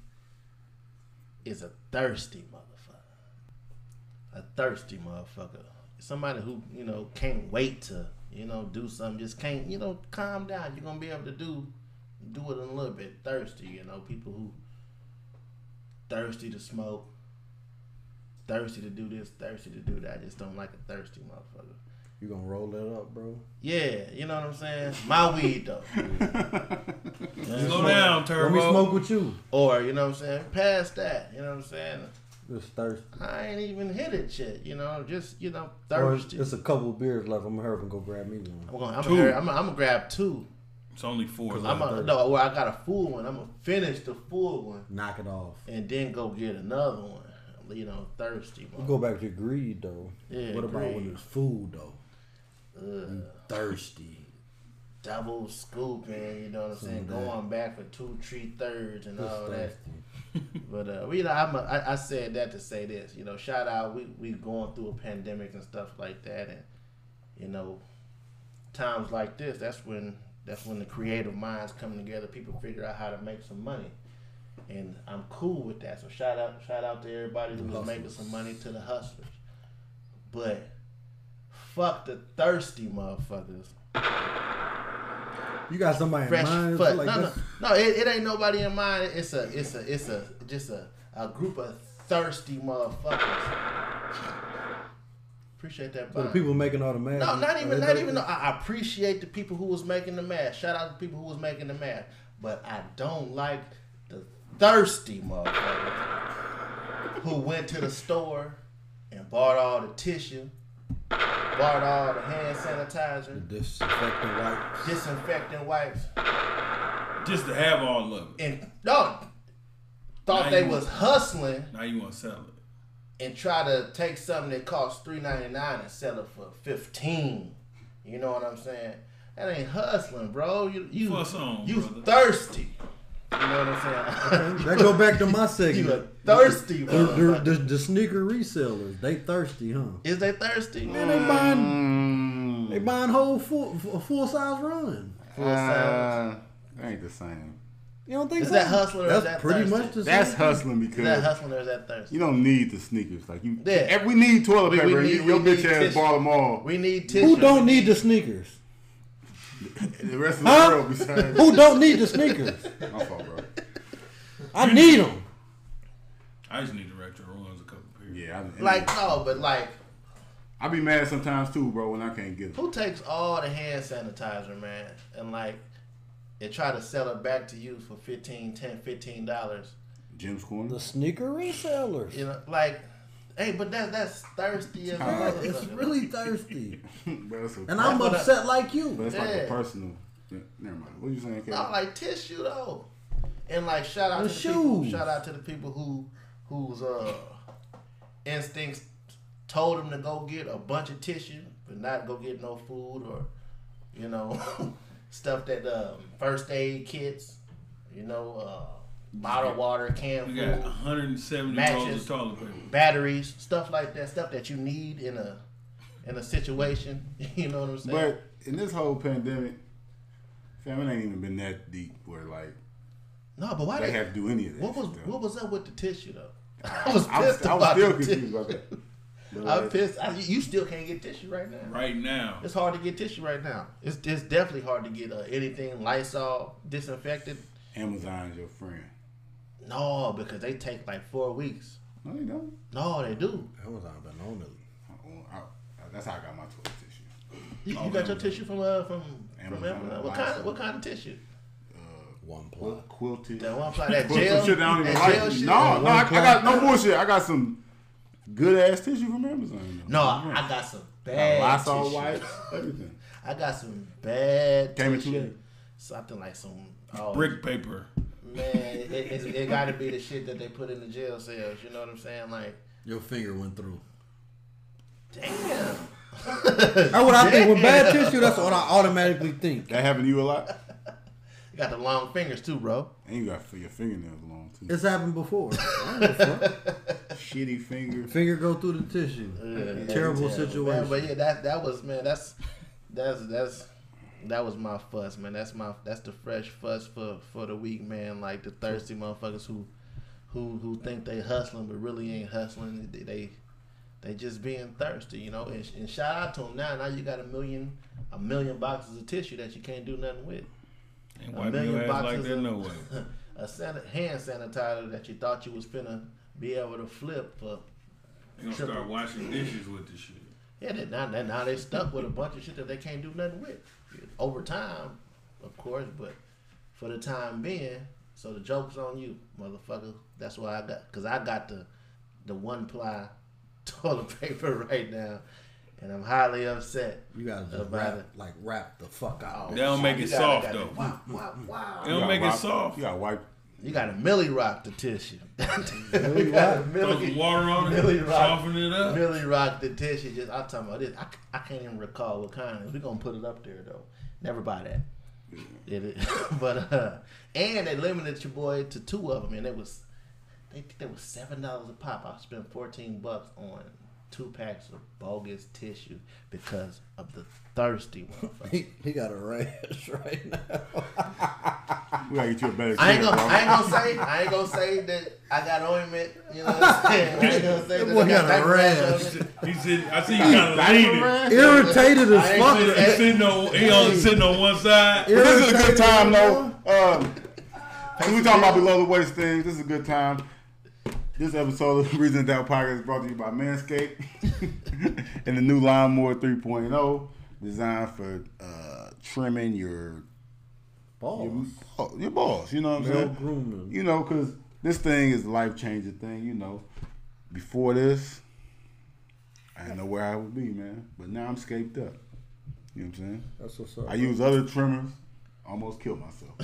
[SPEAKER 7] is a thirsty motherfucker. A thirsty motherfucker. Somebody who you know can't wait to you know do something. Just can't you know calm down. You're gonna be able to do do it in a little bit. Thirsty, you know, people who thirsty to smoke, thirsty to do this, thirsty to do that. I just don't like a thirsty motherfucker.
[SPEAKER 2] You gonna roll that up, bro?
[SPEAKER 7] Yeah, you know what I'm saying? My weed though.
[SPEAKER 1] Slow down,
[SPEAKER 2] Let me
[SPEAKER 1] Turbo.
[SPEAKER 2] smoke with you.
[SPEAKER 7] Or, you know what I'm saying? Past that, you know what I'm saying?
[SPEAKER 2] It's thirsty.
[SPEAKER 7] I ain't even hit it yet, you know, just, you know,
[SPEAKER 2] Or
[SPEAKER 7] thirsty.
[SPEAKER 2] It's a couple of beers left. I'm gonna hurry up and go grab me
[SPEAKER 7] I'm
[SPEAKER 2] one.
[SPEAKER 7] gonna, I'm
[SPEAKER 1] Two.
[SPEAKER 7] gonna, I'm gonna, I'm gonna grab two.
[SPEAKER 1] It's only four.
[SPEAKER 7] I'm
[SPEAKER 1] left.
[SPEAKER 7] gonna, no, well, I got a full one. I'm gonna finish the full one
[SPEAKER 2] Knock it off.
[SPEAKER 7] and then go get another one. You know, thirsty.
[SPEAKER 2] We go back to greed though.
[SPEAKER 7] Yeah,
[SPEAKER 2] what about when
[SPEAKER 7] greed.
[SPEAKER 2] it's food though?
[SPEAKER 7] motherfucker. Ugh.
[SPEAKER 2] Thirsty.
[SPEAKER 7] double scooping, you know what I'm saying?
[SPEAKER 2] Some of that.
[SPEAKER 7] Going back for two, three thirds and
[SPEAKER 2] It's
[SPEAKER 7] all that.
[SPEAKER 2] thirsty.
[SPEAKER 7] But uh, we, you know, I'm a, I, I said that to say this, you know, shout out. We we going through a pandemic and stuff like that, and you know, times like this, that's when that's when the creative minds come together. People figure out how to make some money, and I'm cool with that. So shout out, shout out to everybody who was making some money to the hustlers. But fuck the thirsty motherfuckers
[SPEAKER 2] You got somebody
[SPEAKER 7] fresh
[SPEAKER 2] in mind?
[SPEAKER 7] foot.
[SPEAKER 2] Like
[SPEAKER 7] no, no,
[SPEAKER 2] that's-
[SPEAKER 7] no. It, it ain't nobody in mind. It's a, it's a, it's a, just a, a group of thirsty motherfuckers. Appreciate that.
[SPEAKER 2] So the
[SPEAKER 7] bond.
[SPEAKER 2] people making all the masks.
[SPEAKER 7] No, not
[SPEAKER 2] are
[SPEAKER 7] even,
[SPEAKER 2] they
[SPEAKER 7] not
[SPEAKER 2] thirsty?
[SPEAKER 7] even. though I I appreciate the people who was making the math. Shout out to people who was making the math. But I don't like the thirsty motherfuckers who went to the store and bought all the tissue, bought all the hand sanitizer,
[SPEAKER 2] Disinfectant wipes.
[SPEAKER 7] disinfectant wipes,
[SPEAKER 1] Just to have all of it.
[SPEAKER 7] and no, thought
[SPEAKER 1] Now
[SPEAKER 7] they
[SPEAKER 1] you-
[SPEAKER 7] was hustling
[SPEAKER 1] Now you want to sell it.
[SPEAKER 7] and try to take something that costs three ninety nine and sell it for fifteen. You know what I'm saying? That ain't hustling, bro. You you
[SPEAKER 1] Fuss on,
[SPEAKER 7] you
[SPEAKER 1] brother.
[SPEAKER 7] thirsty. You know what I'm saying?
[SPEAKER 2] That go back to my
[SPEAKER 7] you a
[SPEAKER 2] segment.
[SPEAKER 7] thirsty
[SPEAKER 2] They're- they're-
[SPEAKER 7] motherfucker.
[SPEAKER 2] The, the sneaker resellers, they thirsty, huh?
[SPEAKER 7] Is they thirsty?
[SPEAKER 2] Man, they buying they
[SPEAKER 7] Mm.
[SPEAKER 2] buying whole full full size run.
[SPEAKER 7] Full
[SPEAKER 6] Uh,
[SPEAKER 7] silence.
[SPEAKER 6] that ain't the same.
[SPEAKER 2] You don't think
[SPEAKER 7] Is
[SPEAKER 2] so?
[SPEAKER 7] that hustler or is
[SPEAKER 2] That's
[SPEAKER 7] that
[SPEAKER 2] pretty
[SPEAKER 7] thirsty?
[SPEAKER 2] much the same.
[SPEAKER 6] That's hustling
[SPEAKER 7] Is that
[SPEAKER 6] because
[SPEAKER 7] hustling or is that thirsty?
[SPEAKER 6] you don't need the sneakers. Like you,
[SPEAKER 7] Yeah.
[SPEAKER 6] If we need toilet
[SPEAKER 7] We- we
[SPEAKER 6] paper.
[SPEAKER 7] need-
[SPEAKER 6] you- your
[SPEAKER 7] we
[SPEAKER 6] bitch
[SPEAKER 7] need
[SPEAKER 6] ass
[SPEAKER 7] tissue.
[SPEAKER 6] bought them all.
[SPEAKER 7] We need tissue.
[SPEAKER 2] Who don't need the sneakers?
[SPEAKER 6] the rest of the
[SPEAKER 2] Huh?
[SPEAKER 6] world besides.
[SPEAKER 2] Who don't need the sneakers?
[SPEAKER 6] My fault, bro.
[SPEAKER 2] I need them.
[SPEAKER 1] I just need the retro runs a couple pairs.
[SPEAKER 6] Yeah, I,
[SPEAKER 7] like no, but like
[SPEAKER 6] I be mad sometimes too, bro, when I can't get them.
[SPEAKER 7] Who takes all the hand sanitizer, man, and like and try to sell it back to you for 15 10 15 dollars?
[SPEAKER 6] Jim's corner.
[SPEAKER 2] The sneaker resellers.
[SPEAKER 7] You know, like, hey, but that that's thirsty as a
[SPEAKER 6] Alright.
[SPEAKER 7] motherfucker.
[SPEAKER 2] It's really thirsty,
[SPEAKER 6] bro, that's okay.
[SPEAKER 2] and I'm
[SPEAKER 7] That's what I-
[SPEAKER 2] upset like
[SPEAKER 6] But
[SPEAKER 2] you.
[SPEAKER 6] it's like
[SPEAKER 7] Yeah.
[SPEAKER 6] a personal. Yeah, Never mind. What you saying, Kevin?
[SPEAKER 7] No, like tissue though, and like shout out
[SPEAKER 2] The
[SPEAKER 7] to the people,
[SPEAKER 2] shoes.
[SPEAKER 7] shout out to the people who whose uh instincts told them to go get a bunch of tissue, but not go get no food or you know stuff that um, first aid kits, you know, uh, bottled water, canned
[SPEAKER 1] We
[SPEAKER 7] food,
[SPEAKER 1] got 170 rolls
[SPEAKER 7] Matches.
[SPEAKER 1] of toilet paper.
[SPEAKER 7] batteries, stuff like that, stuff that you need in a in a situation. You know what I'm saying?
[SPEAKER 6] But in this whole pandemic, fam, it ain't even been that deep where like
[SPEAKER 7] no, but why
[SPEAKER 6] they
[SPEAKER 7] they
[SPEAKER 6] have to do any of that.
[SPEAKER 7] What was
[SPEAKER 6] stuff.
[SPEAKER 7] what was up with the tissue though? I was pissed
[SPEAKER 6] I was, I was
[SPEAKER 7] about
[SPEAKER 6] still
[SPEAKER 7] the
[SPEAKER 6] confused
[SPEAKER 7] tissue.
[SPEAKER 6] about that. But,
[SPEAKER 7] I'm
[SPEAKER 6] like,
[SPEAKER 7] pissed. I, you still can't get tissue right now.
[SPEAKER 1] Right now,
[SPEAKER 7] It's hard to get tissue right now. It's it's definitely hard to get uh, anything Lysol disinfectant.
[SPEAKER 6] Amazon's your friend.
[SPEAKER 7] No, because they take like four weeks.
[SPEAKER 6] No, you don't.
[SPEAKER 7] No, they do.
[SPEAKER 2] Amazon been on it.
[SPEAKER 6] I- I- that's how I got my toilet tissue.
[SPEAKER 7] You, you got your tissue from uh from from
[SPEAKER 6] Oh, Amazon,
[SPEAKER 7] Amazon. What kind of, what kind of tissue?
[SPEAKER 2] One
[SPEAKER 6] Quilt-
[SPEAKER 2] plot.
[SPEAKER 6] Quilted.
[SPEAKER 7] That one pla- that
[SPEAKER 6] Put some
[SPEAKER 7] gel,
[SPEAKER 6] shit I don't
[SPEAKER 7] that
[SPEAKER 6] even
[SPEAKER 7] gel
[SPEAKER 6] like.
[SPEAKER 7] shit.
[SPEAKER 6] No, no, I, I
[SPEAKER 2] One
[SPEAKER 6] got no bullshit. I got some good ass tissue from Amazon.
[SPEAKER 7] No, I got some
[SPEAKER 6] got
[SPEAKER 7] bad
[SPEAKER 6] Lysol
[SPEAKER 7] tissue.
[SPEAKER 6] wipes, everything.
[SPEAKER 7] I got some bad
[SPEAKER 6] Came in too
[SPEAKER 7] tissue.
[SPEAKER 6] late.
[SPEAKER 7] Something like some oh,
[SPEAKER 1] brick paper.
[SPEAKER 7] Man, it, it, it got to be the shit that they put in the jail cells. You know what I'm saying? Like,
[SPEAKER 2] Your finger went through.
[SPEAKER 7] damn.
[SPEAKER 2] That's what I think. When bad tissue, that's what I automatically think.
[SPEAKER 6] That happened to you a lot?
[SPEAKER 7] Got the long fingers too, bro.
[SPEAKER 6] And you got for your fingernails long too.
[SPEAKER 2] It's happened before. I don't give a fuck.
[SPEAKER 6] Shitty finger.
[SPEAKER 2] Finger go through the tissue. Terrible
[SPEAKER 7] Yeah,
[SPEAKER 2] situation.
[SPEAKER 7] Man, but yeah, that that was man. That's that's that's that was my fuss, man. That's my that's the fresh fuss for for the week, man. Like the thirsty motherfuckers who who who think they hustling but really ain't hustling. They they, they just being thirsty, you know. And, and shout out to them now. Now you got a million a million boxes of tissue that you can't do nothing with.
[SPEAKER 1] And
[SPEAKER 7] A
[SPEAKER 1] wipe your
[SPEAKER 7] million
[SPEAKER 1] ass like
[SPEAKER 7] boxes
[SPEAKER 1] that
[SPEAKER 7] of-
[SPEAKER 1] no way.
[SPEAKER 7] A san- hand sanitizer that you thought you was finna be able to flip for
[SPEAKER 1] You gonna start washing dishes with this shit.
[SPEAKER 7] Yeah, they, now, now, now they stuck with a bunch of shit that they can't do nothing with. Over time, of course, but for the time being, so the joke's on you, motherfucker. That's why I got, cause I got the the one ply toilet paper right now, and I'm highly upset.
[SPEAKER 2] you gotta just
[SPEAKER 7] About
[SPEAKER 2] wrap,
[SPEAKER 7] it.
[SPEAKER 2] like wrap the fuck out.
[SPEAKER 1] That don't make
[SPEAKER 7] You
[SPEAKER 1] it
[SPEAKER 7] gotta-
[SPEAKER 1] soft
[SPEAKER 7] gotta-
[SPEAKER 1] though.
[SPEAKER 7] Wow, wow, wow.
[SPEAKER 1] It don't make it soft.
[SPEAKER 6] You got wipe.
[SPEAKER 7] You got to milli rock the tissue. you
[SPEAKER 2] rock?
[SPEAKER 7] gotta
[SPEAKER 1] Throw some water on it,
[SPEAKER 7] Millie Rock.
[SPEAKER 1] soften it up.
[SPEAKER 7] Millie rocked the tissue. Just I'm talking about this. I, I can't even recall what kind. We're gonna put it up there though. Never buy that. It is- but uh, and they limited your boy to two of them, and it was they they was seven dollars a pop. I spent fourteen bucks on two packs of bogus tissue because of the thirsty motherfucker.
[SPEAKER 2] He, he got a rash right now.
[SPEAKER 6] We gotta get you a better.
[SPEAKER 7] I ain't
[SPEAKER 6] chair,
[SPEAKER 7] gonna,
[SPEAKER 6] bro.
[SPEAKER 7] I ain't gonna say, I ain't gonna say that I got ointment. You know what I'm saying? I ain't gonna say
[SPEAKER 2] That
[SPEAKER 7] that
[SPEAKER 2] boy
[SPEAKER 7] I got
[SPEAKER 2] got a
[SPEAKER 7] diaper
[SPEAKER 2] rash.
[SPEAKER 7] ointment.
[SPEAKER 1] He said, I see you kind of leaning.
[SPEAKER 2] Irritated as
[SPEAKER 7] I ain't
[SPEAKER 2] fuck.
[SPEAKER 7] gonna
[SPEAKER 1] He's sitting on, he on, sitting on one side.
[SPEAKER 6] But this is a good
[SPEAKER 2] Irritated
[SPEAKER 6] time
[SPEAKER 2] as
[SPEAKER 6] though.
[SPEAKER 2] fuck.
[SPEAKER 6] Um, 'cause we talking about below the waist things. This is a good time. This episode of Reason Doubt Podcast is brought to you by Manscaped and the new Lawnmower 3.0, designed for uh, trimming your
[SPEAKER 2] Balls.
[SPEAKER 6] oh, your balls. You know what I'm
[SPEAKER 2] Male
[SPEAKER 6] saying?
[SPEAKER 2] grooming.
[SPEAKER 6] You know, because this thing is a life changing thing. You know, before this, I didn't know where I would be, man. But now I'm scaped up. You know what I'm saying?
[SPEAKER 2] That's what's up.
[SPEAKER 6] I use other trimmers. Almost killed myself.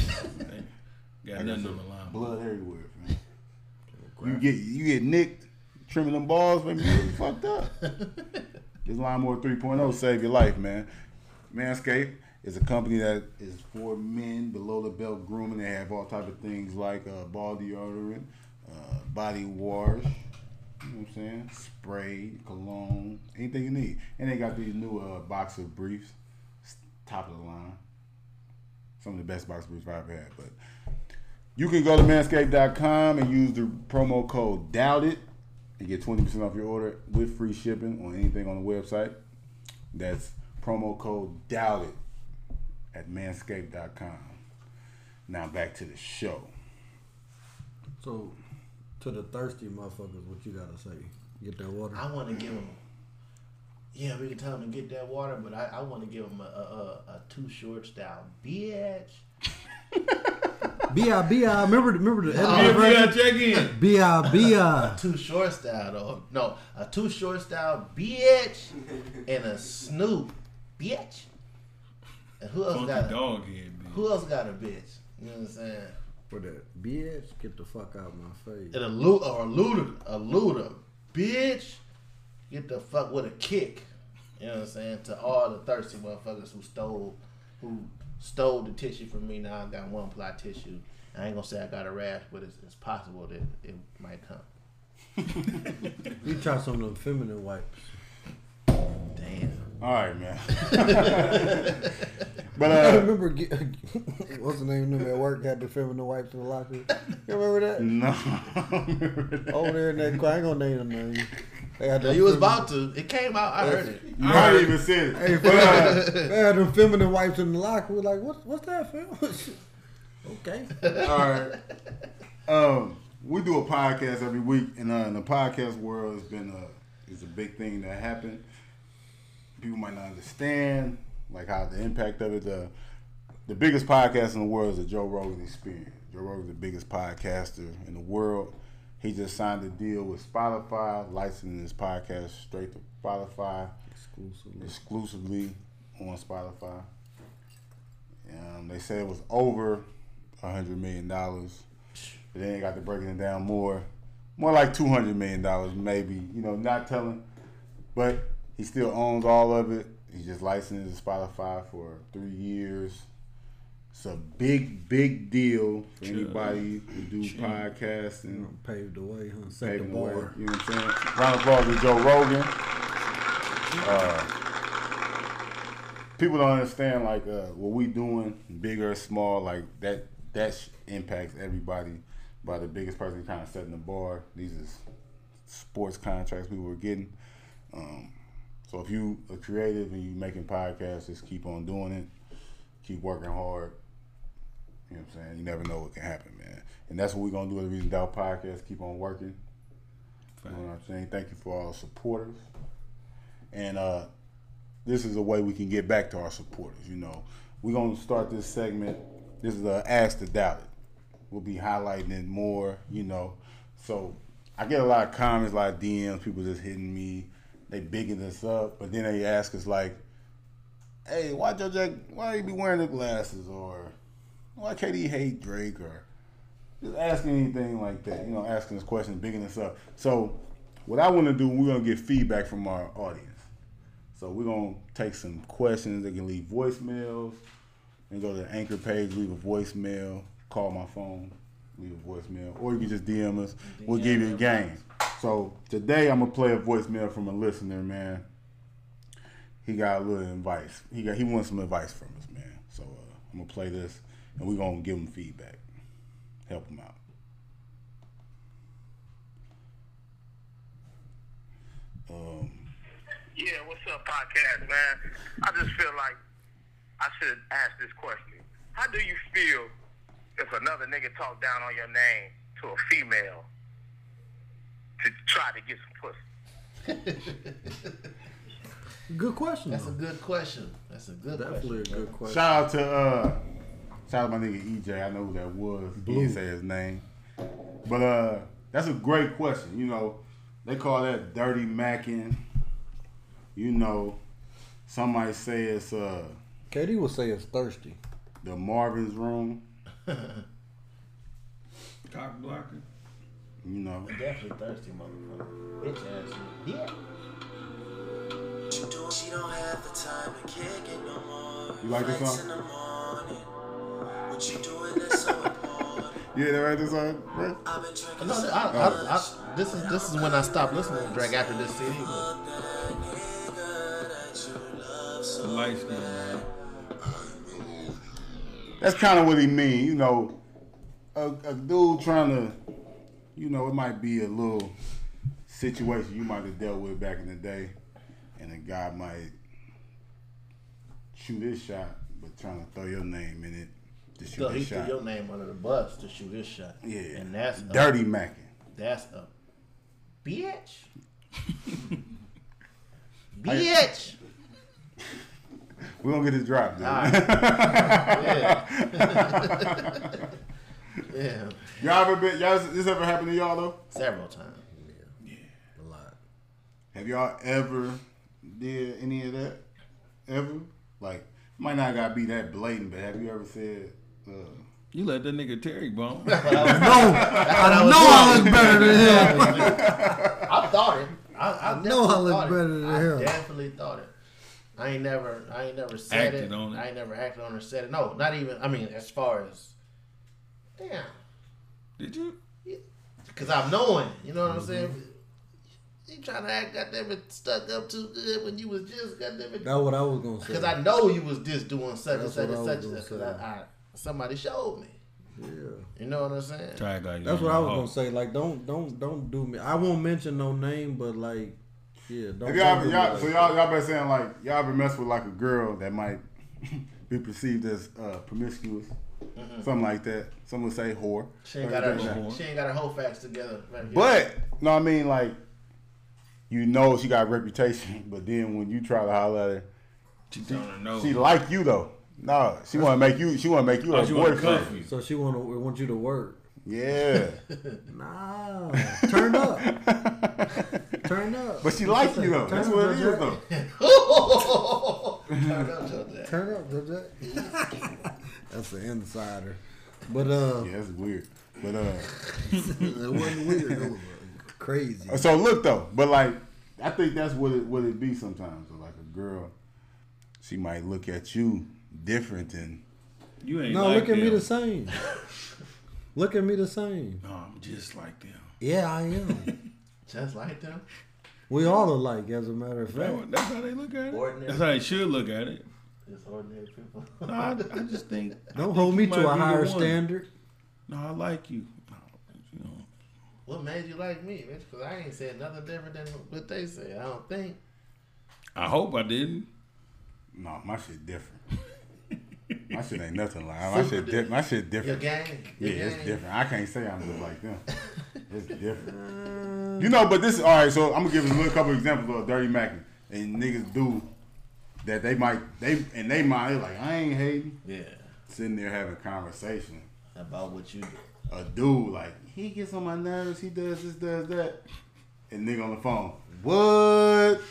[SPEAKER 1] Got nothing on the line.
[SPEAKER 6] Blood everywhere, man. You get you get nicked trimming them balls, man. You really fucked up. This Lawnmower 3.0 save your life, man. Manscaped is a company that is for men below the belt grooming. They have all type of things like uh, ball deodorant, uh, body wash. You know what I'm saying? Spray, cologne, anything you need. And they got these new uh, boxer briefs, s- top of the line. Some of the best boxer briefs I've ever had. But you can go to manscaped.com and use the promo code DOUBTIT and get 20% off your order with free shipping on anything on the website. That's promo code DOUBTIT at manscaped.com. Now back to the show.
[SPEAKER 2] So, to the thirsty motherfuckers, what you gotta say? Get that water.
[SPEAKER 7] I want to give him. Yeah, we can tell him to get that water, but I, I want to give him a, a, a, a two short style bitch.
[SPEAKER 2] B I B I. Remember, remember the
[SPEAKER 1] Yeah,
[SPEAKER 2] Atlanta
[SPEAKER 1] we gotta
[SPEAKER 2] version?
[SPEAKER 1] check in.
[SPEAKER 2] B I B I.
[SPEAKER 7] Two short style though. No, a two short style bitch and a Snoop bitch. And who else got
[SPEAKER 1] Funky
[SPEAKER 7] a,
[SPEAKER 1] dog head, bitch.
[SPEAKER 7] who else got a bitch? You know what I'm saying?
[SPEAKER 2] For that bitch, get the fuck out my face.
[SPEAKER 7] And a loot or a looter, a looter bitch. Get the fuck with a kick. You know what I'm saying? To all the thirsty motherfuckers who stole who stole the tissue from me. Now I got one ply tissue. I ain't gonna say I got a rash, but it's, it's possible that it might come.
[SPEAKER 2] You try some of them feminine wipes.
[SPEAKER 7] Damn.
[SPEAKER 6] All right, man. but uh,
[SPEAKER 2] remember, get, what's the name of them at work had the feminine wipes in the locker? You remember that?
[SPEAKER 6] no.
[SPEAKER 2] Over there in that, I ain't gonna name them names. They had
[SPEAKER 7] Now
[SPEAKER 2] them
[SPEAKER 7] you was
[SPEAKER 2] feminine-
[SPEAKER 7] about to. It came out. I heard it.
[SPEAKER 6] you already even said
[SPEAKER 2] Hey,
[SPEAKER 6] it. But, uh,
[SPEAKER 2] they had them feminine wipes in the locker. We're like, what, what's that, Phil? okay.
[SPEAKER 6] All right. Um, we do a podcast every week, and uh, in the podcast world, it's been uh, a it's a big thing that happened. People might not understand like how the impact of it. The the biggest podcast in the world is the Joe Rogan Experience. Joe Rogan's the biggest podcaster in the world. He just signed a deal with Spotify, licensing his podcast straight to Spotify
[SPEAKER 2] Exclusive.
[SPEAKER 6] exclusively on Spotify. Um, they said it was over a hundred million dollars, but then they got to breaking it down more, more like two hundred million dollars, maybe. You know, not telling, but he still owns all of it. He just licensed to Spotify for three years. It's a big, big deal for
[SPEAKER 1] Chill.
[SPEAKER 6] anybody who do
[SPEAKER 1] Chill.
[SPEAKER 6] podcasting.
[SPEAKER 2] Paved the way, huh? Set
[SPEAKER 6] paving
[SPEAKER 2] the
[SPEAKER 6] the way,
[SPEAKER 2] bar.
[SPEAKER 6] You know what I'm saying? Round of applause to Joe Rogan. Uh, people don't understand like uh, what we doing, big or small, like that that sh- impacts everybody. By the biggest person kind of setting the bar. These is sports contracts we were getting. Um, so if you are creative and you making podcasts, just keep on doing it. Keep working hard. You know what I'm saying? You never know what can happen, man. And that's what we're gonna do at the Reason Doubt Podcast. Keep on working. You know what I'm saying? Thank you for all the supporters. And uh, this is a way we can get back to our supporters. You know, we're gonna start this segment. This is a Ask the Doubt It. We'll be highlighting it more. You know, so I get a lot of comments, a lot of DMs, people just hitting me. They bigging us up, but then they ask us like, "Hey, why Joe Jack? Why you be wearing the glasses?" Or why can't he hate Drake or just asking anything like that? You know, asking us questions, bigging us up. So, what I want to do, we're gonna get feedback from our audience. So we're gonna take some questions. They can leave voicemails and go to the anchor page, leave a voicemail, call my phone, leave a voicemail, or you can just DM us. We'll give you a game. So today I'm gonna play a voicemail from a listener, man. He got a little advice. He got he wants some advice from us, man. So uh, I'm gonna play this, and we're gonna give him feedback, help him out. Um,
[SPEAKER 10] Yeah, what's up, podcast man? I just feel like I should ask this question. How do you feel if another nigga talk down on your name to a female to try to get some pussy?
[SPEAKER 2] Good question.
[SPEAKER 7] That's a
[SPEAKER 2] though.
[SPEAKER 7] good question. That's a good
[SPEAKER 2] Definitely a
[SPEAKER 7] question.
[SPEAKER 2] good question.
[SPEAKER 6] Shout out to uh, shout out my nigga EJ. I know who that was. He didn't say his name, but uh, that's a great question. You know, they call that dirty macking. You know, some might say it's uh
[SPEAKER 2] Katie will say it's thirsty.
[SPEAKER 6] the Marvin's room.
[SPEAKER 1] Cock blocking.
[SPEAKER 6] You know,
[SPEAKER 7] Definitely thirsty, motherfucker. Bitch ass nigga. Yeah.
[SPEAKER 5] She do, she don't have the time to kick it no more.
[SPEAKER 6] You like this
[SPEAKER 5] Fights
[SPEAKER 6] song?
[SPEAKER 5] in the morning. What you doing that's so important?
[SPEAKER 6] you hear that right this song, bro?
[SPEAKER 5] I've been drinking
[SPEAKER 7] No,
[SPEAKER 5] so
[SPEAKER 7] I,
[SPEAKER 5] much.
[SPEAKER 7] I, I, this is this is when I stopped listening to Drake after this CD. but-
[SPEAKER 5] Love that nigga that you love so
[SPEAKER 1] Light skin, man.
[SPEAKER 6] That's kind of what he mean. You know, a, a dude trying to, you know, it might be a little situation you might have dealt with back in the day, and a guy might shoot his shot, but trying to throw your name in it to shoot
[SPEAKER 7] So he
[SPEAKER 6] his
[SPEAKER 7] threw
[SPEAKER 6] shot.
[SPEAKER 7] your name under the bus to shoot his shot.
[SPEAKER 6] yeah,
[SPEAKER 7] And that's a,
[SPEAKER 6] dirty macking.
[SPEAKER 7] that's a bitch. bitch.
[SPEAKER 6] We're gonna get this drop, dude.
[SPEAKER 7] All right. yeah. yeah.
[SPEAKER 6] y'all ever been? Y'all this ever happened to y'all though?
[SPEAKER 7] Several times.
[SPEAKER 2] A lot.
[SPEAKER 6] Have y'all ever did any of that? Ever? Like, might not gotta be that blatant, but have you ever said? Uh,
[SPEAKER 1] You let that nigga Terry bone.
[SPEAKER 2] No, I know I look better than him.
[SPEAKER 7] I thought it. I, I,
[SPEAKER 2] I know I
[SPEAKER 7] definitely
[SPEAKER 2] look
[SPEAKER 7] thought it.
[SPEAKER 2] better than
[SPEAKER 7] I
[SPEAKER 2] him.
[SPEAKER 7] definitely thought it. I ain't never, I ain't never said
[SPEAKER 1] Acted
[SPEAKER 7] it.
[SPEAKER 1] on it.
[SPEAKER 7] I ain't never acted on it. Said it. No, not even. I mean, as far as, damn,
[SPEAKER 1] Did you?
[SPEAKER 7] because I'm knowing. You know what
[SPEAKER 2] Mm-hmm.
[SPEAKER 7] I'm saying? You trying to act goddamn it stuck up too good when you was just goddamn it.
[SPEAKER 2] That's what I was gonna say.
[SPEAKER 7] Because I know you was just doing such
[SPEAKER 2] That's
[SPEAKER 7] and such and
[SPEAKER 2] what I was
[SPEAKER 7] such and
[SPEAKER 2] gonna
[SPEAKER 7] such. 'cause
[SPEAKER 2] say.
[SPEAKER 7] I, I, somebody showed me.
[SPEAKER 2] yeah.
[SPEAKER 7] You know what I'm saying?
[SPEAKER 1] Try like
[SPEAKER 2] That's what I
[SPEAKER 6] Oh.
[SPEAKER 2] was gonna say. Like, don't, don't, don't do me. I won't mention no name, but like, yeah, don't.
[SPEAKER 6] Have y'all, ever,
[SPEAKER 2] don't do
[SPEAKER 6] y'all,
[SPEAKER 2] me like
[SPEAKER 6] so
[SPEAKER 2] that.
[SPEAKER 6] y'all, y'all been saying like y'all ever mess with like a girl that might be perceived as uh, promiscuous, something like that. Some would say whore.
[SPEAKER 7] She ain't got her, she ain't got her whole facts together. Right here.
[SPEAKER 6] But no, I mean like you know she got a reputation, but then when you try to holler at her,
[SPEAKER 1] She don't know.
[SPEAKER 6] she like you though. No, she want to make you. She want to make you her
[SPEAKER 1] Oh, she wanna cuff
[SPEAKER 6] boyfriend.
[SPEAKER 1] you.
[SPEAKER 2] So she wanna want you to work.
[SPEAKER 6] Yeah,
[SPEAKER 2] Nah, turn up, turn up.
[SPEAKER 6] but she like you though. That's what it is though.
[SPEAKER 7] Turn up to that.
[SPEAKER 2] Turn up, Jack. That's the insider. But uh,
[SPEAKER 6] Yeah, that's weird. But uh.
[SPEAKER 2] it wasn't weird. It was crazy.
[SPEAKER 6] So look though, but like I think that's what it what it be sometimes. Like a girl, she might look at you different than
[SPEAKER 1] You ain't
[SPEAKER 2] No,
[SPEAKER 1] like
[SPEAKER 2] look at me
[SPEAKER 1] them.
[SPEAKER 2] the same. look at me the same.
[SPEAKER 1] No, I'm just like them.
[SPEAKER 2] Yeah, I am.
[SPEAKER 7] Just like them.
[SPEAKER 2] we all alike, as a matter of
[SPEAKER 1] That
[SPEAKER 2] fact.
[SPEAKER 1] one- That's how they look at it.
[SPEAKER 7] Ordinary.
[SPEAKER 1] That's how they should look at it.
[SPEAKER 7] Just ordinary people.
[SPEAKER 1] No, I, I just think. I
[SPEAKER 2] Don't
[SPEAKER 1] think
[SPEAKER 2] hold
[SPEAKER 1] you
[SPEAKER 2] me
[SPEAKER 1] might
[SPEAKER 2] to a
[SPEAKER 1] be the
[SPEAKER 2] higher
[SPEAKER 1] one.
[SPEAKER 2] standard.
[SPEAKER 1] No, I like you. No, you know,
[SPEAKER 7] What made you like me, bitch? Because I ain't said nothing different than what they said. I don't think.
[SPEAKER 1] I hope I didn't.
[SPEAKER 6] No, my shit different. my shit ain't nothing like my shit. Di- my shit
[SPEAKER 7] Your
[SPEAKER 6] different.
[SPEAKER 7] gang.
[SPEAKER 6] Yeah,
[SPEAKER 7] Your
[SPEAKER 6] it's
[SPEAKER 7] gang.
[SPEAKER 6] different. I can't say I'm just like them. It's different. You know, but this all right. So I'm gonna give you a little couple examples of dirty macking and niggas do that. They might they in they mind they like I ain't hating.
[SPEAKER 7] Yeah.
[SPEAKER 6] Sitting there having conversation.
[SPEAKER 7] About what you do.
[SPEAKER 6] A dude like he gets on my nerves. He does this, does that, and nigga on the phone. What?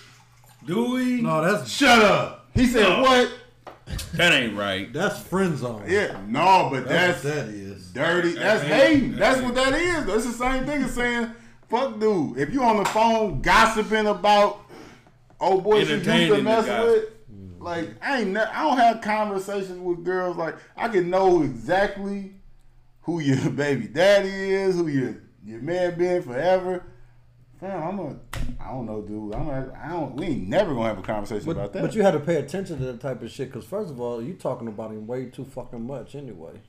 [SPEAKER 1] Do we?
[SPEAKER 2] No, that's
[SPEAKER 6] Shut up. He said
[SPEAKER 1] No.
[SPEAKER 6] what?
[SPEAKER 1] That ain't right.
[SPEAKER 2] that's friend zone.
[SPEAKER 6] Yeah. No, but
[SPEAKER 2] that's,
[SPEAKER 6] that's
[SPEAKER 2] what that is.
[SPEAKER 6] Dirty.
[SPEAKER 1] That's
[SPEAKER 6] That's
[SPEAKER 1] hating.
[SPEAKER 6] hating.
[SPEAKER 1] That's
[SPEAKER 6] That's what that is. That's the same thing as saying, "Fuck, dude." If you on the phone gossiping about old boys you used
[SPEAKER 1] Entertaining the
[SPEAKER 6] to mess with,
[SPEAKER 1] gossip.
[SPEAKER 6] like I ain't. Ne- I don't have conversations with girls. Like I can know exactly who your baby daddy is, who your your man been forever. Fam, I'm a. I don't know, dude. I'm. A, I don't. We ain't never gonna have a conversation
[SPEAKER 2] But,
[SPEAKER 6] about that.
[SPEAKER 2] but you had to pay attention to that type of shit because first of all, you talking about him way too fucking much anyway.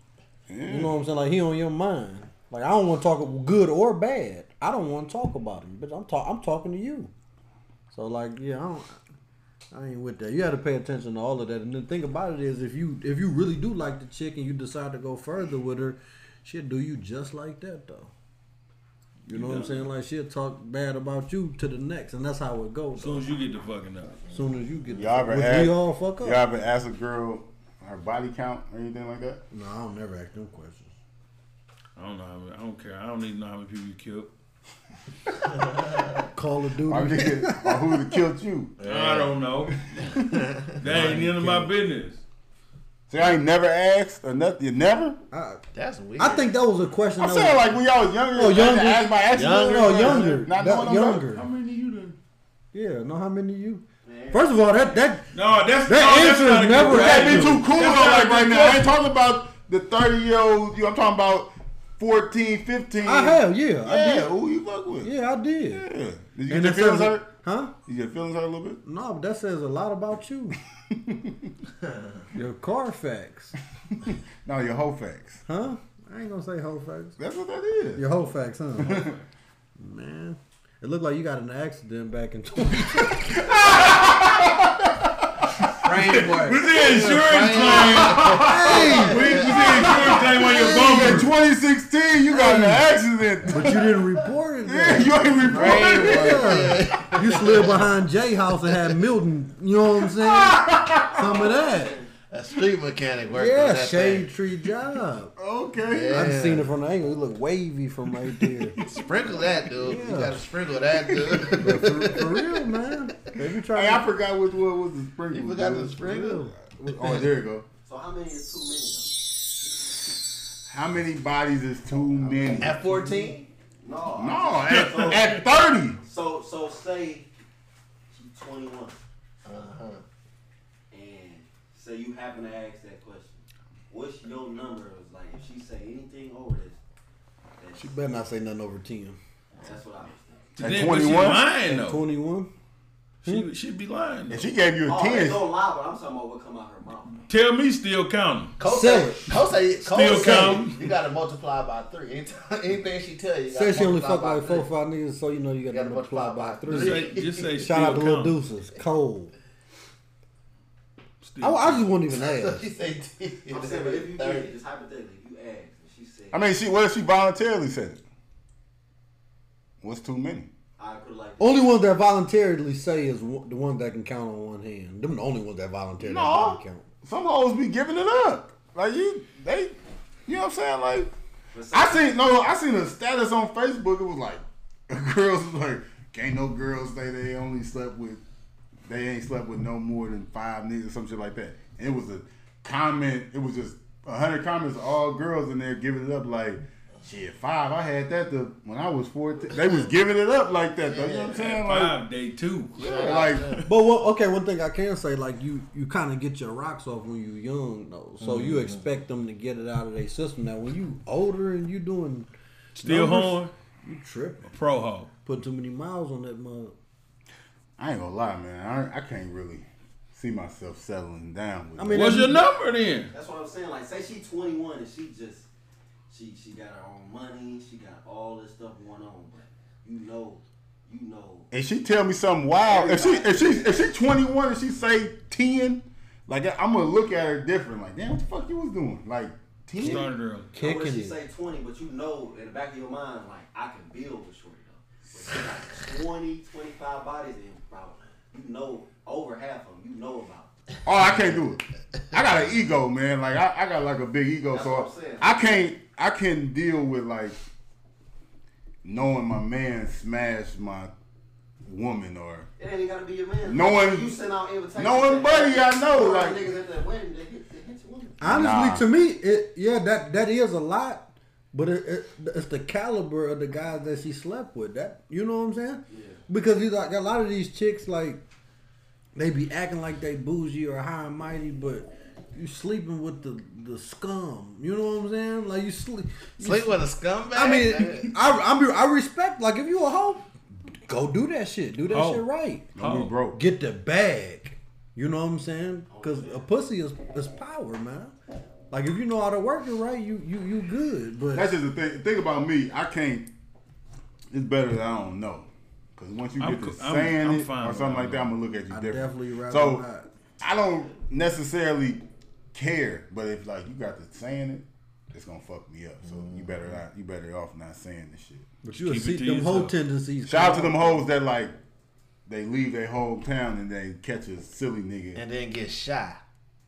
[SPEAKER 2] You know what I'm saying? Like he on your mind. Like I don't want to talk good or bad. I don't want to talk about him. But I'm talk I'm talking to you. So like yeah, I don't. I ain't with that. You had to pay attention to all of that. And the thing about it is, if you if you really do like the chick and you decide to go further with her, she'll do you just like that though. You know what I'm saying? Like she'll talk bad about you to the next, and that's how it goes.
[SPEAKER 1] As soon as you get to fucking up.
[SPEAKER 2] As soon as you get,
[SPEAKER 6] Y'all ever
[SPEAKER 2] which
[SPEAKER 6] ask?
[SPEAKER 2] we all fuck up.
[SPEAKER 6] Y'all ever ask a girl her body count or anything like that?
[SPEAKER 2] No, I don't never ask them questions.
[SPEAKER 1] I don't know. How many, I don't care. I don't even know how many people you killed.
[SPEAKER 2] Call of
[SPEAKER 6] Or
[SPEAKER 2] Duty.
[SPEAKER 6] nigga, or who done killed you?
[SPEAKER 1] I don't know. that ain't none of my business.
[SPEAKER 6] So y'all ain't never asked or nothing. Never.
[SPEAKER 2] I,
[SPEAKER 7] That's weird.
[SPEAKER 2] I think that was a question.
[SPEAKER 6] I'm
[SPEAKER 2] that
[SPEAKER 6] saying
[SPEAKER 2] was,
[SPEAKER 6] like when y'all was younger.
[SPEAKER 2] Oh,
[SPEAKER 6] y'all didn't
[SPEAKER 2] younger.
[SPEAKER 6] Ask by accident
[SPEAKER 2] Younger.
[SPEAKER 6] or
[SPEAKER 2] No,
[SPEAKER 6] something?
[SPEAKER 2] younger.
[SPEAKER 6] Not
[SPEAKER 2] That-
[SPEAKER 6] knowing I'm
[SPEAKER 2] younger.
[SPEAKER 1] How many you done?
[SPEAKER 2] yeah, know how many you. First of all, that that
[SPEAKER 1] No, that's no,
[SPEAKER 2] That
[SPEAKER 1] that's
[SPEAKER 2] answer
[SPEAKER 1] not
[SPEAKER 2] is
[SPEAKER 1] a
[SPEAKER 2] never
[SPEAKER 1] good
[SPEAKER 6] That'd be
[SPEAKER 1] question.
[SPEAKER 6] too cool though.
[SPEAKER 1] That's not
[SPEAKER 6] Like
[SPEAKER 1] a
[SPEAKER 6] right
[SPEAKER 1] good
[SPEAKER 6] now, I
[SPEAKER 1] question.
[SPEAKER 6] ain't talking about the 30 year old. You, I'm talking about 14, 15.
[SPEAKER 2] I have, yeah, I
[SPEAKER 6] Yeah,
[SPEAKER 2] did,
[SPEAKER 6] who you fuck with?
[SPEAKER 2] yeah, I did.
[SPEAKER 6] Yeah. Did you get
[SPEAKER 2] And
[SPEAKER 6] your
[SPEAKER 2] that
[SPEAKER 6] feelings
[SPEAKER 2] says,
[SPEAKER 6] hurt?
[SPEAKER 2] huh?
[SPEAKER 6] You get your feelings hurt a little bit?
[SPEAKER 2] No, but that says a lot about you. Your car facts,
[SPEAKER 6] No, your whole facts.
[SPEAKER 2] huh? I ain't gonna say whole facts.
[SPEAKER 6] That's what that is.
[SPEAKER 2] Your whole facts, huh? Man, it looked like you got in an accident back in. 20-
[SPEAKER 1] We
[SPEAKER 7] framework.
[SPEAKER 1] did insurance claim. We did insurance claim on your
[SPEAKER 6] In
[SPEAKER 1] bumper.
[SPEAKER 6] 2016, you got in an accident.
[SPEAKER 2] but you didn't report it.
[SPEAKER 6] Yeah,
[SPEAKER 2] though.
[SPEAKER 6] you ain't reporting.
[SPEAKER 2] Yeah. You slid behind Jay House and had Milton. You know what I'm saying? Some of that.
[SPEAKER 7] A street mechanic working
[SPEAKER 2] Yeah,
[SPEAKER 7] that
[SPEAKER 2] shade
[SPEAKER 7] thing.
[SPEAKER 2] tree job.
[SPEAKER 6] Okay.
[SPEAKER 2] I
[SPEAKER 7] Yeah.
[SPEAKER 2] just seen it from the angle. It looked wavy from right there.
[SPEAKER 7] Sprinkle that, dude. You
[SPEAKER 2] Yeah.
[SPEAKER 7] gotta sprinkle that, dude.
[SPEAKER 2] for, for real, man. If you try
[SPEAKER 6] Hey, I
[SPEAKER 2] to,
[SPEAKER 6] forgot which one was the sprinkle.
[SPEAKER 7] you forgot the
[SPEAKER 6] dude.
[SPEAKER 7] sprinkle.
[SPEAKER 6] Oh, there you go.
[SPEAKER 9] So how many is too many?
[SPEAKER 6] How many bodies is too many?
[SPEAKER 7] At 14?
[SPEAKER 9] though? No.
[SPEAKER 6] No,
[SPEAKER 9] I'm
[SPEAKER 6] at, at 30.
[SPEAKER 9] So so say she's 21,
[SPEAKER 7] Uh-huh.
[SPEAKER 9] and say you happen to ask that question. What's your number? Is like if she say anything over this, that's,
[SPEAKER 2] she better not say nothing over ten.
[SPEAKER 9] that's what I was
[SPEAKER 1] Then, but
[SPEAKER 6] 21?
[SPEAKER 1] She lying though.
[SPEAKER 2] Twenty-one.
[SPEAKER 1] She she be lying.
[SPEAKER 6] And
[SPEAKER 1] Though.
[SPEAKER 6] she gave you a
[SPEAKER 9] thinking.
[SPEAKER 6] 10.
[SPEAKER 9] Oh, no lie, but I'm talking about what come out her mouth.
[SPEAKER 1] Tell me still counting.
[SPEAKER 7] Cole
[SPEAKER 2] Sell
[SPEAKER 7] say, Cole say, Cole
[SPEAKER 1] Still
[SPEAKER 7] say
[SPEAKER 1] count.
[SPEAKER 7] you gotta multiply by three. Anytime, anything she tell you, you gotta
[SPEAKER 2] Said she only
[SPEAKER 7] multiply
[SPEAKER 2] fuck
[SPEAKER 7] by
[SPEAKER 2] like four,
[SPEAKER 7] three.
[SPEAKER 2] five niggas, so you know you got
[SPEAKER 7] Gotta
[SPEAKER 2] to multiply
[SPEAKER 7] multiply
[SPEAKER 2] by
[SPEAKER 7] by
[SPEAKER 1] Just
[SPEAKER 2] three.
[SPEAKER 1] say, just say
[SPEAKER 2] Shout out to
[SPEAKER 1] still
[SPEAKER 2] Lil
[SPEAKER 1] counting.
[SPEAKER 2] Deuces, cold.
[SPEAKER 1] Still
[SPEAKER 2] I, I just wouldn't even
[SPEAKER 7] So
[SPEAKER 2] ask.
[SPEAKER 7] she say 10.
[SPEAKER 9] I'm saying, but if you did,
[SPEAKER 7] 30.
[SPEAKER 9] just hypothetically, if you asked and she said,
[SPEAKER 6] I mean, she what if she voluntarily said it? What's too many?
[SPEAKER 9] I put it like this.
[SPEAKER 2] Only ones that voluntarily say is one, the ones that can count on one hand. Them the only ones that voluntarily
[SPEAKER 6] No.
[SPEAKER 2] count.
[SPEAKER 6] Some hoes be giving it up. Like you, they, you know what I'm saying? Like
[SPEAKER 9] But say-
[SPEAKER 6] I seen no, I seen a status on Facebook. It was like girls was like, can't no girls say they only slept with, they ain't slept with no more than five niggas or some shit like that. And it was a comment. It was just a hundred comments, of all girls in there giving it up. Like Shit, five. I had that the when I was fourteen. They was giving it up like that though. You know what I'm saying? Like
[SPEAKER 1] Five day two.
[SPEAKER 6] Yeah, like
[SPEAKER 2] But what, okay, one thing I can say, like you, you kind of get your rocks off when you young though, so you
[SPEAKER 6] Mhm.
[SPEAKER 2] expect them to get it out of their system. Now, when you older and you doing
[SPEAKER 1] Still
[SPEAKER 2] numbers,
[SPEAKER 1] horn?
[SPEAKER 2] you tripping.
[SPEAKER 1] Pro hog.
[SPEAKER 2] Put too many miles on that mug.
[SPEAKER 6] I ain't gonna lie, man. I, I can't really see myself settling down with.
[SPEAKER 2] I mean,
[SPEAKER 6] that.
[SPEAKER 2] What's your
[SPEAKER 1] number then?
[SPEAKER 9] That's what I'm saying. Like, say she 21 and she just she she got her own money. She got all this stuff going on, but you know, you know.
[SPEAKER 6] And she tell me something wild. If she if she if she 21 and she say 10, like I'm gonna look at her different. Like damn, what the fuck you was doing? Like 10.
[SPEAKER 1] Started early.
[SPEAKER 9] Kicking she say 20, but you know in the back of your mind, like, I can build with shorty, though. But she got 20, 25 bodies in probably. You know, over half of them, you know about.
[SPEAKER 6] Oh, I can't do it. I got an ego, man. Like I, I got like a big ego,
[SPEAKER 9] That's what
[SPEAKER 6] so
[SPEAKER 9] I'm saying.
[SPEAKER 6] I can't I can deal with like knowing my man smashed my woman or
[SPEAKER 9] It ain't even gotta be your man.
[SPEAKER 6] No one-
[SPEAKER 9] you send out invitations.
[SPEAKER 6] no one
[SPEAKER 9] to-
[SPEAKER 6] buddy I know,
[SPEAKER 9] All the
[SPEAKER 6] like-
[SPEAKER 9] niggas at that wedding, they hit, they hit your woman.
[SPEAKER 2] Honestly,
[SPEAKER 6] Nah.
[SPEAKER 2] to me, it yeah, that that is a lot, but it, it, it's the caliber of the guys that she slept with. That you know what I'm saying? Because he's like a lot of these chicks, like they be acting like they bougie or high and mighty, but you sleeping with the the scum. You know what I'm saying? Like you sleep you
[SPEAKER 7] Sleep
[SPEAKER 2] sl-
[SPEAKER 7] with a scumbag.
[SPEAKER 2] I mean, I I, be, I respect. Like if you a hoe, go do that shit. Do that
[SPEAKER 1] Hoe.
[SPEAKER 2] shit right
[SPEAKER 6] I'm
[SPEAKER 1] Oh.
[SPEAKER 6] be broke.
[SPEAKER 2] get the bag. You know what I'm saying? Because a pussy is, is power, man. Like if you know how to work it right, you you you good. But
[SPEAKER 6] That's just the thing. The thing about me, I can't. It's better that I don't know, because once you get
[SPEAKER 1] I'm
[SPEAKER 6] to
[SPEAKER 1] co- I'm-
[SPEAKER 6] saying
[SPEAKER 1] I'm
[SPEAKER 6] it
[SPEAKER 1] fine
[SPEAKER 6] or
[SPEAKER 1] with
[SPEAKER 6] something
[SPEAKER 1] that,
[SPEAKER 6] like that, I'm gonna look at you
[SPEAKER 2] I
[SPEAKER 6] different.
[SPEAKER 2] definitely rather
[SPEAKER 6] so
[SPEAKER 2] not.
[SPEAKER 6] I don't necessarily care, but if like you got to saying it, it's gonna fuck me up. So you better not. You better off not saying this shit.
[SPEAKER 2] but you
[SPEAKER 1] Keep it
[SPEAKER 2] see
[SPEAKER 1] to
[SPEAKER 2] them whole
[SPEAKER 1] yourself.
[SPEAKER 2] tendencies.
[SPEAKER 6] Shout out to them hoes that like they leave their hometown and they catch a silly nigga.
[SPEAKER 7] and then get shy.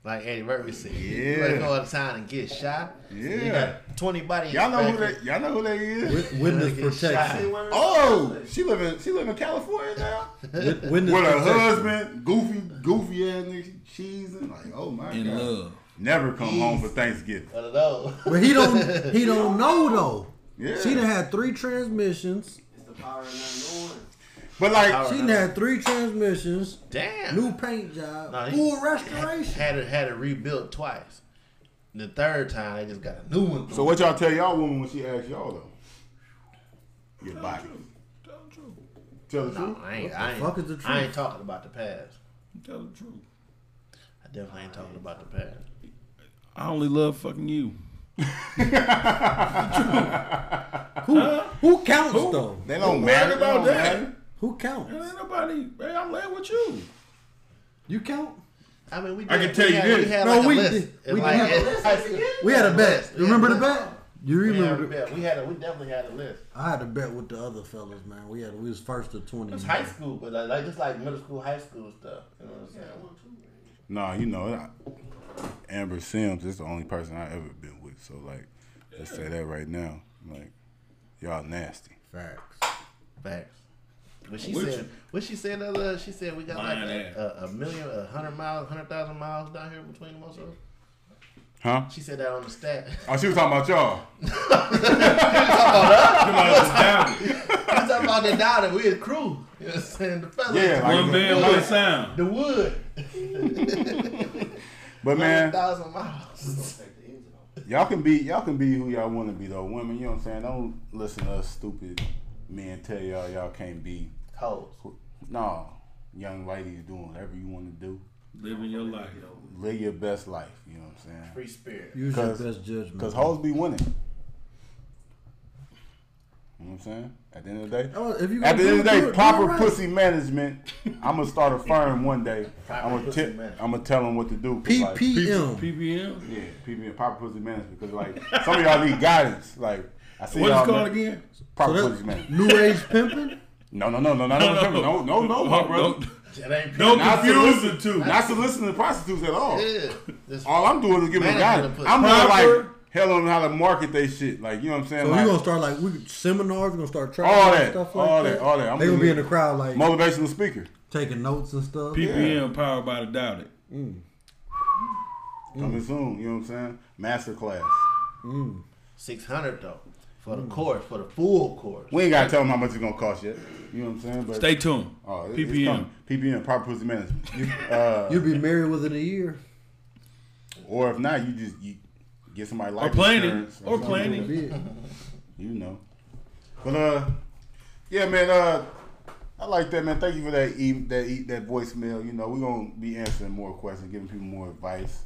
[SPEAKER 7] Like Eddie Murphy said,
[SPEAKER 6] Yeah.
[SPEAKER 7] you better go out of town and get shy. you
[SPEAKER 6] Yeah.
[SPEAKER 7] got twenty body. in
[SPEAKER 6] Y'all
[SPEAKER 7] your
[SPEAKER 6] know who
[SPEAKER 7] back.
[SPEAKER 6] that? Y'all know who that is?
[SPEAKER 2] Wit- witness
[SPEAKER 7] Get shot.
[SPEAKER 2] protection.
[SPEAKER 6] Oh, she live in she live in California now.
[SPEAKER 2] Wit- Witness
[SPEAKER 6] with her
[SPEAKER 2] protection.
[SPEAKER 6] husband, goofy, goofy ass nigga, she cheesing. Like, oh my
[SPEAKER 1] In
[SPEAKER 6] god,
[SPEAKER 1] love.
[SPEAKER 6] never come home for Thanksgiving.
[SPEAKER 7] One of those.
[SPEAKER 2] But he don't he don't know though.
[SPEAKER 6] Yeah,
[SPEAKER 2] She done had three transmissions.
[SPEAKER 9] It's the power of not knowing.
[SPEAKER 6] but like,
[SPEAKER 2] She done had three transmissions.
[SPEAKER 7] Damn.
[SPEAKER 2] New paint job.
[SPEAKER 7] Nah, he-
[SPEAKER 2] full restoration.
[SPEAKER 7] Had it had it rebuilt twice. The third time they just got a new one.
[SPEAKER 6] so what y'all tell y'all woman when she asks y'all though? Your body.
[SPEAKER 1] Tell the truth.
[SPEAKER 6] Tell the
[SPEAKER 7] no,
[SPEAKER 6] truth.
[SPEAKER 7] I ain't.
[SPEAKER 2] What
[SPEAKER 7] I
[SPEAKER 2] the
[SPEAKER 7] ain't,
[SPEAKER 2] fuck is the
[SPEAKER 7] I
[SPEAKER 2] truth?
[SPEAKER 7] ain't talking about the past.
[SPEAKER 1] Tell the truth.
[SPEAKER 7] I definitely ain't talking about the past.
[SPEAKER 1] I only love fucking you.
[SPEAKER 2] Who who counts though?
[SPEAKER 6] They don't
[SPEAKER 1] Who
[SPEAKER 6] matter
[SPEAKER 1] worried about
[SPEAKER 6] they don't
[SPEAKER 1] that?
[SPEAKER 6] matter.
[SPEAKER 2] Who counts?
[SPEAKER 1] Ain't nobody. Hey, I'm laying with you.
[SPEAKER 2] You count?
[SPEAKER 7] I mean, we. Did,
[SPEAKER 6] I can tell
[SPEAKER 7] we
[SPEAKER 6] you
[SPEAKER 7] had,
[SPEAKER 6] this.
[SPEAKER 7] We had
[SPEAKER 2] No,
[SPEAKER 7] like
[SPEAKER 2] we
[SPEAKER 7] a list.
[SPEAKER 2] did-
[SPEAKER 7] It's
[SPEAKER 2] we
[SPEAKER 7] like,
[SPEAKER 2] did.
[SPEAKER 7] it's like-
[SPEAKER 2] We had a bet.
[SPEAKER 7] list. We had
[SPEAKER 2] Remember
[SPEAKER 7] a
[SPEAKER 2] the
[SPEAKER 7] list.
[SPEAKER 2] bet? You
[SPEAKER 7] We had a
[SPEAKER 2] remember the Mm-hmm.
[SPEAKER 7] bet. We had a. We definitely had a list.
[SPEAKER 2] I had a bet with the other fellas, man. We had we was first to twenty.
[SPEAKER 7] It was
[SPEAKER 2] man.
[SPEAKER 7] high school, but like, like just like middle school, high school stuff. You know what I'm saying?
[SPEAKER 6] Nah, you know, I, Amber Sims is the only person I ever been with. So like, let's say that right now. Like, y'all nasty.
[SPEAKER 2] Facts.
[SPEAKER 7] Facts. But she
[SPEAKER 1] Which-
[SPEAKER 7] said, what she said, that, uh, she said we got like
[SPEAKER 1] Lying ass.
[SPEAKER 7] a, a, a million, a hundred miles, hundred thousand miles down here between the most of us.
[SPEAKER 6] Huh?
[SPEAKER 7] She said that on the stat.
[SPEAKER 6] Oh, she was talking about y'all.
[SPEAKER 1] You might as well doubt it.
[SPEAKER 7] we talking about the dollar, we a crew. You know what I'm saying? The fellas,
[SPEAKER 6] Yeah, like-
[SPEAKER 1] One band, one sound.
[SPEAKER 7] the wood,
[SPEAKER 6] But man,
[SPEAKER 7] thousand miles.
[SPEAKER 9] Take the engine off.
[SPEAKER 6] Y'all can be y'all can be who y'all want to be though. Women, you know what I'm saying? Don't listen to us stupid men tell y'all y'all can't be.
[SPEAKER 7] Hoes.
[SPEAKER 6] No, young ladies doing whatever you want to do.
[SPEAKER 1] Living your life.
[SPEAKER 6] Live your best life. You know what I'm saying?
[SPEAKER 7] free spirit.
[SPEAKER 2] Use your
[SPEAKER 6] 'Cause-
[SPEAKER 2] best judgment.
[SPEAKER 6] Because hoes be winning. You know what I'm saying? At the end of the day.
[SPEAKER 2] Oh, if you
[SPEAKER 6] At the end of the
[SPEAKER 2] gonna do it,
[SPEAKER 6] day,
[SPEAKER 2] do it
[SPEAKER 6] proper
[SPEAKER 2] right.
[SPEAKER 6] pussy management. I'm gonna start a firm one day.
[SPEAKER 7] Proper
[SPEAKER 6] I'm gonna
[SPEAKER 7] pussy
[SPEAKER 6] tell
[SPEAKER 7] management.
[SPEAKER 6] I'm gonna tell them what to do. 'cause, like,
[SPEAKER 2] PPM.
[SPEAKER 1] PBM.
[SPEAKER 6] yeah, people in proper pussy management because like some of y'all need guidance. Like I see
[SPEAKER 1] What
[SPEAKER 6] y'all
[SPEAKER 1] it's called
[SPEAKER 6] man-
[SPEAKER 1] again?
[SPEAKER 6] proper
[SPEAKER 2] So
[SPEAKER 6] pussy management.
[SPEAKER 2] that's new age pimping.
[SPEAKER 6] No, no, no, no, no, no, no, no, no, my brother.
[SPEAKER 7] It ain't
[SPEAKER 1] Don't
[SPEAKER 6] Not
[SPEAKER 7] pure.
[SPEAKER 6] to
[SPEAKER 1] confuse
[SPEAKER 6] listen
[SPEAKER 1] the
[SPEAKER 6] to,
[SPEAKER 1] two.
[SPEAKER 6] not to listen to prostitutes at all.
[SPEAKER 7] Yeah. This-
[SPEAKER 6] All I'm doing is giving them
[SPEAKER 7] Management
[SPEAKER 6] guidance.
[SPEAKER 7] of
[SPEAKER 6] I'm
[SPEAKER 1] pussy.
[SPEAKER 6] more like
[SPEAKER 1] Proper-
[SPEAKER 6] hell on how to market they shit. Like you know what I'm saying?
[SPEAKER 2] So
[SPEAKER 6] like,
[SPEAKER 2] you gonna start like we seminars. We gonna start traveling.
[SPEAKER 6] all
[SPEAKER 2] and
[SPEAKER 6] that,
[SPEAKER 2] stuff like
[SPEAKER 6] all
[SPEAKER 2] that.
[SPEAKER 6] that, all that. I'm
[SPEAKER 2] they gonna
[SPEAKER 6] gonna
[SPEAKER 2] be in
[SPEAKER 6] do-
[SPEAKER 2] the crowd like
[SPEAKER 6] motivational speaker.
[SPEAKER 2] taking notes and stuff.
[SPEAKER 1] PBM, powered by the doubt it.
[SPEAKER 2] Mm.
[SPEAKER 6] Coming soon. You know what I'm saying? Master class.
[SPEAKER 7] Six hundred though. for the course, for the full course.
[SPEAKER 6] We ain't gotta tell them how much it's gonna cost yet. You know what I'm saying? But
[SPEAKER 1] Stay tuned.
[SPEAKER 6] Oh, it- it's
[SPEAKER 1] PPM.
[SPEAKER 6] coming. PPM, proper pussy management. Uh,
[SPEAKER 2] You'll be married within a year.
[SPEAKER 6] or if not, you just you get somebody life
[SPEAKER 1] plan it.
[SPEAKER 6] insurance
[SPEAKER 1] Or
[SPEAKER 6] something.
[SPEAKER 1] plan it.
[SPEAKER 6] You know. But uh, yeah, man. Uh, I like that, man. Thank you for that e- that e- that voicemail. You know, we're gonna be answering more questions, giving people more advice.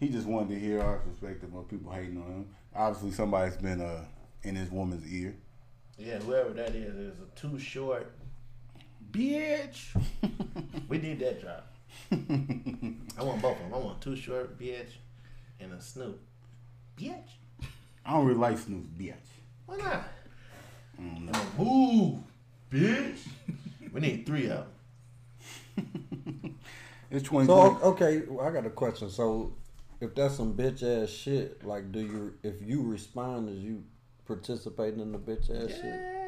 [SPEAKER 6] He just wanted to hear our perspective on people hating on him. Obviously, somebody's been uh in this woman's ear.
[SPEAKER 7] Yeah, whoever that is is a too short.
[SPEAKER 6] Bitch.
[SPEAKER 7] We need that job. I want both of them. I want too short, bitch, and a Snoop. Bitch.
[SPEAKER 6] I don't really like Snoop's bitch.
[SPEAKER 7] Why not?
[SPEAKER 6] I don't know.
[SPEAKER 7] And a move, bitch. we need three of them.
[SPEAKER 6] It's twenty.
[SPEAKER 2] So uh, okay, well, I got a question. So if that's some bitch ass shit, like do you if you respond is you participating in the bitch ass shit?
[SPEAKER 7] Yeah.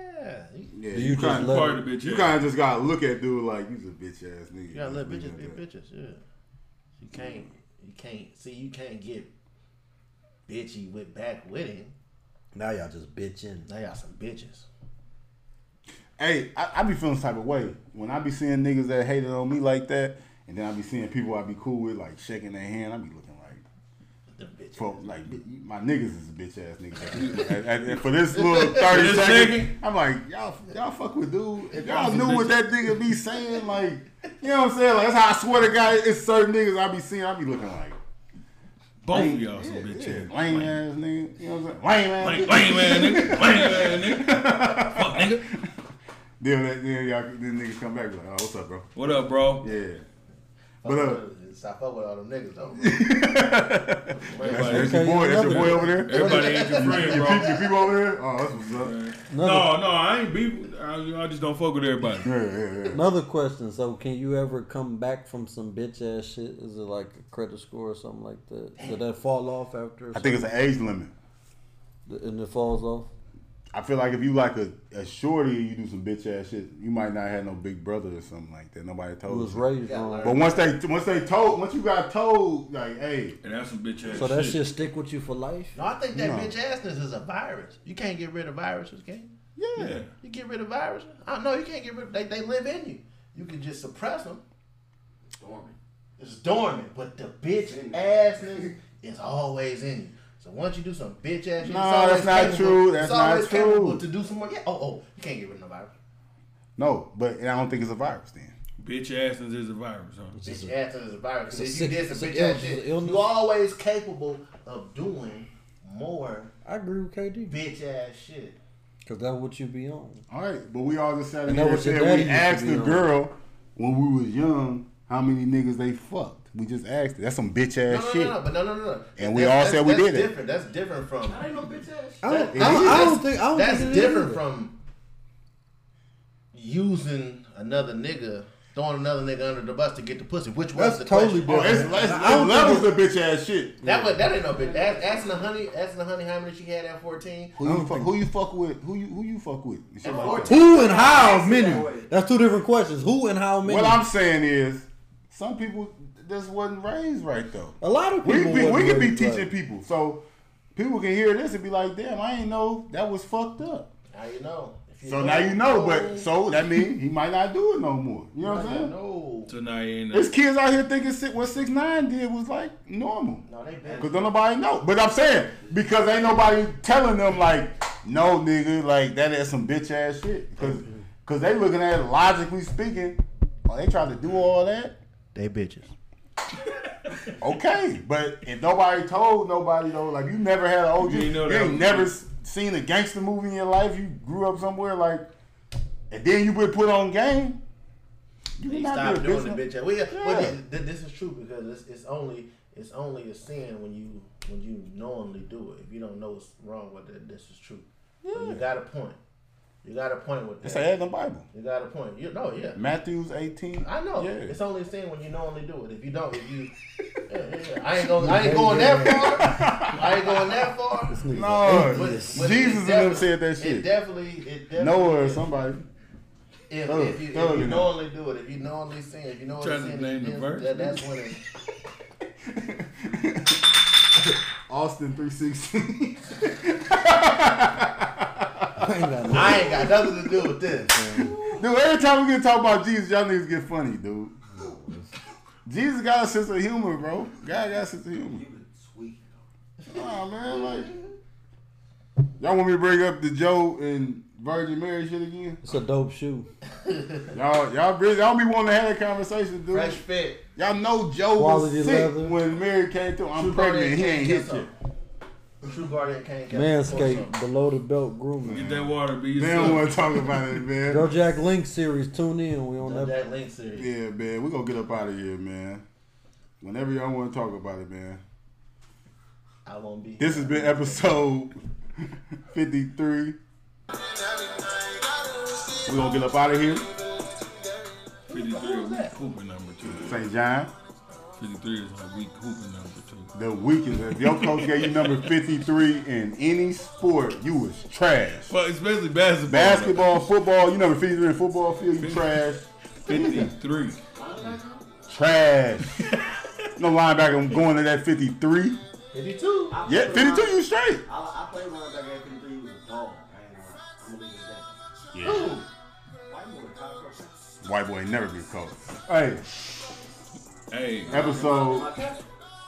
[SPEAKER 6] Yeah,
[SPEAKER 2] Do you just
[SPEAKER 6] kinda-
[SPEAKER 2] let
[SPEAKER 1] Part of the bitch.
[SPEAKER 6] You
[SPEAKER 1] ass.
[SPEAKER 6] kind of just gotta look at dude like you's a bitch ass nigga.
[SPEAKER 7] You gotta let bitches be
[SPEAKER 6] Like that.
[SPEAKER 7] bitches, yeah. You can't you can't see you can't get bitchy with back with him.
[SPEAKER 2] Now y'all just bitching.
[SPEAKER 7] Now y'all some bitches.
[SPEAKER 6] Hey, I, I be feeling this type of way when I be seeing niggas that hated on me like that, and then I be seeing people I be cool with like shaking their hand. I be looking like,
[SPEAKER 7] Them bitches.
[SPEAKER 6] for, like bi- my niggas is a bitch ass nigga. and, and- and for this little thirty second, I'm like y'all y'all fuck with dude. If y'all knew what that nigga be saying, like you know what I'm saying, like that's how I swear to God, it's certain niggas I be seeing. I be looking like.
[SPEAKER 1] Both of y'all some
[SPEAKER 6] yeah,
[SPEAKER 1] bitch
[SPEAKER 6] yeah,
[SPEAKER 1] ass.
[SPEAKER 6] Lame ass nigga. You know what I'm saying? Lame ass
[SPEAKER 1] Lame lame
[SPEAKER 6] nigga.
[SPEAKER 1] ass nigga. Lame ass nigga. Fuck nigga.
[SPEAKER 6] Then, that- then y'all, then niggas come back like, oh, what's up, bro?
[SPEAKER 1] What up, bro?
[SPEAKER 6] Yeah. But uh,
[SPEAKER 7] Stop up with all them niggas though.
[SPEAKER 6] that's,
[SPEAKER 1] Everybody,
[SPEAKER 6] that's your boy. That's your boy
[SPEAKER 2] another-
[SPEAKER 6] over there.
[SPEAKER 1] everybody ain't your friend,
[SPEAKER 6] Your,
[SPEAKER 1] bro.
[SPEAKER 6] peop- your people over there. Oh, that's what's up.
[SPEAKER 1] No, no, I ain't be. I, you know, I just don't fuck with everybody.
[SPEAKER 6] Yeah, yeah, yeah.
[SPEAKER 2] Another question. So can you ever come back from some bitch ass shit? Is it like a credit score or something like that? Did that fall off after?
[SPEAKER 6] I think it's an age limit.
[SPEAKER 2] and it falls off.
[SPEAKER 6] I feel like if you like a, a shorty, and you do some bitch ass shit. You might not have no big brother or something like that. Nobody
[SPEAKER 2] It
[SPEAKER 6] told
[SPEAKER 2] was
[SPEAKER 6] you.
[SPEAKER 2] raised wrong.
[SPEAKER 6] But once they once they told once you got told like, hey,
[SPEAKER 1] And that's some bitch ass
[SPEAKER 2] So that shit
[SPEAKER 1] shit.
[SPEAKER 2] stick with you for life.
[SPEAKER 7] No, I think that
[SPEAKER 6] No.
[SPEAKER 7] bitch assness is a virus. You can't get rid of viruses, can you?
[SPEAKER 1] Yeah.
[SPEAKER 7] You get rid of viruses? I no, you can't get rid. They they live in you. You can just suppress them.
[SPEAKER 9] Storming.
[SPEAKER 7] It's dormant, but the bitch assness is always in you. So once you do some bitch ass, shit,
[SPEAKER 6] No,
[SPEAKER 7] it's always
[SPEAKER 6] that's not
[SPEAKER 7] capable-
[SPEAKER 6] true. That's
[SPEAKER 7] it's
[SPEAKER 6] not
[SPEAKER 7] always capable
[SPEAKER 6] true.
[SPEAKER 7] To do some more, yeah. Oh, oh, you can't get rid of the virus.
[SPEAKER 6] no, but and I don't think it's a virus then.
[SPEAKER 1] Bitch assness is a virus, huh?
[SPEAKER 7] Bitch assness is a virus. 'Cause If
[SPEAKER 2] it's a
[SPEAKER 7] you
[SPEAKER 2] sick-
[SPEAKER 7] did
[SPEAKER 2] it's
[SPEAKER 7] some
[SPEAKER 2] a
[SPEAKER 7] bitch ass
[SPEAKER 2] illness, it's
[SPEAKER 7] shit,
[SPEAKER 2] a illness.
[SPEAKER 7] you always capable of doing more
[SPEAKER 2] I agree with KD
[SPEAKER 7] bitch ass shit.
[SPEAKER 2] because that's what you be on.
[SPEAKER 6] All right, but we all just sat in
[SPEAKER 2] And
[SPEAKER 6] here
[SPEAKER 2] that
[SPEAKER 6] and
[SPEAKER 2] was your
[SPEAKER 6] said
[SPEAKER 2] daddy
[SPEAKER 6] we
[SPEAKER 2] used to
[SPEAKER 6] asked
[SPEAKER 2] be
[SPEAKER 6] the
[SPEAKER 2] on.
[SPEAKER 6] girl when we was young how many niggas they fucked. We just asked. It. That's some bitch
[SPEAKER 7] No,
[SPEAKER 6] ass
[SPEAKER 7] no,
[SPEAKER 6] shit.
[SPEAKER 7] no, no, but no, no, no, no.
[SPEAKER 6] And we
[SPEAKER 7] That's-
[SPEAKER 6] all
[SPEAKER 7] that's-
[SPEAKER 6] said we
[SPEAKER 7] that's
[SPEAKER 6] did it.
[SPEAKER 7] different. That's different from.
[SPEAKER 9] I ain't no bitch ass.
[SPEAKER 2] I don't,
[SPEAKER 6] I don't-
[SPEAKER 7] That's-
[SPEAKER 2] think. I don't
[SPEAKER 7] that's
[SPEAKER 2] think
[SPEAKER 7] different from using another nigga, throwing another nigga under the bus to get the pussy, which was
[SPEAKER 2] That's
[SPEAKER 7] the
[SPEAKER 2] totally
[SPEAKER 7] question.
[SPEAKER 6] Oh, it's, it's, it's levels to bitch ass shit.
[SPEAKER 7] That was that ain't no bitch. Ask, asking the honey, asking the honey how many she had at fourteen.
[SPEAKER 6] Who you, fuck, who you fuck with? Who you who you fuck with? And shit like that.
[SPEAKER 2] Who and how
[SPEAKER 9] that
[SPEAKER 2] many?
[SPEAKER 9] way.
[SPEAKER 2] That's two different questions. Who and how many?
[SPEAKER 6] What I'm saying is, some people just wasn't raised right though.
[SPEAKER 2] a lot of
[SPEAKER 6] We
[SPEAKER 2] people.
[SPEAKER 6] we, we
[SPEAKER 2] wasn't
[SPEAKER 6] could be
[SPEAKER 2] raised
[SPEAKER 6] teaching
[SPEAKER 2] right.
[SPEAKER 6] people, so people can hear this and be like, "Damn, I ain't know that was fucked up."
[SPEAKER 7] Now you know. If
[SPEAKER 6] So now you know, but so that means he might not do it no more. You know what I'm saying?
[SPEAKER 7] no,
[SPEAKER 1] So now you ain't.
[SPEAKER 6] There's kids out here thinking si- what six nine did was like normal.
[SPEAKER 7] no, they bad.
[SPEAKER 6] Cause don't nobody know. But I'm saying because ain't nobody telling them like, no nigga, like that is some bitch ass shit. Cause, cause they looking at it logically speaking. Oh, they tried to do all that.
[SPEAKER 7] They bitches.
[SPEAKER 6] Okay, but if nobody told nobody though, like you never had an OG,
[SPEAKER 1] You
[SPEAKER 6] you,
[SPEAKER 1] ain't know that
[SPEAKER 6] ain't
[SPEAKER 1] was-
[SPEAKER 6] never s- seen a gangster movie in your life. You grew up somewhere like, and then you been put on game. You
[SPEAKER 7] They
[SPEAKER 6] cannot
[SPEAKER 7] stop
[SPEAKER 6] be a
[SPEAKER 7] doing the bitch. ass- Well, yeah, well,
[SPEAKER 6] Yeah.
[SPEAKER 7] thi- thi- this is true because it's, it's only it's only a sin when you when you knowingly do it. If you don't know what's wrong with it, this is true. So you got a point. You got a point with
[SPEAKER 6] It's
[SPEAKER 7] that.
[SPEAKER 6] an ad in the Bible.
[SPEAKER 7] You got a point. You no, yeah.
[SPEAKER 6] Matthew's 18.
[SPEAKER 7] I know.
[SPEAKER 6] Yeah.
[SPEAKER 7] It's only a sin when you knowingly do it. If you don't, if you, yeah, yeah, yeah. I ain't going. I ain't going that far. I ain't going that far.
[SPEAKER 6] no,
[SPEAKER 7] But- but it
[SPEAKER 6] Jesus and them
[SPEAKER 7] defi-
[SPEAKER 6] said that
[SPEAKER 7] It
[SPEAKER 6] shit.
[SPEAKER 7] definitely, it definitely.
[SPEAKER 6] Noah or
[SPEAKER 7] is.
[SPEAKER 6] somebody.
[SPEAKER 7] If,
[SPEAKER 6] Thug,
[SPEAKER 7] if you, if
[SPEAKER 6] thug
[SPEAKER 7] you
[SPEAKER 6] in there.
[SPEAKER 7] knowingly do it, if you knowingly sin, if you know what
[SPEAKER 1] Trying
[SPEAKER 7] sin
[SPEAKER 1] to name the
[SPEAKER 7] is,
[SPEAKER 1] verse,
[SPEAKER 7] that, that's when it.
[SPEAKER 6] Austin 316.
[SPEAKER 7] I ain't got, I ain't got nothing to do with this.
[SPEAKER 6] Dude, every time we get to talk about Jesus, y'all niggas get funny, dude. Jesus got a sense of humor, bro. God got a sense of humor. Nah, man, like y'all want me to bring up the Joe and Virgin Mary shit again?
[SPEAKER 2] It's a dope shoe.
[SPEAKER 6] Y'all, y'all, really, y'all be wanting to have that conversation, dude.
[SPEAKER 7] Fresh fit.
[SPEAKER 6] Y'all know Joe
[SPEAKER 2] Quality
[SPEAKER 6] was sick
[SPEAKER 2] leather.
[SPEAKER 6] when Mary came through. I'm pregnant. He ain't hit you.
[SPEAKER 7] True Guardian can't catch
[SPEAKER 2] Manscaped below the belt
[SPEAKER 1] Get
[SPEAKER 2] grooming.
[SPEAKER 1] that water, be
[SPEAKER 6] They don't want to talk about it, man.
[SPEAKER 2] Joe Jack Link series. Tune in. We on
[SPEAKER 7] That,
[SPEAKER 2] that.
[SPEAKER 7] that link series.
[SPEAKER 6] Yeah, man, we gonna get up out of here, man. Whenever y'all want to talk about it, man.
[SPEAKER 7] I won't be.
[SPEAKER 6] This has been episode 53. We're going to get up out of here.
[SPEAKER 1] 53 is weak hooping number two.
[SPEAKER 6] St. John,
[SPEAKER 1] 53 is my weak hooping number two.
[SPEAKER 6] the weakest. If your coach gave you number 53 in any sport, you was trash.
[SPEAKER 1] Well, especially basketball.
[SPEAKER 6] Basketball, football, you number 53 in football field, you trash.
[SPEAKER 1] 53.
[SPEAKER 6] Trash. No linebacker I'm going to that 53.
[SPEAKER 7] 52.
[SPEAKER 6] Yeah, 52, you straight.
[SPEAKER 9] I, I played linebacker at 53. He was a dog. I ain't gonna lie. I'm gonna leave it at
[SPEAKER 6] Yeah.
[SPEAKER 9] that. White boy, top coach.
[SPEAKER 6] White boy never be coach. Hey,
[SPEAKER 1] Hey,
[SPEAKER 6] episode
[SPEAKER 9] My catch?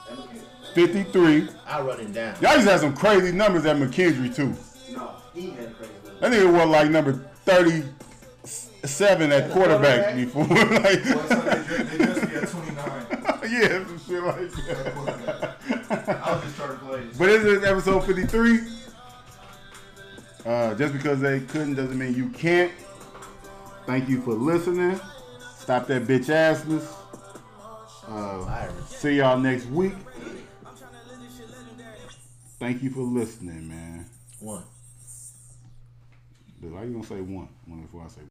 [SPEAKER 9] That look good.
[SPEAKER 6] 53.
[SPEAKER 7] I run it down.
[SPEAKER 6] Y'all just had some crazy numbers at McKendree, too.
[SPEAKER 9] No, he had a crazy little.
[SPEAKER 6] That nigga was like number 37 at quarterback
[SPEAKER 7] quarterback?
[SPEAKER 6] before.
[SPEAKER 8] Boy,
[SPEAKER 6] like,
[SPEAKER 8] so they just, they just be at 29.
[SPEAKER 6] yeah, some shit like that.
[SPEAKER 8] I was just trying to play.
[SPEAKER 6] But this is episode 53. Uh, just because they couldn't doesn't mean you can't. Thank you for listening. Stop that bitch assness. Uh,
[SPEAKER 7] Iris.
[SPEAKER 6] see y'all next week. Thank you for listening, man.
[SPEAKER 7] One.
[SPEAKER 6] Dude, Why you gonna say one? One before I say